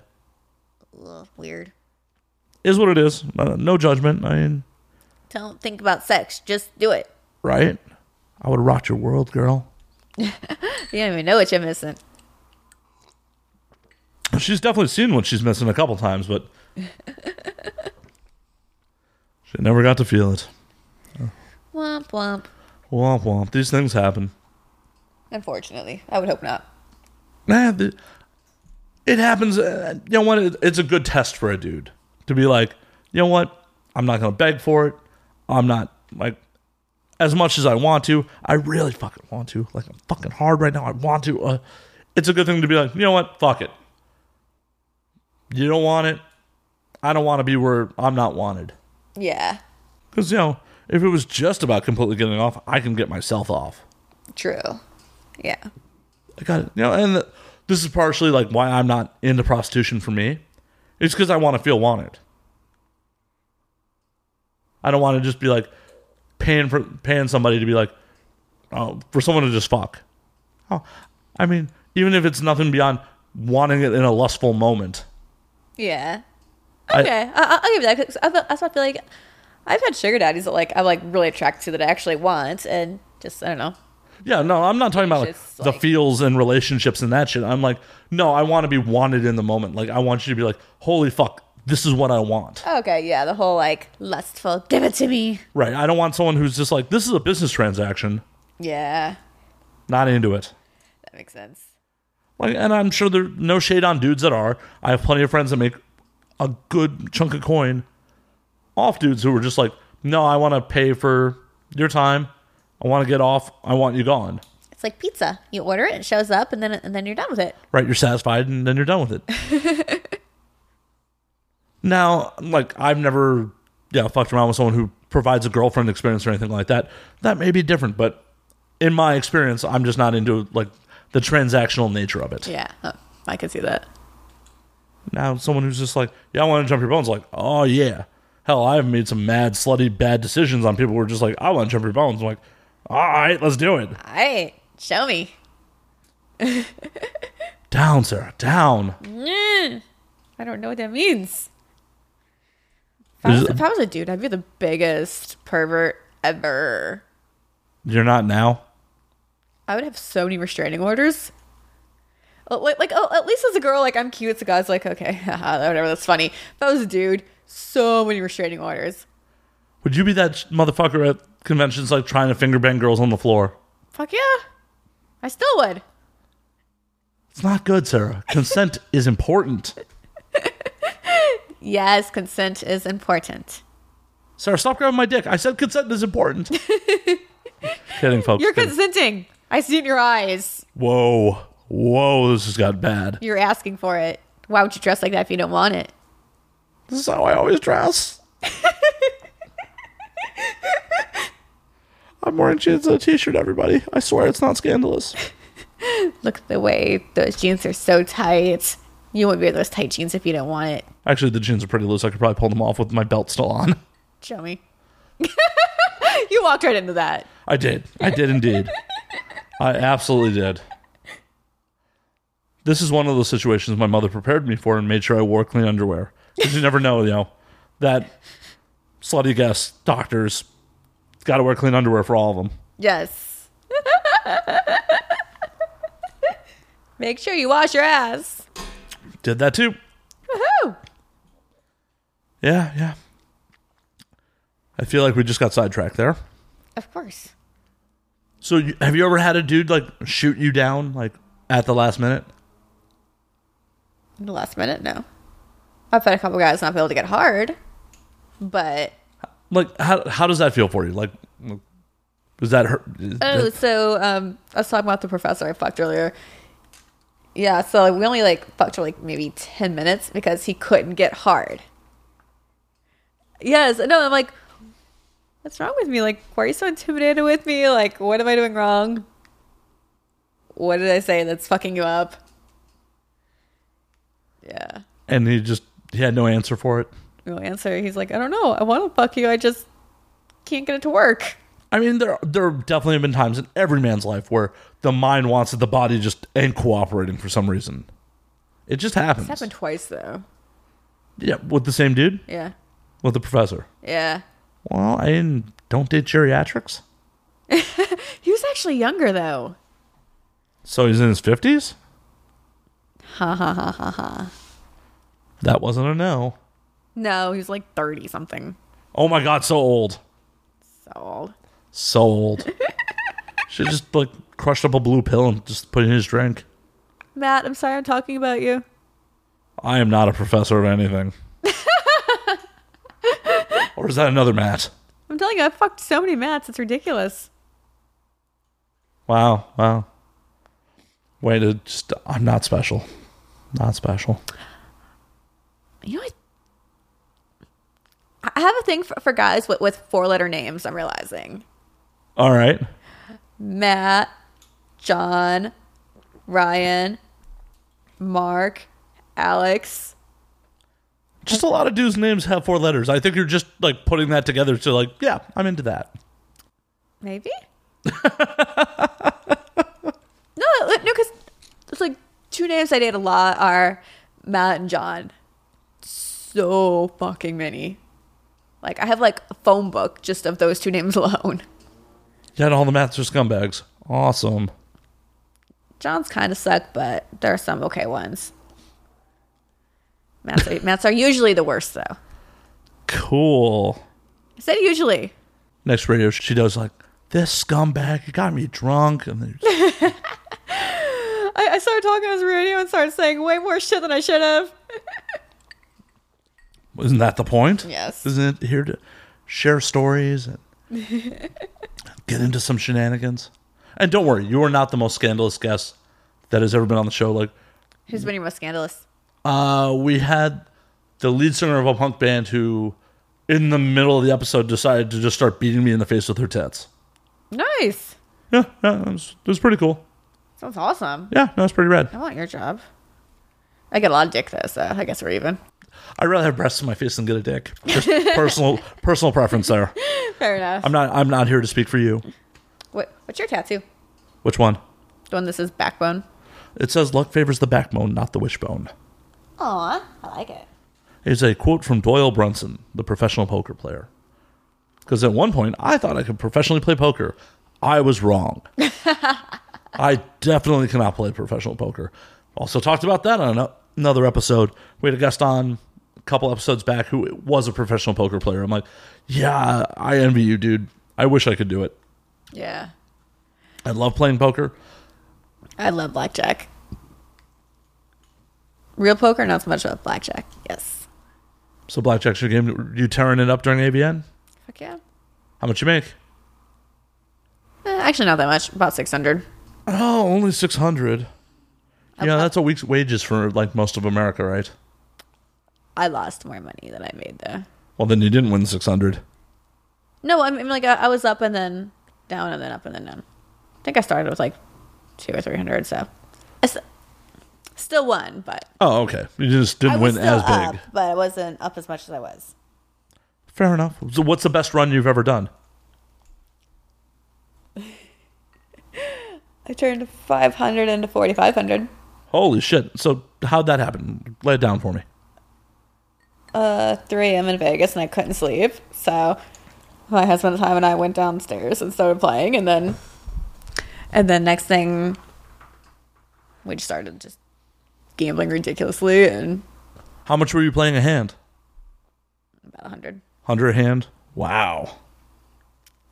C: Ugh, weird.
A: Is what it is. Uh, no judgment. I mean,
C: Don't think about sex. Just do it.
A: right? I would rock your world, girl.
C: You don't even know what you're missing.
A: She's definitely seen what she's missing a couple times, but she never got to feel it.
C: Womp womp.
A: Womp womp. These things happen.
C: Unfortunately, I would hope not.
A: Nah, the, it happens. uh, You know what? It, it's a good test for a dude to be like, you know what? I'm not going to beg for it. I'm not like as much as I want to. I really fucking want to. Like I'm fucking hard right now. I want to. Uh, it's a good thing to be like, you know what? Fuck it. You don't want it. I don't want to be where I'm not wanted.
C: Yeah.
A: Because you know, if it was just about completely getting off, I can get myself off.
C: True. Yeah.
A: I got it. You know, and this is partially like why I'm not into prostitution for me. It's because I want to feel wanted. I don't want to just be like paying for paying somebody to be like oh, for someone to just fuck. Oh, I mean, even if it's nothing beyond wanting it in a lustful moment.
C: Yeah.
A: I-
C: Okay, I, I, I'll give you that. 'cause I, feel- I, also feel like I've had sugar daddies that like I'm like really attracted to that I actually want, and just I don't know.
A: yeah, no, I'm not talking about like,
C: Just,
A: the
C: like-
A: feels and relationships and that shit. I'm like, no, I want to be wanted in the moment. Like, I want you to be like, holy fuck, this is what I want.
C: Okay, yeah, the whole like lustful, give it to me.
A: Right. I don't want someone who's just like, this is a business transaction.
C: Yeah,
A: Not into it.
C: that makes sense.
A: Like, and I'm sure there no shade on dudes that are. I have plenty of friends that make a good chunk of coin off dudes who are just like, no, I want to pay for your time. I want to get off. I want you gone.
C: It's like pizza. You order it, it shows up, and then and then you're done with it.
A: right? You're satisfied, and then you're done with it. now, like I've never, yeah, fucked around with someone who provides a girlfriend experience or anything like that. That may be different, but in my experience, I'm just not into like the transactional nature of it.
C: Yeah, oh, I could see that.
A: Now, someone who's just like, yeah, I want to jump your bones, like, oh yeah, hell, I've made some mad, slutty, bad decisions on people who are just like, I want to jump your bones. I'm like, all right, let's do it.
C: All right, show me.
A: Down, Sarah, down.
C: Mm, I don't know what that means. If I,
A: Is
C: was,
A: it-
C: if I was a dude, I'd be the biggest pervert ever.
A: You're not now.
C: I would have so many restraining orders. Uh, Like, like oh, at least as a girl, like I'm cute. So guys, like, okay, haha, whatever, that's funny. If I was a dude, so many restraining orders.
A: Would you be that sh- motherfucker at conventions like trying to finger bang girls on the floor?
C: Fuck yeah, I still would.
A: It's not good, Sarah. Consent is important.
C: Yes, consent is important.
A: Sarah, stop grabbing my dick. I said consent is important. kidding, folks.
C: You're
A: kidding.
C: consenting. I see it in your eyes.
A: Whoa. Whoa, this has got bad.
C: You're asking for it. Why would you dress like that if you don't want it?
A: This is how I always dress. I'm wearing jeans and a t-shirt, everybody. I swear it's not scandalous.
C: Look at the way those jeans are so tight. You won't wear those tight jeans if you don't want it.
A: Actually, the jeans are pretty loose. I could probably pull them off with my belt still on.
C: Show me. you walked right into that.
A: I did. I did indeed. I absolutely did. This is one of those situations my mother prepared me for and made sure I wore clean underwear. 'Cause you never know, you know, that slutty guest doctors got to wear clean underwear for all of them.
C: Yes. Make sure you wash your ass.
A: Did that too.
C: Woohoo!
A: Yeah, yeah. I feel like we just got sidetracked there.
C: Of course.
A: So, you, have you ever had a dude like shoot you down like at the last minute?
C: In the last minute, no. I've had a couple guys not be able to get hard, but
A: Like, how how does that feel for you? Like, does that hurt?
C: Oh, so um, I was talking about the professor I fucked earlier. Yeah, so like, we only like fucked for like maybe ten minutes because he couldn't get hard. Yes, no, I'm like, what's wrong with me? Like, why are you so intimidated with me? Like, what am I doing wrong? What did I say that's fucking you up? Yeah,
A: and he just he had no answer for it.
C: no answer. He's like, I don't know. I want to fuck you. I just can't get it to work.
A: I mean, there there have definitely been times in every man's life where the mind wants it, the body just ain't cooperating for some reason. It just happens.
C: It's happened twice though.
A: Yeah, with the same dude,
C: Yeah,
A: with the professor.
C: yeah.
A: Well, I didn't, don't date geriatrics,
C: He was actually younger though.
A: so he's in his fifties. That wasn't a no.
C: No, he was like 30 something.
A: Oh my god, so old,
C: So old.
A: so old. Should just like crushed up a blue pill and just put it in his drink.
C: Matt, I'm sorry I'm talking about you.
A: I am not a professor of anything. or is that another Matt?
C: I'm telling you, I fucked so many Matts. It's ridiculous.
A: Wow, wow. Way to just, I'm not special. Not special.
C: You know what? I- I have a thing for, for guys with, with four letter names, I'm realizing.
A: All right.
C: Matt, John, Ryan, Mark, Alex.
A: Just a lot of dudes' names have four letters. I think you're just like putting that together to like, yeah, I'm into that.
C: Maybe? no, like, no, because it's like two names I date a lot are Matt and John. So fucking many. Like I have like a phone book just of those two names alone.
A: Yeah, and all the Matts are scumbags. Awesome.
C: John's kind of suck, but there are some okay ones. Matt's are, Matt's are usually the worst though. I
A: Cool.
C: said usually.
A: Next radio, she does like, this scumbag, you got me drunk. And then you're just,
C: I, I started talking on his radio and started saying way more shit than I should have.
A: isn't that the point?
C: Yes.
A: Isn't it here to share stories and get into some shenanigans? And don't worry, you are not the most scandalous guest that has ever been on the show. Like,
C: Who's been your most scandalous?
A: uh, we had the lead singer of a punk band who, in the middle of the episode, decided to just start beating me in the face with her tits.
C: Nice.
A: Yeah, yeah, it was, it was pretty cool.
C: Sounds awesome.
A: Yeah, no, it's pretty rad.
C: I want your job. I get a lot of dick though, so I guess we're even.
A: I'd rather have breasts in my face than get a dick. Just personal, personal preference there.
C: Fair enough.
A: I'm not, I'm not here to speak for you.
C: Um, what, what's your tattoo?
A: Which one?
C: The one that says backbone.
A: It says luck favors the backbone, not the wishbone.
C: Aw, I like it.
A: is a quote from Doyle Brunson, the professional poker player. Because at one point, I thought I could professionally play poker. I was wrong. I definitely cannot play professional poker. Also, talked about that on a- another episode. We had a guest on a couple episodes back who was a professional poker player. I'm like, yeah, I envy you, dude. I wish I could do it.
C: Yeah,
A: I love playing poker.
C: I love blackjack. Real poker, not so much about blackjack. Yes.
A: So, Blackjack's your game. You tearing it up during ABN?
C: Fuck yeah.
A: How much you make?
C: Eh, actually, not that much. About six hundred.
A: Oh, only six hundred. Yeah,
C: I-
A: that's a week's wages for like most of America, right?
C: I lost more money than I made though.
A: Well, then you didn't win six hundred.
C: No, I mean like I, I was up and then down and then up and then down. I think I started with like two or three hundred. So I s- still won, but
A: Oh, okay. You just
C: I
A: didn't
C: was
A: win
C: still
A: as big.
C: up, but I wasn't up as much as I was.
A: Fair enough. So what's the best run you've ever done?
C: I turned five hundred into forty five hundred.
A: Holy shit. So how'd that happen? Lay it down for me.
C: uh, 3 a.m. in Vegas and I couldn't sleep. So my husband at the time and I went downstairs and started playing. And then, and then next thing, we just started just gambling ridiculously and
A: How much were you playing a hand?
C: about 100.
A: Under a hand? Wow.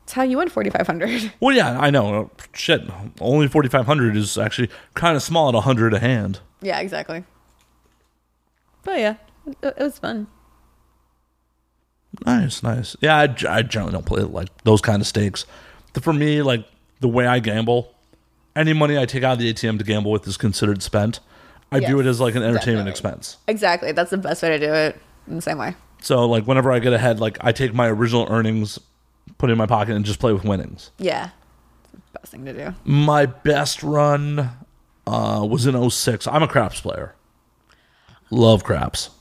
C: That's how you win 4,500.
A: Well, yeah, I know. Shit. Only 4,500 is actually kind of small at 100 a hand.
C: yeah, exactly. But yeah, it, it was fun.
A: Nice, nice. Yeah, I, g- I generally don't play like those kind of stakes. The- For me, like the way I gamble, any money I take out of the ATM to gamble with is considered spent. I do
C: Yes,
A: it as like an entertainment
C: definitely.
A: expense.
C: Exactly. That's the best way to do it in the same way.
A: So like whenever I get ahead, like I take my original earnings, put it in my pocket, and just play with winnings.
C: Yeah. Best thing to do.
A: My best run uh, was in 06. I'm a craps player. Love craps.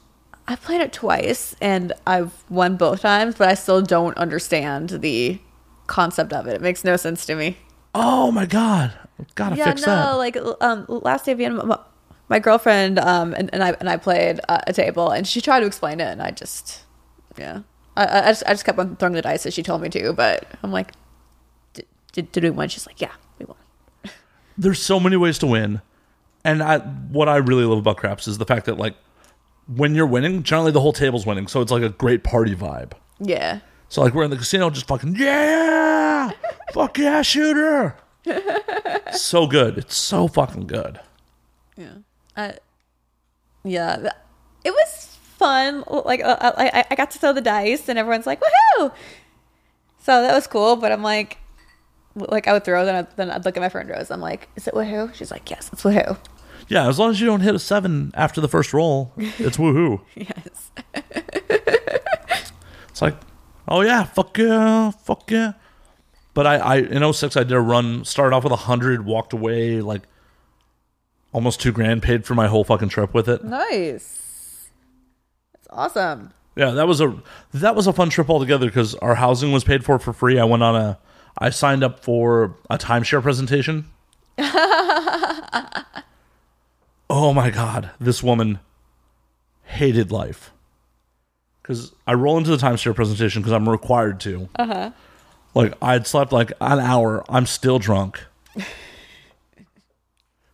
C: I played it twice and I've won both times, but I still don't understand the concept of it. It makes no sense to me.
A: Oh my god, gotta
C: yeah,
A: fix
C: no,
A: that.
C: like l- um, last day of Vienna, my, my girlfriend um, and, and I and I played uh, a table, and she tried to explain it, and I just, yeah, I, I I just I just kept on throwing the dice as she told me to, but I'm like, did did, did we win? She's like, yeah, we won.
A: there's so many ways to win. And I what I really love about craps is the fact that like when you're winning, generally the whole table's winning, so it's like a great party vibe.
C: Yeah,
A: So like we're in the casino just fucking yeah. Fuck yeah, shooter. so good. It's so fucking good.
C: yeah, I, yeah, th- it was fun. Like uh, I I- I got to throw the dice, and everyone's like, woohoo! So that was cool, but I'm like. Like I would throw, then I'd, then I'd look at my friend Rose. I'm like, "Is it woohoo?" She's like, "Yes, it's woohoo."
A: Yeah, as long as you don't hit a seven after the first roll, it's woohoo.
C: Yes.
A: It's like, oh yeah, fuck yeah, fuck yeah. But I, I in 06, I did a run, started off with a 100, walked away like almost two grand, paid for my whole fucking trip with it.
C: Nice. That's awesome.
A: Yeah, that was a that was a fun trip altogether because our housing was paid for for free. I went on a I signed up for a timeshare presentation. oh my god, this woman hated life. Cuz I roll into the timeshare presentation cuz I'm required to. Uh-huh. Like I'd slept like an hour. I'm still drunk.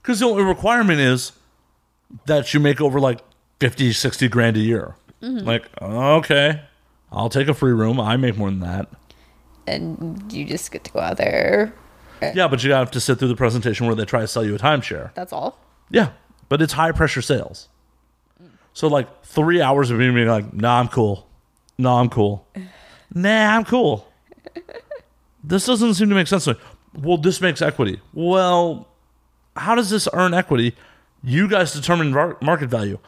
A: cuz the only requirement is that you make over like 50 60 grand a year like okay i'll take a free room i make more than that
C: And you just get to go out there.
A: yeah but you have to sit through the presentation where they try to sell you a timeshare
C: That's all.
A: yeah but it's high pressure sales so like three hours of me being like nah i'm cool nah i'm cool nah i'm cool this doesn't seem to make sense to me well this makes equity well how does this earn equity you guys determine mar- market value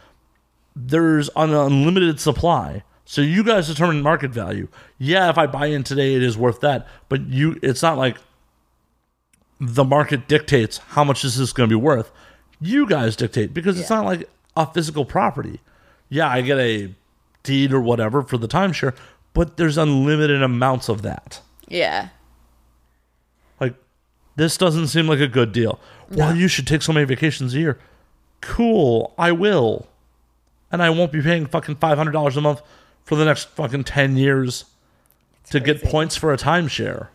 A: there's an unlimited supply. So you guys determine market value. Yeah, if I buy in today, it is worth that. But you, it's not like the market dictates how much is this going to be worth. You guys dictate because it's not like a physical property. Yeah, I get a deed or whatever for the timeshare, but there's unlimited amounts of that.
C: Yeah.
A: Like, this doesn't seem like a good deal. Well, you should take so many vacations a year. Cool, I will. And I won't be paying fucking $500 a month for the next fucking 10 years to get points for a timeshare.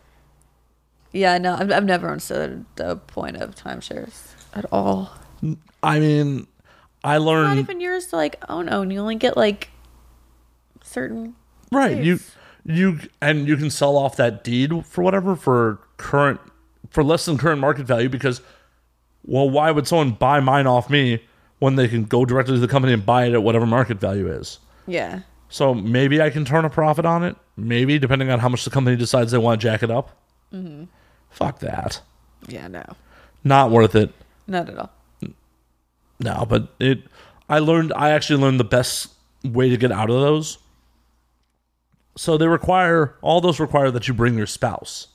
C: Yeah, no, I've, I've never understood the point of timeshares at all.
A: I mean, I
C: Not
A: learned.
C: even yours to like own own. You only get like certain.
A: right. You, you, and you can sell off that deed for whatever for current, for less than current market value because, well, why would someone buy mine off me when they can go directly to the company and buy it at whatever market value is?
C: Yeah.
A: So maybe I can turn a profit on it. Maybe depending on how much the company decides they want to jack it up. Fuck that.
C: Yeah, no.
A: Not worth it.
C: Not at all.
A: No, but it. I learned. I actually learned the best way to get out of those. So they require all those require that you bring your spouse.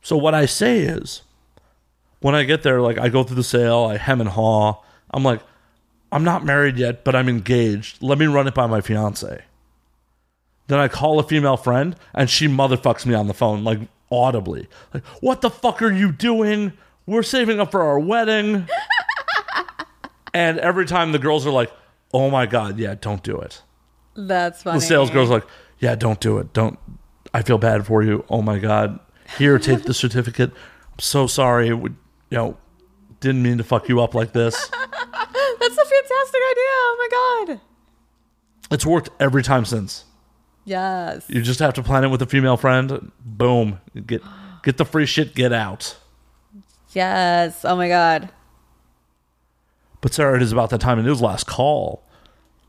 A: So what I say is, when I get there, like I go through the sale, I hem and haw. I'm like, I'm not married yet, but I'm engaged. Let me run it by my fiance. Then I call a female friend and she motherfucks me on the phone, like audibly. Like, what the fuck are you doing? We're saving up for our wedding. and every time the girls are like, oh my God, yeah, don't do it.
D: That's funny.
A: The sales girl's like, yeah, don't do it. Don't. I feel bad for you. Oh my God. Here, take the certificate. I'm so sorry. We, you know, didn't mean to fuck you up like this.
D: That's a fantastic idea. Oh my god.
A: It's worked every time since.
D: Yes.
A: You just have to plan it with a female friend. Boom. Get get the free shit, get out.
D: Yes. Oh my god.
A: But Sarah, it is about that time and it is last call.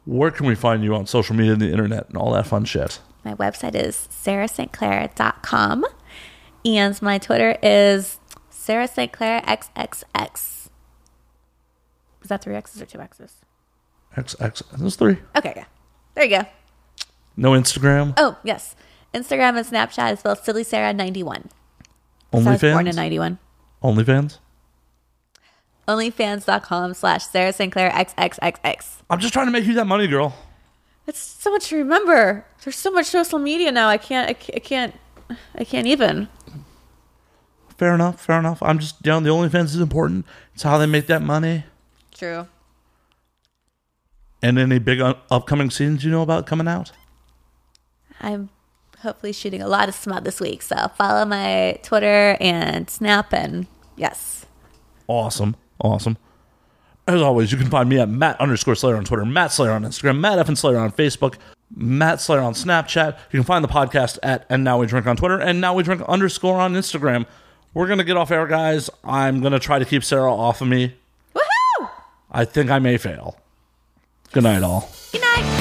A: Where can we find you on social media and the internet and all that fun shit?
D: My website is sarahstclair.com and my Twitter is Sarah St. Clair XXX. Is that three X's or two X's?
A: X X those three.
D: Okay, yeah. There you go.
A: No Instagram.
D: Oh, yes. Instagram and Snapchat is spelled Silly Sarah 91. I was born in
A: OnlyFans.
D: 91.
A: OnlyFans.
D: Onlyfans.com slash Sarah St. Clair XXXX.
A: I'm just trying to make you that money, girl.
D: That's so much to remember. There's so much social media now. I can't, I can't, I can't, I can't even.
A: Fair enough. Fair enough. I'm just down. The OnlyFans is important. It's how they make that money.
D: True.
A: And any big u- upcoming scenes you know about coming out?
D: I'm hopefully shooting a lot of smut this week. So follow my Twitter and Snap and yes.
A: Awesome. Awesome. As always, you can find me at Matt underscore Slayer on Twitter, Matt Slayer on Instagram, Matt F and Slayer on Facebook, Matt Slayer on Snapchat. You can find the podcast at And Now We Drink on Twitter and Now We Drink underscore on Instagram. We're going to get off air, guys. I'm going to try to keep Sarah off of me.
D: Woohoo!
A: I think I may fail. Good night, all.
D: Good night.